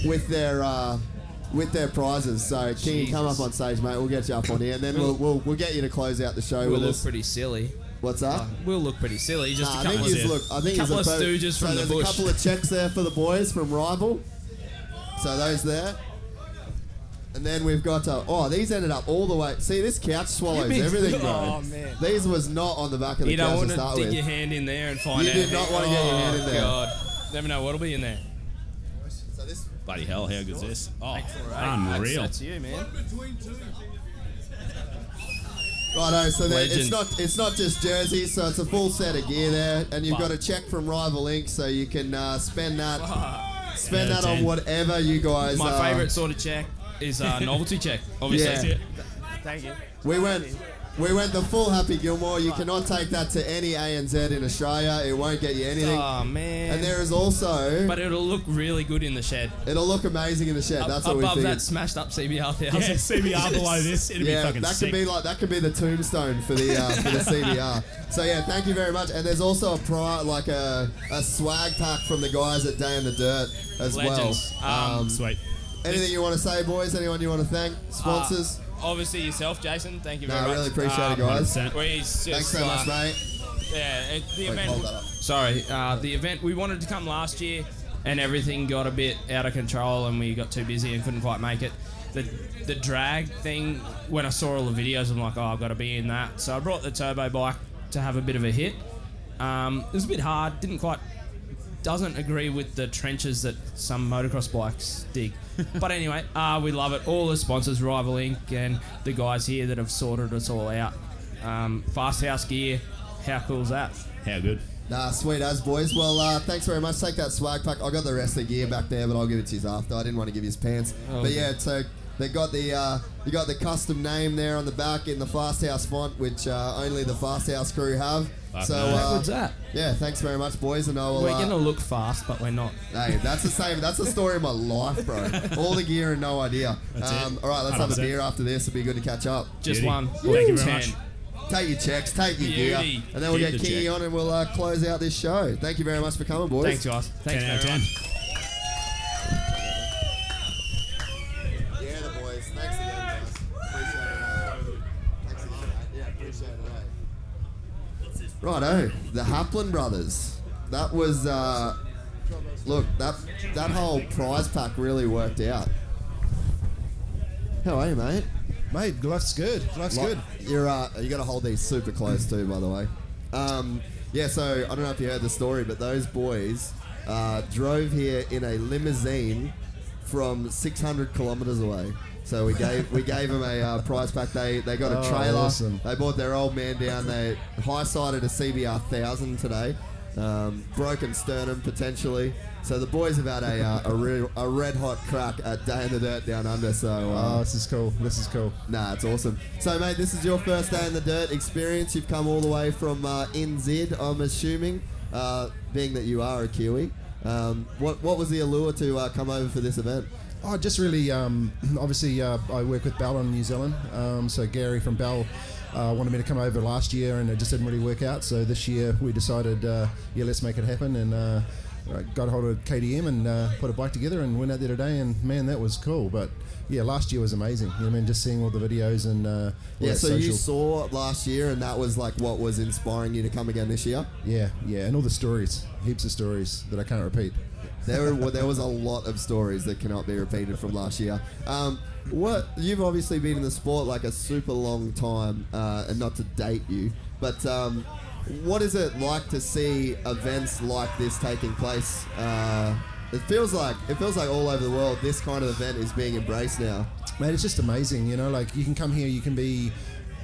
B: with their uh, with their prizes. So, Kingy, come up
N: Jesus.
B: on stage, mate. We'll get you up on here, and then we'll we'll, we'll get you to close out the show
N: We'll
B: with
N: look
B: us.
N: pretty silly. Um,
B: What's that?
N: We'll look pretty silly. Just
B: Nah,
N: a
B: I think
N: couple
B: he's
N: of
B: look. I think
N: couple
B: he's
N: of
B: a photo-
N: stooges
B: so
N: from the
B: there's
N: bush.
B: a couple of checks there for the boys from Rival. So those there. And then we've got uh, oh these ended up all the way. See this couch swallows
N: You mean-
B: everything, bro.
N: Oh, man.
B: These was not on the back of the
N: you
B: couch
N: don't
B: to
N: want
B: start
N: to dig
B: with.
N: your hand in there and find
B: You
N: out.
B: did not
N: who-
B: wanna get your hand in there.
N: Oh, God. Never know what'll be in there.
J: Bloody hell, how good's this? Oh,
N: That's-
J: unreal.
N: That's you, man.
B: Righto, so there, it's
N: Legend.
B: not it's not just jerseys, so it's a full set of gear there, and you've
I: Fuck.
B: got a check from Rival Inc. So you can uh, spend that spend
N: Yeah,
B: that on
N: ten.
B: whatever you guys.
N: My
B: uh,
N: favourite sort of check is uh, novelty check. Obviously.
B: Yeah.
N: Thank you.
B: We went, we went the full Happy Gilmore. You cannot take that to any ANZ in Australia. It won't get you anything.
N: Oh man!
B: And there is also,
N: But it'll look really good in the shed.
B: it'll look amazing in the shed. That's what
N: Above
B: we think.
N: that smashed up CBR thousand.
J: Yeah, CBR below this, it'd
B: yeah,
J: be fucking
B: that
J: sick.
B: could be like that could be the tombstone for the uh, for the CDR. So yeah, thank you very much. And there's also a pri- like a, a swag pack from the guys at Day in the Dirt as
N: Legends.
B: well.
N: Um,
J: Sweet.
B: Anything you want to say, boys? Anyone you want to thank? Sponsors?
N: Uh, obviously yourself, Jason. Thank you
B: No,
N: very
B: I
N: much.
B: really appreciate it,
J: Uh,
N: Um,
B: guys. 100%.
N: we just,
B: Thanks so
N: uh,
B: much, mate.
N: Yeah, it, the
B: Wait,
N: event.
B: hold that up.
N: Sorry, uh, the event we wanted to come last year, and everything got a bit out of control, and we got too busy and couldn't quite make it. The the drag thing. When I saw all the videos, I'm like, oh, I've got to be in that. So I brought the turbo bike to have a bit of a hit. Um, it was a bit hard. Didn't quite doesn't agree with the trenches that some motocross bikes dig. but anyway, uh, we love it. All the sponsors, Rival Inc., and the guys here that have sorted us all out. Um, Fast House Gear, how cool is that?
J: How good.
B: Nah, sweet as boys. Well, uh, thanks very much. Take that swag pack. I got the rest of the gear back there, but I'll give it to you after. I didn't want to give you his pants,
O: Oh,
B: but
O: okay.
B: yeah. So they got the uh, you got the custom name there on the back in the Fast House font, which uh, only the Fast House crew have.
N: Fuck
B: so
N: no.
B: uh,
N: How good's that?
B: Yeah, thanks very much, boys, and I will.
N: we're
B: uh,
N: gonna look fast, but we're not.
B: Hey, that's the same. That's the story of my life, bro. All the gear and no idea.
N: That's
B: um,
N: it.
B: All right, let's have a
N: 100%.
B: beer after this. It'd be good to catch up.
N: Just Beauty. one.
B: Woo.
N: Thank you very much.
B: Take your checks, take your gear,
N: Beauty.
B: and then we'll
N: Keep
B: get
N: the
B: Kingy
N: check.
B: on and we'll uh, close out this show. Thank you very much for coming, boys.
N: Thanks, guys. Thanks 10 out of very 10. much.
B: Yeah, the boys. Thanks again, guys. Appreciate it. mate. Thanks again. mate. Yeah, appreciate it. mate. Righto, the Haplin brothers. That was uh, look that that whole prize pack really worked out. How are you, mate? Mate, life's good.
P: Life's good.
B: You're uh, you got to hold these super close too, by the way. Um, yeah, so I don't know if you heard the story, but those boys uh, drove here in a limousine from 600 kilometers away. So we gave we gave them a uh, prize pack. They they got a
P: Oh,
B: trailer.
P: awesome.
B: They brought their old man down. They high sided a CBR thousand today. Um, broken sternum potentially. So the boys have had a uh, a, re- a red hot crack at Day in the Dirt down under. So uh,
P: Oh, this is cool. This is cool.
B: Nah, it's awesome. So, mate, this is your first day in the dirt experience. You've come all the way from uh, NZ, I'm assuming, uh, being that you are a Kiwi. Um, what what was the allure to uh, come over for this event?
P: Oh, just really, um, obviously, uh, I work with Bell in New Zealand. Um, so Gary from Bell uh, wanted me to come over last year, and it just didn't really work out. So this year we decided, uh, yeah, let's make it happen, and uh, I got hold of KDM and uh, put a bike together and went out there today. And man, that was cool. But yeah, last year was amazing. You know what I mean, just seeing all the videos and uh, all
B: yeah,
P: that
B: so
P: social.
B: you saw last year, and that was like what was inspiring you to come again this year.
P: yeah, yeah, and all the stories, heaps of stories that I can't repeat.
B: There were there was a lot of stories that cannot be repeated from last year. Um, what you've obviously been in the sport like a super long time, uh, and not to date you, but um, what is it like to see events like this taking place? Uh, it feels like it feels like all over the world this kind of event is being embraced now.
P: Mate, it's just amazing. You know, like you can come here, you can be,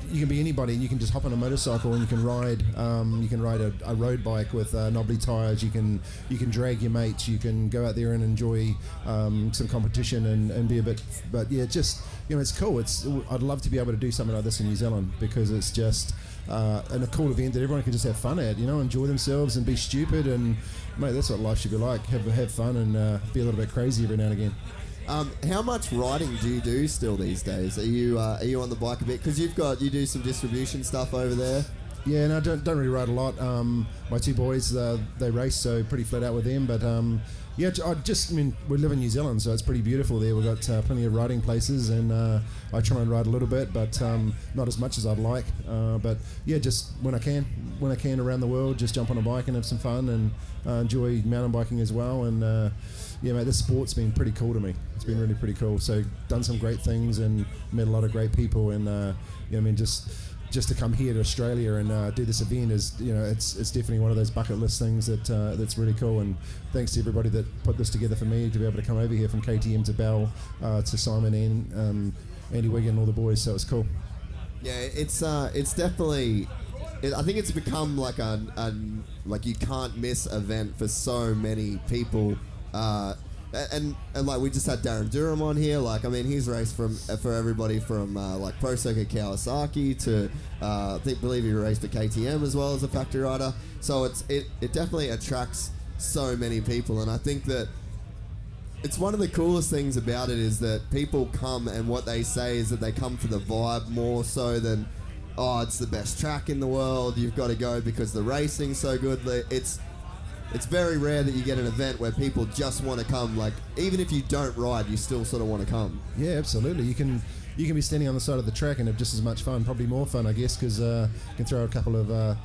P: you can be anybody. You can just hop on a motorcycle and you can ride. Um, you can ride a, a road bike with uh, knobbly tires. You can you can drag your mates. You can go out there and enjoy um, some competition and, and be a bit. But yeah, just you know, it's cool. It's I'd love to be able to do something like this in New Zealand because it's just. Uh, and a cool event that everyone can just have fun at, you know, enjoy themselves and be stupid and, mate, that's what life should be like. Have have fun and uh, be a little bit crazy every now and again.
B: Um, how much riding do you do still these days? Are you uh, are you on the bike a bit? Because you've got you do some distribution stuff over there.
P: Yeah, and no, I don't, don't really ride a lot. Um, my two boys, uh, they race, so pretty flat out with them. But um, yeah, I just, I mean, we live in New Zealand, so it's pretty beautiful there. We've got uh, plenty of riding places, and uh, I try and ride a little bit, but um, not as much as I'd like. Uh, but yeah, just when I can, when I can around the world, just jump on a bike and have some fun and uh, enjoy mountain biking as well. And uh, yeah, mate, this sport's been pretty cool to me. It's been really pretty cool. So done some great things and met a lot of great people, and uh, you know, I mean, just just to come here to Australia and uh, do this event is, you know, it's it's definitely one of those bucket list things that uh, that's really cool. And thanks to everybody that put this together for me to be able to come over here from KTM to Bell uh, to Simon and um, Andy Wigan, all the boys. So it's cool.
B: Yeah, it's uh, it's definitely. It, I think it's become like a, a like you can't miss event for so many people. Uh, a- and and like we just had Darren Durham on here. Like I mean, he's raced from uh, for everybody from uh, like Pro Circuit Kawasaki to uh, I think believe he raced for KTM as well as a factory rider. So it's it, it definitely attracts so many people, and I think that it's one of the coolest things about it is that people come and what they say is that they come for the vibe more so than oh it's the best track in the world you've got to go because the racing's so good Like, it's it's very rare that you get an event where people just want to come like even if you don't ride you still sort of want to come
P: Yeah, absolutely. You can you can be standing on the side of the track and have just as much fun, probably more fun, I guess, because uh, you can throw a couple of. Uh,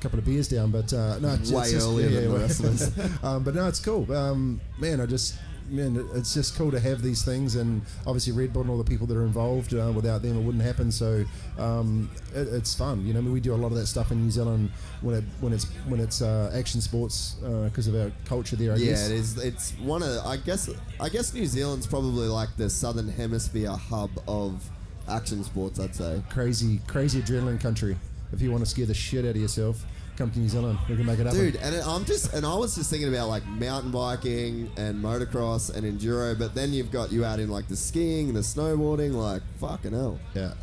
P: couple of beers down but uh, no it's
B: Way
P: it's just,
B: earlier than the rest of us.
P: um, but no it's cool um, man I just man, it's just cool to have these things, and obviously Red Bull and all the people that are involved. Uh, without them, it wouldn't happen. So um, it, it's fun, you know. I mean, we do a lot of that stuff in New Zealand when it when it's when it's uh, action sports because of our culture there. I
B: yeah,
P: guess.
B: it is. It's one of. I guess. I guess New Zealand's probably like the southern hemisphere hub of action sports. I'd say.
P: Crazy, crazy adrenaline country. If you want to scare the shit out of yourself, come to New Zealand. We can make it happen.
B: Dude, and it, I'm just and I was just thinking about like mountain biking and motocross and enduro, but then you've got you out in like the skiing and the snowboarding, like fucking hell.
P: Yeah.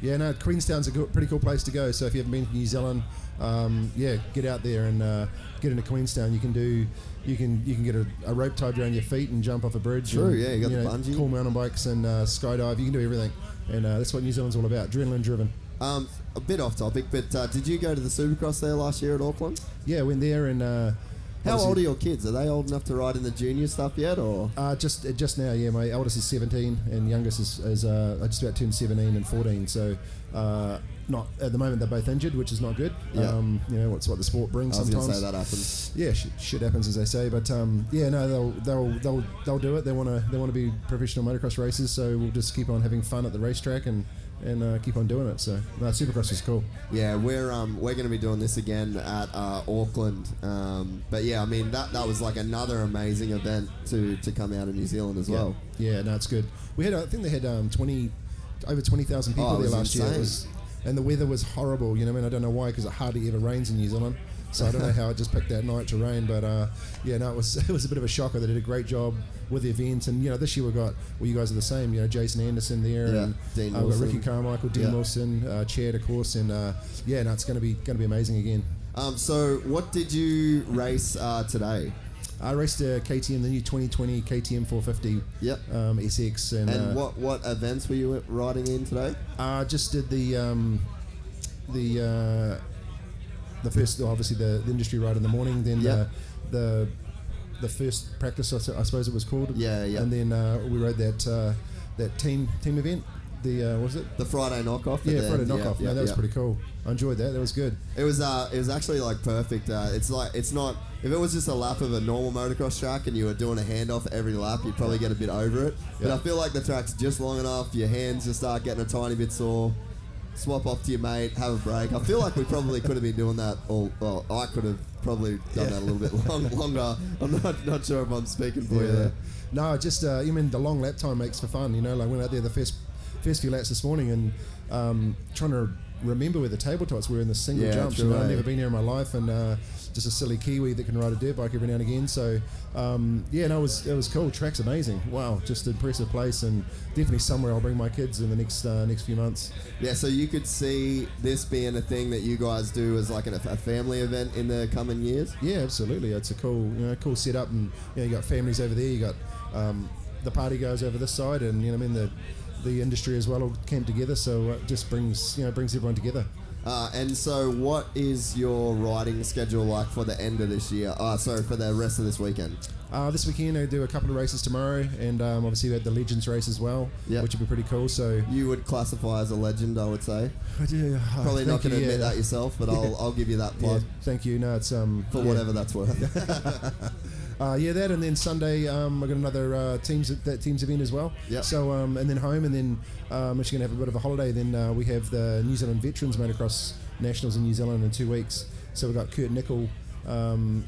P: Yeah, no, Queenstown's a good, pretty cool place to go. So if you haven't been to New Zealand, um, yeah, get out there and uh, get into Queenstown. You can do, you can you can get a, a rope tied around your feet and jump off a bridge.
B: True,
P: and,
B: yeah, you got the bungee.
P: Cool mountain bikes and uh, skydive. You can do everything, and uh, that's what New Zealand's all about. Adrenaline driven.
B: Um, a bit off topic, but uh, did you go to the Supercross there last year at Auckland?
P: Yeah, went there and. Uh,
B: How
P: obviously-
B: old are your kids? Are they old enough to ride in the junior stuff yet, or?
P: Uh, just uh, just now, yeah. My eldest is 17, and youngest is, is uh, just about turned 17 and 14. So, uh, not at the moment. They're both injured, which is not good.
B: Yeah.
P: Um, you know, it's what the sport brings.
B: I was gonna
P: sometimes
B: say that happens.
P: Yeah, shit, shit happens, as they say. But um, yeah, no, they'll they'll they'll they'll do it. They want to they want to be professional motocross racers. So we'll just keep on having fun at the racetrack and and uh, keep on doing it. So, no, Supercross is cool.
B: Yeah, we're um, we're going to be doing this again at uh, Auckland. Um, but yeah, I mean that that was like another amazing event to to come out of New Zealand as
P: Yeah.
B: well.
P: Yeah, no, it's good. We had, I think they had um, twenty, over twenty thousand people
B: Oh, it
P: there
B: was
P: last year. It
B: insane.
P: was, and the weather was horrible. You know, what I mean, I don't know why because it hardly ever rains in New Zealand. So I don't know how it just picked that night to rain, but uh, yeah, no, it was it was a bit of a shocker. They did a great job with the event, and you know, this year we got well, you guys are the same. You know, Jason Anderson there,
B: Yeah,
P: and
B: Dean
P: uh, we've got
B: Wilson.
P: Ricky Carmichael, Dean
B: Yeah.
P: Wilson, uh, Chad, of course, and uh, yeah, no, it's going to be going to be amazing again.
B: Um, so what did you race uh, today?
P: I raced uh, a KTM, the new 2020 KTM 450
B: yep.
P: um, SX, and,
B: And
P: uh,
B: what what events were you riding in today?
P: I just did the um, the uh, the first, obviously the, the industry ride in the morning, then
B: Yeah.
P: the, the the first practice, I, su- I suppose it was called.
B: Yeah, yeah.
P: And then uh, we rode that uh, that team team event. The uh, what was it
B: The Friday knockoff. at
P: Yeah,
B: the
P: Friday
B: end,
P: knockoff. Yeah, that was pretty cool. I enjoyed that. That was good.
B: It was uh, it was actually like perfect. Uh, it's like it's not if it was just a lap of a normal motocross track and you were doing a handoff every lap, you'd probably get a bit over it. But
P: Yeah.
B: I feel like the track's just long enough. Your hands just start getting a tiny bit sore. Swap off to your mate, have a break. I feel like we probably could have been doing that all. Well, I could have probably done that a little bit long, longer. I'm not not sure if I'm speaking for you there.
P: No, just uh, you mean the long lap time makes for fun. You know, like went out there the first first few laps this morning and um, trying to remember where the tabletops were in the single
B: Yeah,
P: jumps.
B: true,
P: you know, I've
B: eh?
P: never been there in my life, and uh, just a silly Kiwi that can ride a dirt bike every now and again. So um, yeah, no, it was it was cool. Track's amazing. Wow, just an impressive place, and definitely somewhere I'll bring my kids in the next uh, next few months.
B: Yeah, so you could see this being a thing that you guys do as like an, a family event in the coming years.
P: Yeah, absolutely. It's a cool, you know, cool setup, and you know, you got families over there. You got um, the party goes over this side, and you know, I mean, the the industry as well all came together, so it just brings you know brings everyone together.
B: Uh, and so, what is your riding schedule like for the end of this year? Uh, sorry, for the rest of this weekend.
P: Uh, this weekend, I do a couple of races tomorrow, and um, obviously we had the Legends race as well,
B: Yeah.
P: which would be pretty cool. So
B: you would classify as a legend, I would say.
P: Yeah,
B: Probably not
P: Uh, thank you,
B: going to admit
P: yeah.
B: that yourself, but I'll,
P: Yeah.
B: I'll give you that
P: Yeah,
B: plug
P: thank you. No, it's um
B: for
P: yeah.
B: whatever that's worth.
P: Uh, yeah, that, and then Sunday um, I got another uh, teams that teams event as well.
B: Yeah.
P: So um, and then home, and then um, actually gonna have a bit of a holiday. Then uh, we have the New Zealand Veterans Motocross Nationals in New Zealand in two weeks. So we've got Kurt Nickel um,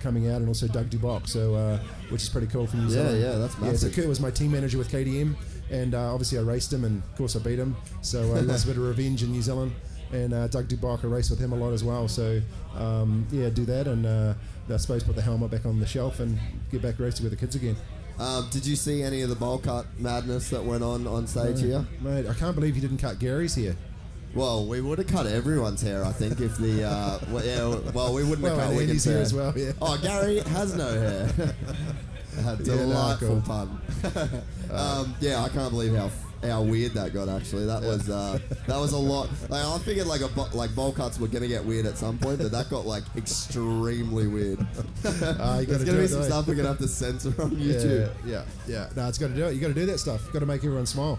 P: coming out, and also Doug Duboc. So uh, which is pretty cool for New
B: Yeah,
P: Zealand.
B: yeah, that's
P: so
B: massive.
P: Kurt was my team manager with KDM, and uh, obviously I raced him, and of course I beat him. So uh, he wants a bit of revenge in New Zealand. And uh, Doug Duboc, I race with him a lot as well. So um, yeah, do that, and uh, I suppose put the helmet back on the shelf and get back racing with the kids again.
B: um, did you see any of the bowl cut madness that went on on stage
P: Mate,
B: here?
P: mate, I can't believe you didn't cut Gary's here.
B: Well, we would have cut everyone's hair, I think, if the uh, well, yeah, well, we wouldn't
P: Well,
B: have cut
P: and Andy's
B: Wiggins'
P: here
B: hair
P: as well, yeah.
B: Oh, Gary has no hair. A
P: cool.
B: delightful pun. um, yeah, I can't believe how how weird that got. Actually, that was uh, that was a lot. Like, I figured like a bo- like bowl cuts were gonna get weird at some point, but that got like extremely weird.
P: Ah, gotta
B: There's
P: do
B: gonna be
P: it,
B: some
P: eh?
B: stuff we're gonna have to censor on YouTube.
P: Yeah, yeah. No, it's got to do it. You got to do that stuff. Got to make everyone smile.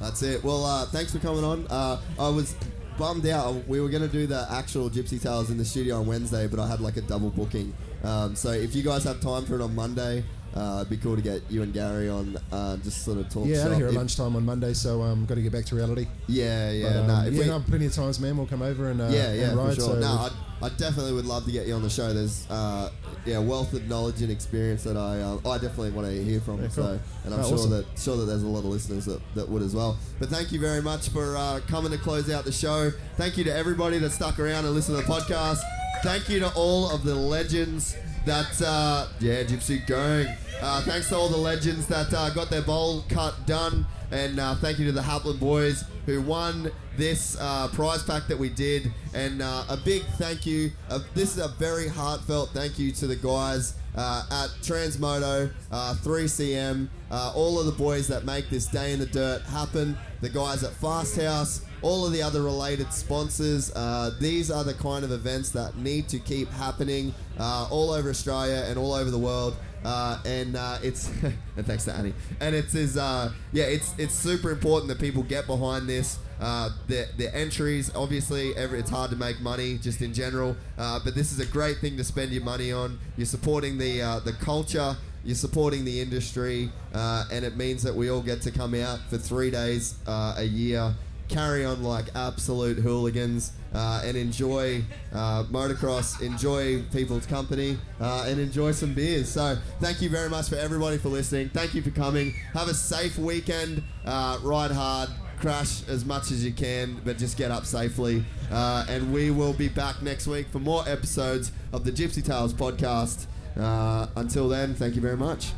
B: That's it. Well, uh, thanks for coming on. Uh, I was bummed out. We were going to do the actual Gypsy Tales in the studio on Wednesday, but I had like a double booking. Um, so if you guys have time for it on Monday, Uh, it'd be cool to get you and Gary on, uh, just sort of talk.
P: Yeah, out
B: shop.
P: of here at
B: If-
P: lunchtime on Monday, so um, got to get back to reality.
B: Yeah, yeah,
P: But, um,
B: nah, if
P: yeah,
B: we-
P: no, plenty of times, man. We'll come over and uh,
B: yeah, yeah,
P: and ride,
B: for
P: so
B: sure. no, I, I definitely would love to get you on the show. There's uh, yeah, wealth of knowledge and experience that I um, I definitely want to hear from.
P: Yeah, cool.
B: So, and I'm
P: Oh,
B: sure
P: awesome.
B: that sure that there's a lot of listeners that, that would as well. But thank you very much for uh, coming to close out the show. Thank you to everybody that stuck around and listened to the podcast. Thank you to all of the legends that uh, yeah, Gypsy Gang. Uh, thanks to all the legends that uh, got their bowl cut done. And uh, thank you to the Haplin boys who won this uh, prize pack that we did. And uh, a big thank you. Uh, this is a very heartfelt thank you to the guys uh, at Transmoto, uh, 3CM, uh, all of the boys that make this day in the dirt happen, the guys at Fast House, all of the other related sponsors. Uh, these are the kind of events that need to keep happening uh, all over Australia and all over the world. Uh, and uh, it's and thanks to Annie. And it's is uh, yeah, it's it's super important that people get behind this. Uh, the the entries, obviously, every, it's hard to make money just in general. Uh, but this is a great thing to spend your money on. You're supporting the uh, the culture. You're supporting the industry, uh, and it means that we all get to come out for three days uh, a year carry on like absolute hooligans uh, and enjoy uh, motocross, enjoy people's company, uh, and enjoy some beers. So, thank you very much for everybody for listening. Thank you for coming. Have a safe weekend. Uh, ride hard, crash as much as you can, but just get up safely. Uh, and we will be back next week for more episodes of the Gypsy Tales podcast. Uh, until then, thank you very much.